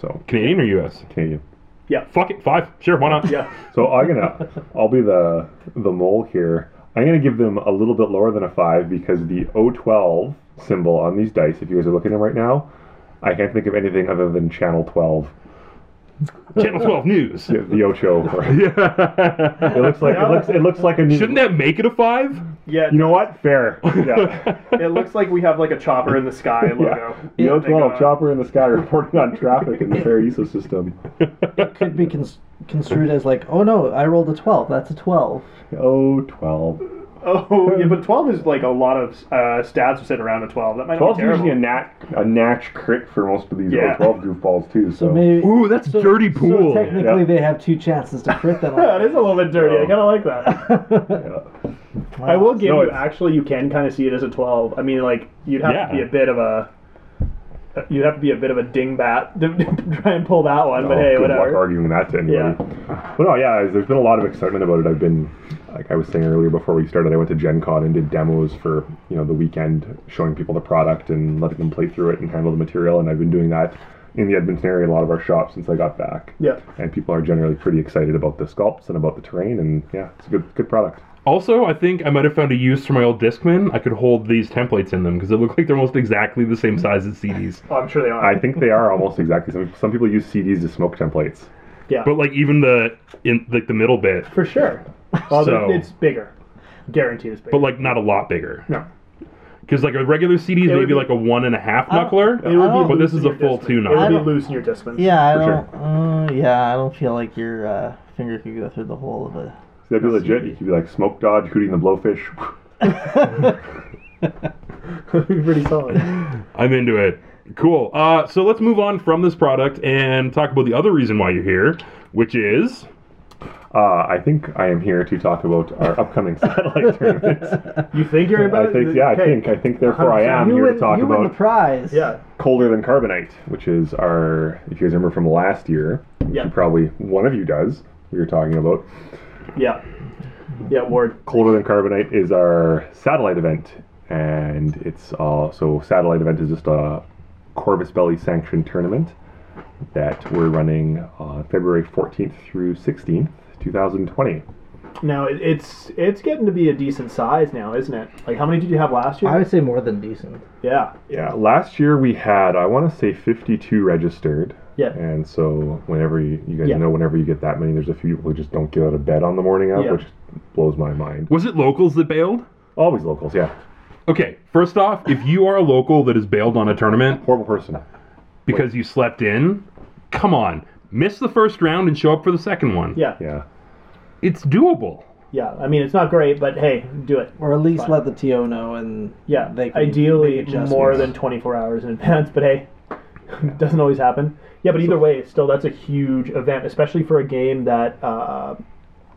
So Canadian or US? Canadian. Yeah. Fuck it, 5. Sure, why not? Yeah. So I'm gonna, I'll be the the mole here. I'm gonna give them a little bit lower than a five because the O12 symbol on these dice, if you guys are looking at them right now, I can't think of anything other than channel 12, Channel 12 News. the, the Ocho. it looks like it looks it looks like a new. Shouldn't that make it a 5? Yeah. you know what? Fair. Yeah. It looks like we have like a chopper in the sky logo. uh, The They go O12 on. chopper in the sky reporting on traffic in the fair E ecosystem. could be cons- construed as like, oh no, I rolled a twelve. That's a twelve. O12. Oh, yeah, but 12 is like a lot of uh, stats sitting around a 12. That might not 12 be is terrible. usually a nat a natch crit for most of these Yeah. O12 goofballs too. So, So maybe. Ooh, that's so- dirty so pool. technically, Yeah. they have two chances to crit that. that is a little bit dirty. I kind of like that. I will give No, you, it's- actually, you can kind of see it as a 12. I mean, like, you'd have Yeah. to be a bit of a. you'd have to be a bit of a dingbat to try and pull that one. but Oh, hey, good whatever. luck arguing that to anybody. But no, yeah, there's been a lot of excitement about it. I've been, like I was saying earlier before we started, I went to Gen Con and did demos for you know the weekend, showing people the product and letting them play through it and handle the material. And I've been doing that in the Edmonton area, a lot of our shops since I got back. Yeah. And people are generally pretty excited about the sculpts and about the terrain, and yeah, it's a good good product. Also, I think I might have found a use for my old Discman. I could hold these templates in them because they look like they're almost exactly the same size as CDs. Oh, I'm sure they are. I think they are almost exactly. Some some people use CDs as smoke templates. But like even the in like the middle bit, For sure. Well, So- it's bigger. Guaranteed it's bigger. but like not a lot bigger. No. Because like a regular CD is It would maybe be- Uh, like a one and a half I don't- knuckler. it would be But this loose is in a your full Discman. two It would knuckler. Oh. I be don't- loose in your discipline. Yeah, I For sure. don't. Uh, yeah, I don't feel like your uh, finger could go through the hole of a. So that'd be legit. You could be like smoke dodge, hooting the blowfish. pretty solid. I'm into it. Cool. Uh, so let's move on from this product and talk about the other reason why you're here, which is Uh, I think I am here to talk about our upcoming satellite tournaments. You think you're about I think, yeah, I think, I think. Therefore, I am Uh, you here win, to talk you win the about prize. Yeah. colder than carbonite, which is our. If you guys remember from last year, which Yeah. you probably one of you does. We were talking about Yeah. Yeah, Ward. colder than carbonite is our satellite event, and it's all so satellite event is just a Corvus Belly sanctioned tournament that we're running on February 14th through 16th, 2020. Now it, it's it's getting to be a decent size now, isn't it? Like how many did you have last year? I would say more than decent. yeah. Yeah, last year we had I want to say 52 registered. Yeah. And so whenever you, you guys Yeah. know, whenever you get that many, there's a few people who just don't get out of bed on the morning of, Yeah. which blows my mind. was it locals that bailed? Always locals, yeah. Okay, first off, if you are a local that is bailed on a tournament Horrible person. because you slept in, come on, miss the first round and show up for the second one. Yeah. Yeah. It's doable. Yeah. I mean it's not great, but hey, do it. Or at least let the TO know and Yeah. they can Ideally make adjustments. more than twenty four hours in advance, but hey, doesn't always happen. Yeah, but either way, it's still that's a huge event, especially for a game that uh,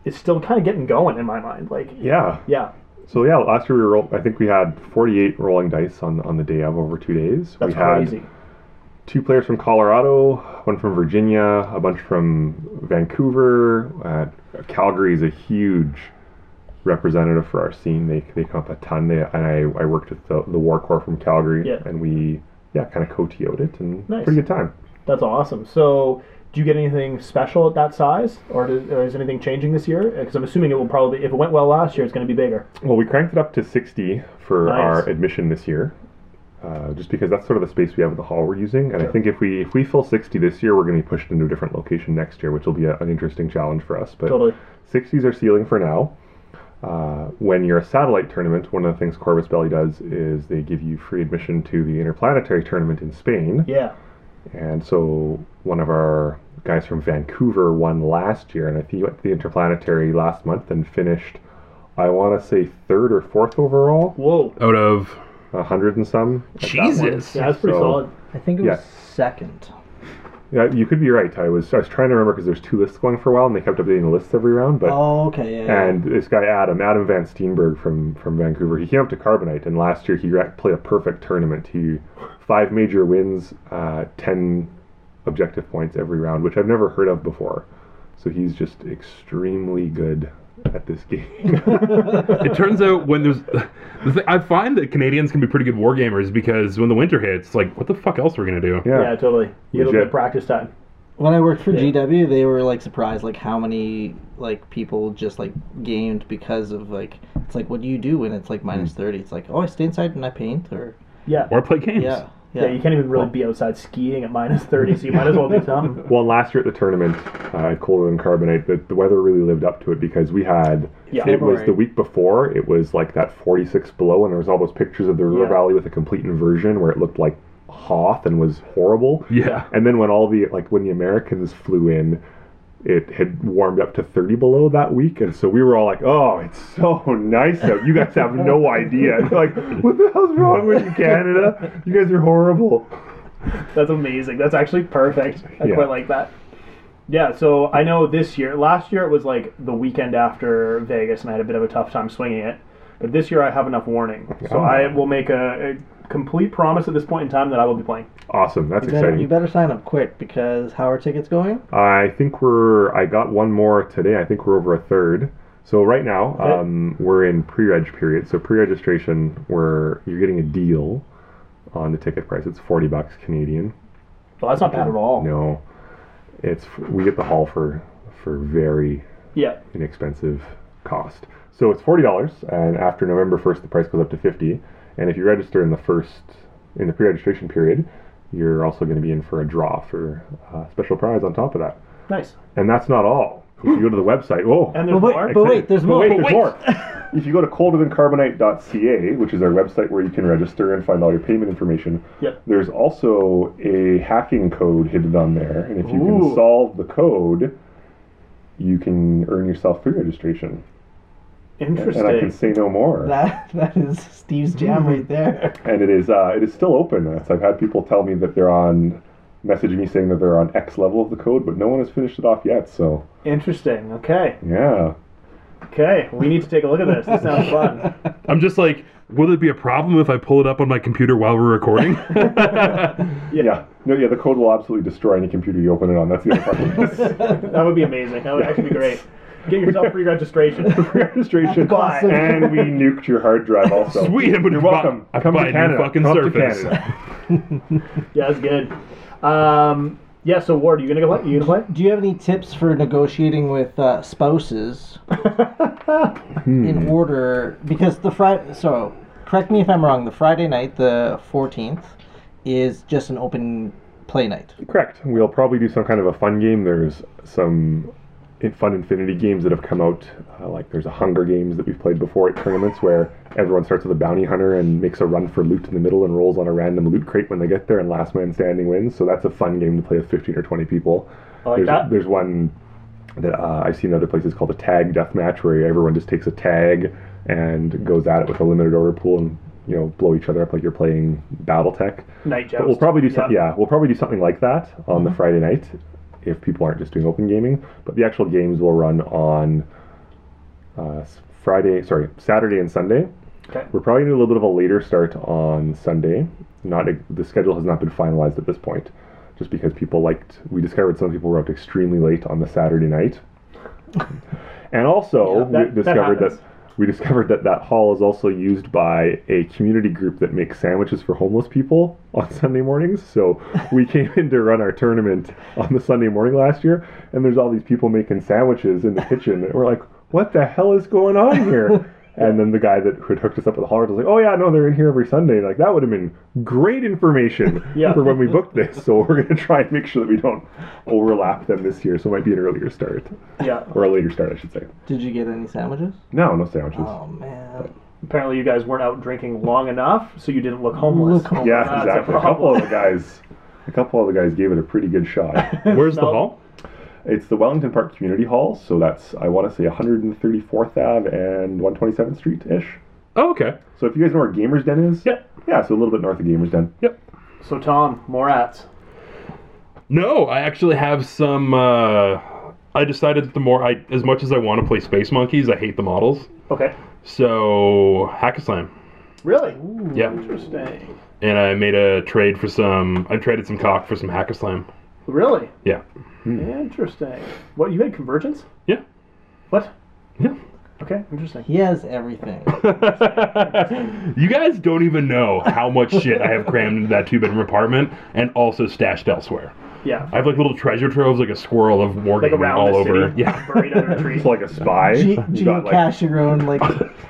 is still kind of getting going in my mind. Like Yeah. yeah, So yeah, last year we rolled. I think we had 48 rolling dice on on the day of over two days. that's we had crazy. two players from Colorado, one from Virginia, a bunch from Vancouver. Uh, Calgary is a huge representative for our scene. They they come up a ton. They, and I, I worked with the, the War Corps from Calgary, Yeah. and we yeah kind of co-TO'd it and Nice. pretty good time. That's awesome. So, do you get anything special at that size, or, do, or is anything changing this year? Because I'm assuming it will probably, if it went well last year, it's going to be bigger. Well, we cranked it up to 60 for Nice. our admission this year, uh, just because that's sort of the space we have in the hall we're using. And I think if we if we fill 60 this year, we're going to be pushed into a different location next year, which will be a, an interesting challenge for us. But Totally. 60s are ceiling for now. Uh, when you're a satellite tournament, one of the things Corvus Belly does is they give you free admission to the interplanetary tournament in Spain. Yeah. And so one of our guys from Vancouver won last year, and I think he went to the interplanetary last month and finished, I want to say third or fourth overall, Whoa. Out of a hundred and some. at that one. Jesus. Yeah, that's pretty So- solid. I think it Yeah. was second. Yeah, you could be right. I was I was trying to remember because there's two lists going for a while, and they kept updating the lists every round. But Oh, okay. Yeah. yeah. And this guy Adam, Adam Van Steenberg from from Vancouver, he came up to Carbonite, and last year he ra- played a perfect tournament. He five major wins, uh, ten objective points every round, which I've never heard of before. So he's just extremely good at this game. it turns out when there's the thing, I find that Canadians can be pretty good war gamers because when the winter hits, like what the fuck else are we gonna do? Yeah, totally. You get a little Legit. bit of practice time. when I worked for GW, they were like surprised like how many like people just like gamed because of like it's like what do you do when it's like Hmm. minus thirty? It's like oh I stay inside and I paint or Yeah. Or play games. yeah yeah. Yeah, you can't even really be outside skiing at minus 30, so you might as well do something. Well, last year at the tournament uh, at Colder and Carbonate, the, the weather really lived up to it because we had. Yeah. it was February. the week before. It was like that 46 below, and there was all those pictures of the river Yeah. valley with a complete inversion where it looked like Hoth and was horrible. Yeah. And then when all the like when the Americans flew in, it had warmed up to 30 below that week, and so we were all like, "Oh, it's so nice out. You guys have no idea." And they're like, "What the hell's wrong with you, Canada? You guys are horrible." That's amazing. That's actually perfect. I Yeah. quite like that. Yeah, so I know this year, last year it was like the weekend after Vegas, and I had a bit of a tough time swinging it. But this year I have enough warning, so Oh. I will make a, a complete promise at this point in time that I will be playing. Awesome. That's You better, you exciting. better sign up quick because how are tickets going? I think we're. I got one more today. I think we're over a third. So right now, um, we're in pre-reg period. So pre-registration, where you're getting a deal on the ticket price. It's forty bucks Canadian. Well, that's not bad at all. No, it's we get the hall for for very Yeah. inexpensive cost. So it's forty dollars, and after November first, the price goes up to fifty. And if you register in the first in the pre-registration period, you're also going to be in for a draw for a special prize on top of that. Nice. And that's not all. If you go to the website, oh, whoa. And there's But wait- more. but wait, there's more. Wait, But there's more. if you go to colderthancarbonite.ca, which is our website where you can register and find all your payment information, Yep. there's also a hacking code hidden on there. And if you Ooh. can solve the code, you can earn yourself free registration. Interesting. And I can say no more. That that is Steve's jam right there. and it is uh, it is still open. Uh, so I've had people tell me that they're on message me saying that they're on X level of the code, but no one has finished it off yet. So Interesting. Okay. yeah, Okay. We need to take a look at this. This sounds fun. I'm just like, will it be a problem if I pull it up on my computer while we're recording? yeah, no, yeah. The code will absolutely destroy any computer you open it on. That's the other part. of this. That would be amazing. That would actually be great. Get yourself free registration. Registration. Bye. And we nuked your hard drive also. Sweet, I'm gonna You're buy- welcome. I Come buy a to new Canada. fucking Come Surface. To Canada. Yeah, that's good. Um, yeah. So Ward, are you gonna go play? You gonna play? Do you have any tips for negotiating with uh, spouses in order? Because the Friday, so correct me if I'm wrong. The Friday night, the 14th, is just an open play night. Correct. We'll probably do some kind of a fun game. There's some in- fun Infinity games that have come out. Uh, like there's a Hunger Games that we've played before at tournaments where everyone starts with a bounty hunter and makes a run for loot in the middle and rolls on a random loot crate when they get there, and last man standing wins. So that's a fun game to play with 15 or 20 people. I like there's, that. there's one that uh, I've seen other places called a tag death match, where everyone just takes a tag and goes at it with a limited order pool and you know blow each other up like you're playing BattleTech. Night joust. But we'll probably do something. Yeah, we'll probably do something like that on Mm-hmm. the Friday night if people aren't just doing open gaming. But the actual games will run on uh, s- Friday, sorry, Saturday and Sunday. Okay. We're probably gonna do a little bit of a later start on Sunday. Not a, the schedule has not been finalized at this point, just because people liked. We discovered some people were up extremely late on the Saturday night, and also that- that we discovered that, happens. we discovered that that hall is also used by a community group that makes sandwiches for homeless people on Sunday mornings. So we came in to run our tournament on the Sunday morning last year, and there's all these people making sandwiches in the kitchen, and we're like, "What the hell is going on here?" And then the guy that who had hooked us up at the hall was like, "Oh yeah, no, they're in here every Sunday." Like that would have been great information Yeah. for when we booked this. So we're gonna try and make sure that we don't overlap them this year. So it might be an earlier start Yeah. or a later start, I should say. Did you get any sandwiches? No, no sandwiches. Oh man, Apparently, you guys weren't out drinking long enough, so you didn't look homeless. look home. Yeah, That's a exactly. A, couple of the guys, a couple of the guys gave it a pretty good shot. Where's the No. hall? it's the Wellington Park Community Hall, so that's I want to say 134th Ave and 127th Street ish. Oh, okay. So if you guys know where Gamers Den is, Yep. yeah, so a little bit north of Gamers Den. So Tom, more ads. No, I actually have some. Uh, I decided that the more I, as much as I want to play Space Monkeys, I hate the models. Okay. So hack a slam. Really? Yeah, Interesting. and I made a trade for some. I traded some cock for some hack a slam. Really? Yeah, Mm. Interesting. What you had convergence? yeah, What? yeah. Okay. Interesting. He has everything. you guys don't even know how much shit I have crammed into that two bedroom apartment and also stashed elsewhere. Yeah. I have like little treasure troves, like a squirrel of war Like gaming around all the over. city, Yeah. buried under a tree. It's like a spy. Ge- you got like Geocache your own like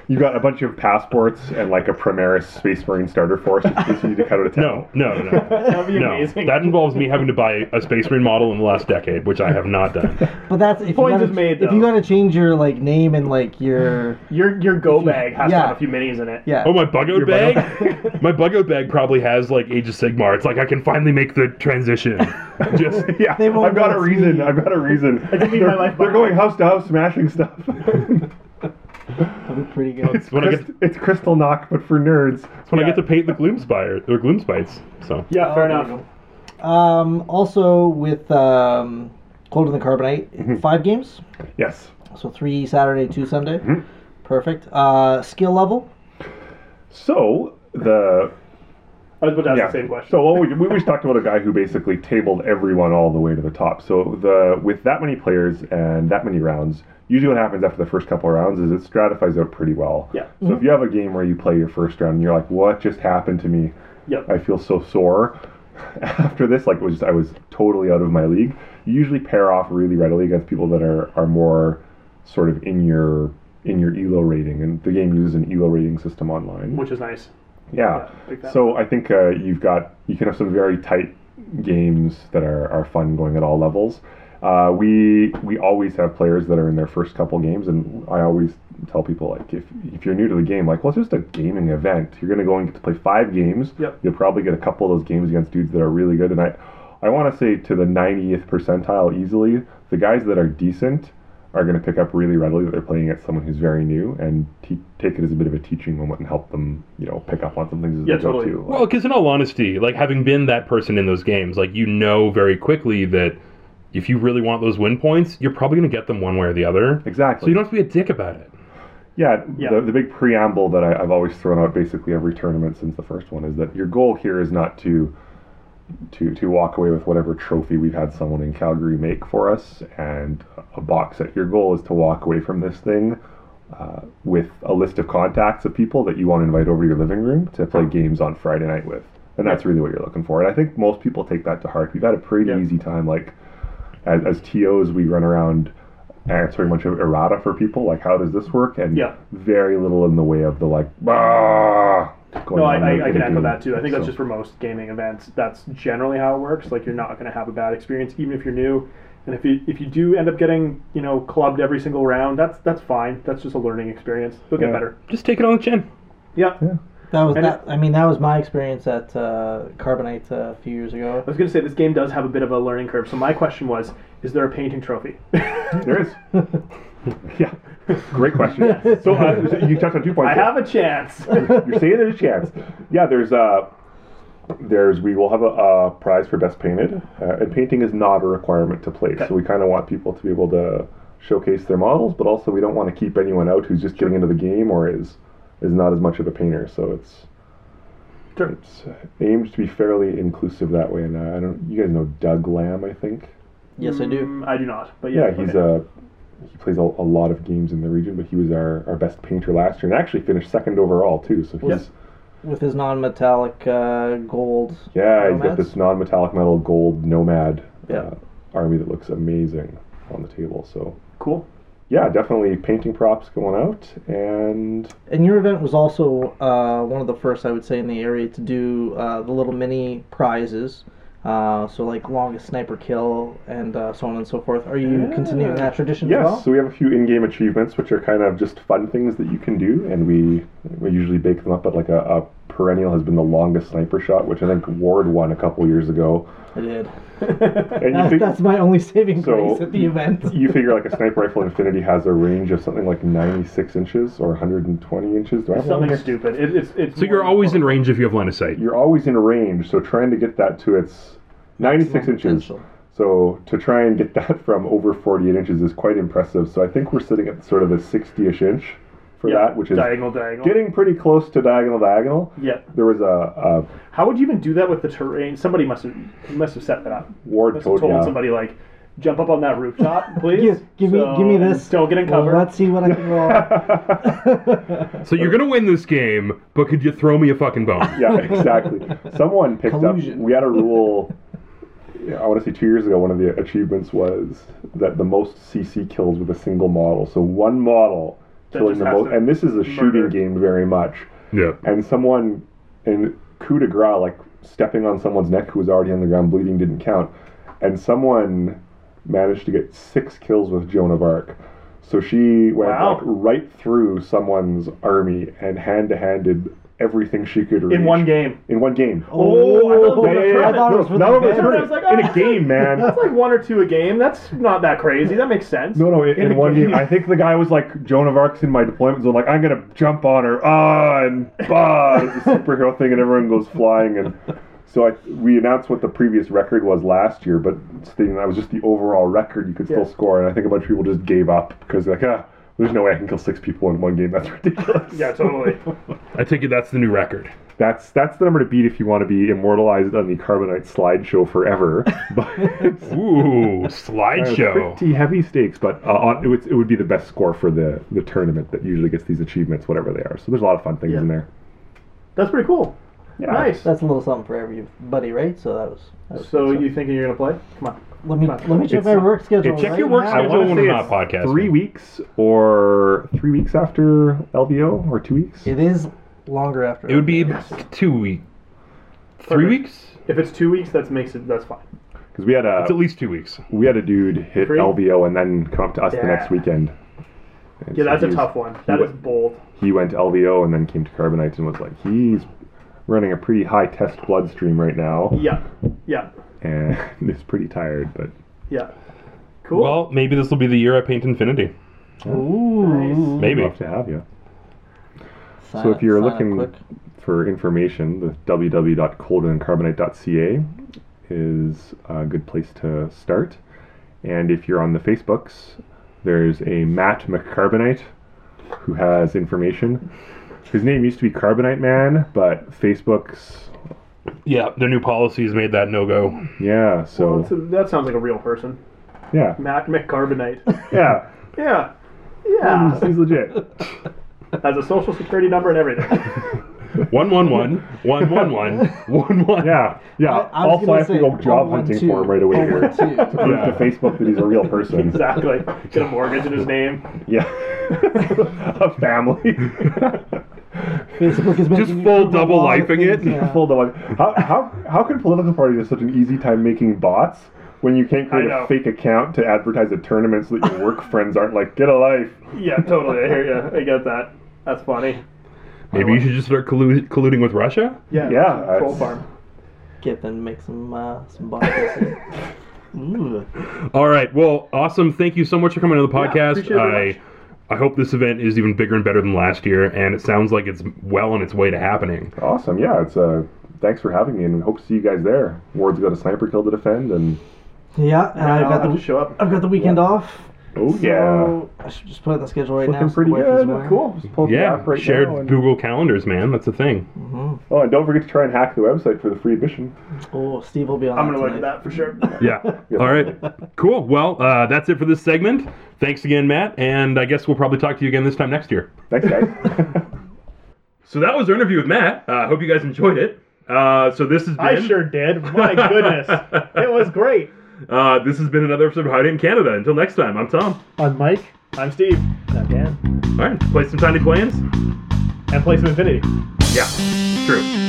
you got a bunch of passports and like a Primaris Space Marine starter force. in case you need to cut out a No, no, no, no. That would be No, amazing. that involves me having to buy a Space Marine model in the last decade, which I have not done. But that's if Point you gotta, is made, If you though. Oh gotta change your like name and like your your your go bag has to Yeah. have a few minis in it. yeah. Oh, my bug out bag? my bug out bag probably has like Age of Sigmar. It's like I can finally make the transition. Just Yeah, They won't I've got a let me- reason. I've got a reason. leave my life they're behind. going house to house, smashing stuff. That'd be pretty good. when I get Crystal- it's Crystal Knock, but for nerds. it's when I Yeah. get to paint the gloom spire or gloom spites. So Yeah. Fair there enough. Um, also with um, Colder Than Carbonite, five games. Yes. So three Saturday, two Sunday. Perfect. Uh, skill level. So the I was about to ask Yeah. the same question. So well, we, we just talked about a guy who basically tabled everyone all the way to the top. So the with that many players and that many rounds, usually what happens after the first couple of rounds is it stratifies out pretty well. Yeah. So if you have a game where you play your first round and you're like, "What just happened to me? Yep. I feel so sore." After this, like it was I was totally out of my league. You usually pair off really readily against people that are are more sort of in your in your elo rating, and the game uses an elo rating system online. Which is nice. Yeah. Yeah, like that. so I think uh, you've got you can have some very tight games that are, are fun going at all levels. Uh, we we always have players that are in their first couple games, and I always tell people like if if you're new to the game, like well it's just a gaming event. You're gonna go and get to play five games. Yep. You'll probably get a couple of those games against dudes that are really good, and I I want to say to the 90th percentile easily, the guys that are decent are going to pick up really readily that they're playing at someone who's very new and te- take it as a bit of a teaching moment and help them, you know, pick up on some things as Yeah, they go totally. too. Like, Well, because in all honesty, like having been that person in those games, like you know very quickly that if you really want those win points, you're probably going to get them one way or the other. So exactly. you don't have to be a dick about it. yeah, Yeah. The, the big preamble that I, I've always thrown out basically every tournament since the first one is that your goal here is not to to to walk away with whatever trophy we've had someone in Calgary make for us and a box set. Your goal is to walk away from this thing uh, with a list of contacts of people that you want to invite over to your living room to play games on Friday night with. And that's really what you're looking for. And I think most people take that to heart. We've had a pretty Yeah. easy time. Like, as, as TOs, we run around answering a bunch of errata for people. Like, how does this work? And Yeah. very little in the way of the, like, ah. No, I, I, I can echo that too. I think that's just for most gaming events. That's generally how it works. Like you're not going to have a bad experience, even if you're new. And if you if you do end up getting you know clubbed every single round, that's that's fine. That's just a learning experience. You'll get Yeah. better. Just take it on the chin. Yeah. That was And that. I mean, that was my experience at uh, Carbonite uh, a few years ago. I was going to say this game does have a bit of a learning curve. So my question was, is there a painting trophy? There is. yeah. Great question. So uh, you touched on two points. I there. have a chance. You're saying there's a chance. Yeah, there's uh there's we will have a, a prize for best painted, uh, and painting is not a requirement to play. So we kind of want people to be able to showcase their models, but also we don't want to keep anyone out who's just getting into the game or is is not as much of a painter. So it's Sure. it's uh, aimed to be fairly inclusive that way. And uh, I don't you guys know Doug Lamb, I think. Yes, I do. Mm, I do not. But yeah, Yeah, he's uh he plays a, a lot of games in the region, but he was our, our best painter last year and actually finished second overall too. So he's With his non-metallic uh, gold. Yeah, he's got Nomads? this non-metallic metal gold nomad Yeah. uh, army that looks amazing on the table. So cool. yeah, definitely painting props going out, and And your event was also uh, one of the first, I would say, in the area to do uh, the little mini prizes. Uh, so like longest sniper kill and uh, so on and so forth. Are you continuing that tradition yes, as well? so we have a few in-game achievements, which are kind of just fun things that you can do, and we we usually bake them up. But like a, a perennial has been the longest sniper shot, which I think Ward won a couple years ago. I did. And you That's, think, that's my only saving So- grace at the event. you figure like a sniper rifle infinity has a range of something like 96 inches or 120 inches. Do I have one Something here? stupid. It, it's it's. So you're more- always in range if you have line of sight. you're always in a range, so trying to get that to its 96 inches. Potential. So to try and get that from over 48 inches is quite impressive. So I think we're sitting at sort of the 60-ish inch for Yeah, that, which is diagonal, diagonal. getting pretty close to diagonal diagonal. Yeah. There was a, a How would you even do that with the terrain? Somebody must have must have set that up. Ward Must have told, told yeah. somebody like, jump up on that rooftop, please. Give, give me, So, give me this. Don't get in Well, cover. let's see what I can roll. So you're going to win this game, but could you throw me a fucking bone? yeah, exactly. Someone picked Collusion. up. We had a rule. yeah, I want to say two years ago, one of the achievements was that the most CC kills with a single model. So one model That killing just the has most, to and this is a murder. shooting game very much. yeah. and someone in coup de grace, like stepping on someone's neck who was already on the ground bleeding, didn't count. And someone managed to get six kills with Joan of Arc. So she went Wow. like, right through someone's army and hand to handed everything she could reach in one game. In one game. Oh, I thought it was for the yeah, tournament. I thought it was No, for not the over the event. tournament. I was like, in a ah. game, man. That's like one or two a game. That's not that crazy. That makes sense. No, no, in, in a one game. I think the guy was like, Joan of Arc's in my deployment zone, like, I'm gonna jump on her, ah, and bah, it's a superhero thing, and everyone goes flying. And so I, we announced what the previous record was last year, but stating that was just the overall record, you could still Yeah. score. And I think a bunch of people just gave up because, like, ah, there's no way I can kill six people in one game, that's ridiculous. Yeah, totally. I take it that's the new record. That's that's the number to beat if you want to be immortalized on the Carbonite slideshow forever. But it's Ooh, uh, slideshow. pretty heavy stakes, but uh, on- it, would, it would be the best score for the the tournament that usually gets these achievements, whatever they are. So there's a lot of fun things Yeah. in there. Uh, That's pretty cool. Yeah. Nice. That's a little something for everybody, right? So that was. That was So you thinking you're gonna play? Come on. let me let me check It's- my work schedule. Check right your work now. I schedule wanna when say we're not it's podcasting. Three weeks or three weeks after LVO or two weeks. It is longer after. It would be two weeks. Three Perfect. weeks? If it's two weeks, that makes it. That's fine. Because we had a It's at least two weeks. we had a dude hit Three? LVO and then come up to us the next Yeah. weekend. And Yeah, so that's a he's- tough one. That he is wa- bold. He went to LVO and then came to Carbonite and was like, he's running a pretty high test bloodstream right now, Yeah. Yeah. and is pretty tired. But Yeah. Cool. Well, maybe this will be the year I paint Infinity. nice. Maybe. love to have you. Sign So if up- you're sign up looking quick. for information, the www.coldenandcarbonate.ca is a good place to start. And if you're on the Facebooks, there's a Matt McCarbonite who has information. His name used to be Carbonite Man, but Facebook's Yeah, their new policies made that no go. yeah, so Well, that's a- that sounds like a real person. yeah, Matt McCarbonite. yeah, yeah. Yeah. Hmm. he's, he's legit. Has a social security number and everything. One one one one one one one one. Yeah, yeah. I was also, gonna I have to say, go job one, hunting two. for him right away One, here to two. prove to Facebook that he's a real person. exactly. Get a mortgage in his name. Yeah, a family. Facebook is Just making you full prove a double lot of lifing it. things, yeah. Full dog. How, how, how can political parties have such an easy time making bots when you can't create I a know. fake account to advertise a tournament so that your work friends aren't like, get a life? Yeah, totally. I hear you. I get that. That's funny. Maybe you should just start collu- colluding with Russia. Yeah. Yeah, Troll that's- farm. Get them make some uh, some bottles. Ooh. All right. Well, awesome. Thank you so much for coming to the podcast. appreciate it very much. I I hope this event is even bigger and better than last year, and it sounds like it's well on its way to happening. Awesome. Yeah, it's Uh, Thanks for having me, and we hope to see you guys there. Ward's got a sniper kill to defend, and Yeah, and I've I'll got have the to show up. I've got the weekend off. oh yeah, So I should just put it in the schedule right now. looking so pretty the wife is good. aware. Cool. Just pull up the Yeah, app right shared now and- Google calendars, man. That's a thing. Oh, and don't forget to try and hack the website for the free admission. Oh, Steve will be on. I'm that gonna look at tonight. that for sure. Yeah. All right. Cool. Well, uh, that's it for this segment. Thanks again, Matt, and I guess we'll probably talk to you again this time next year. Thanks, guys. So that was our interview with Matt. Uh, I hope you guys enjoyed it. Uh, so this has been I sure did. My goodness. It was great. uh, this has been another episode of Hiding in Canada. Until next time, I'm Tom. On Mike. I'm Steve. I can. All right, play some tiny plans. And play some Infinity. Yeah, true.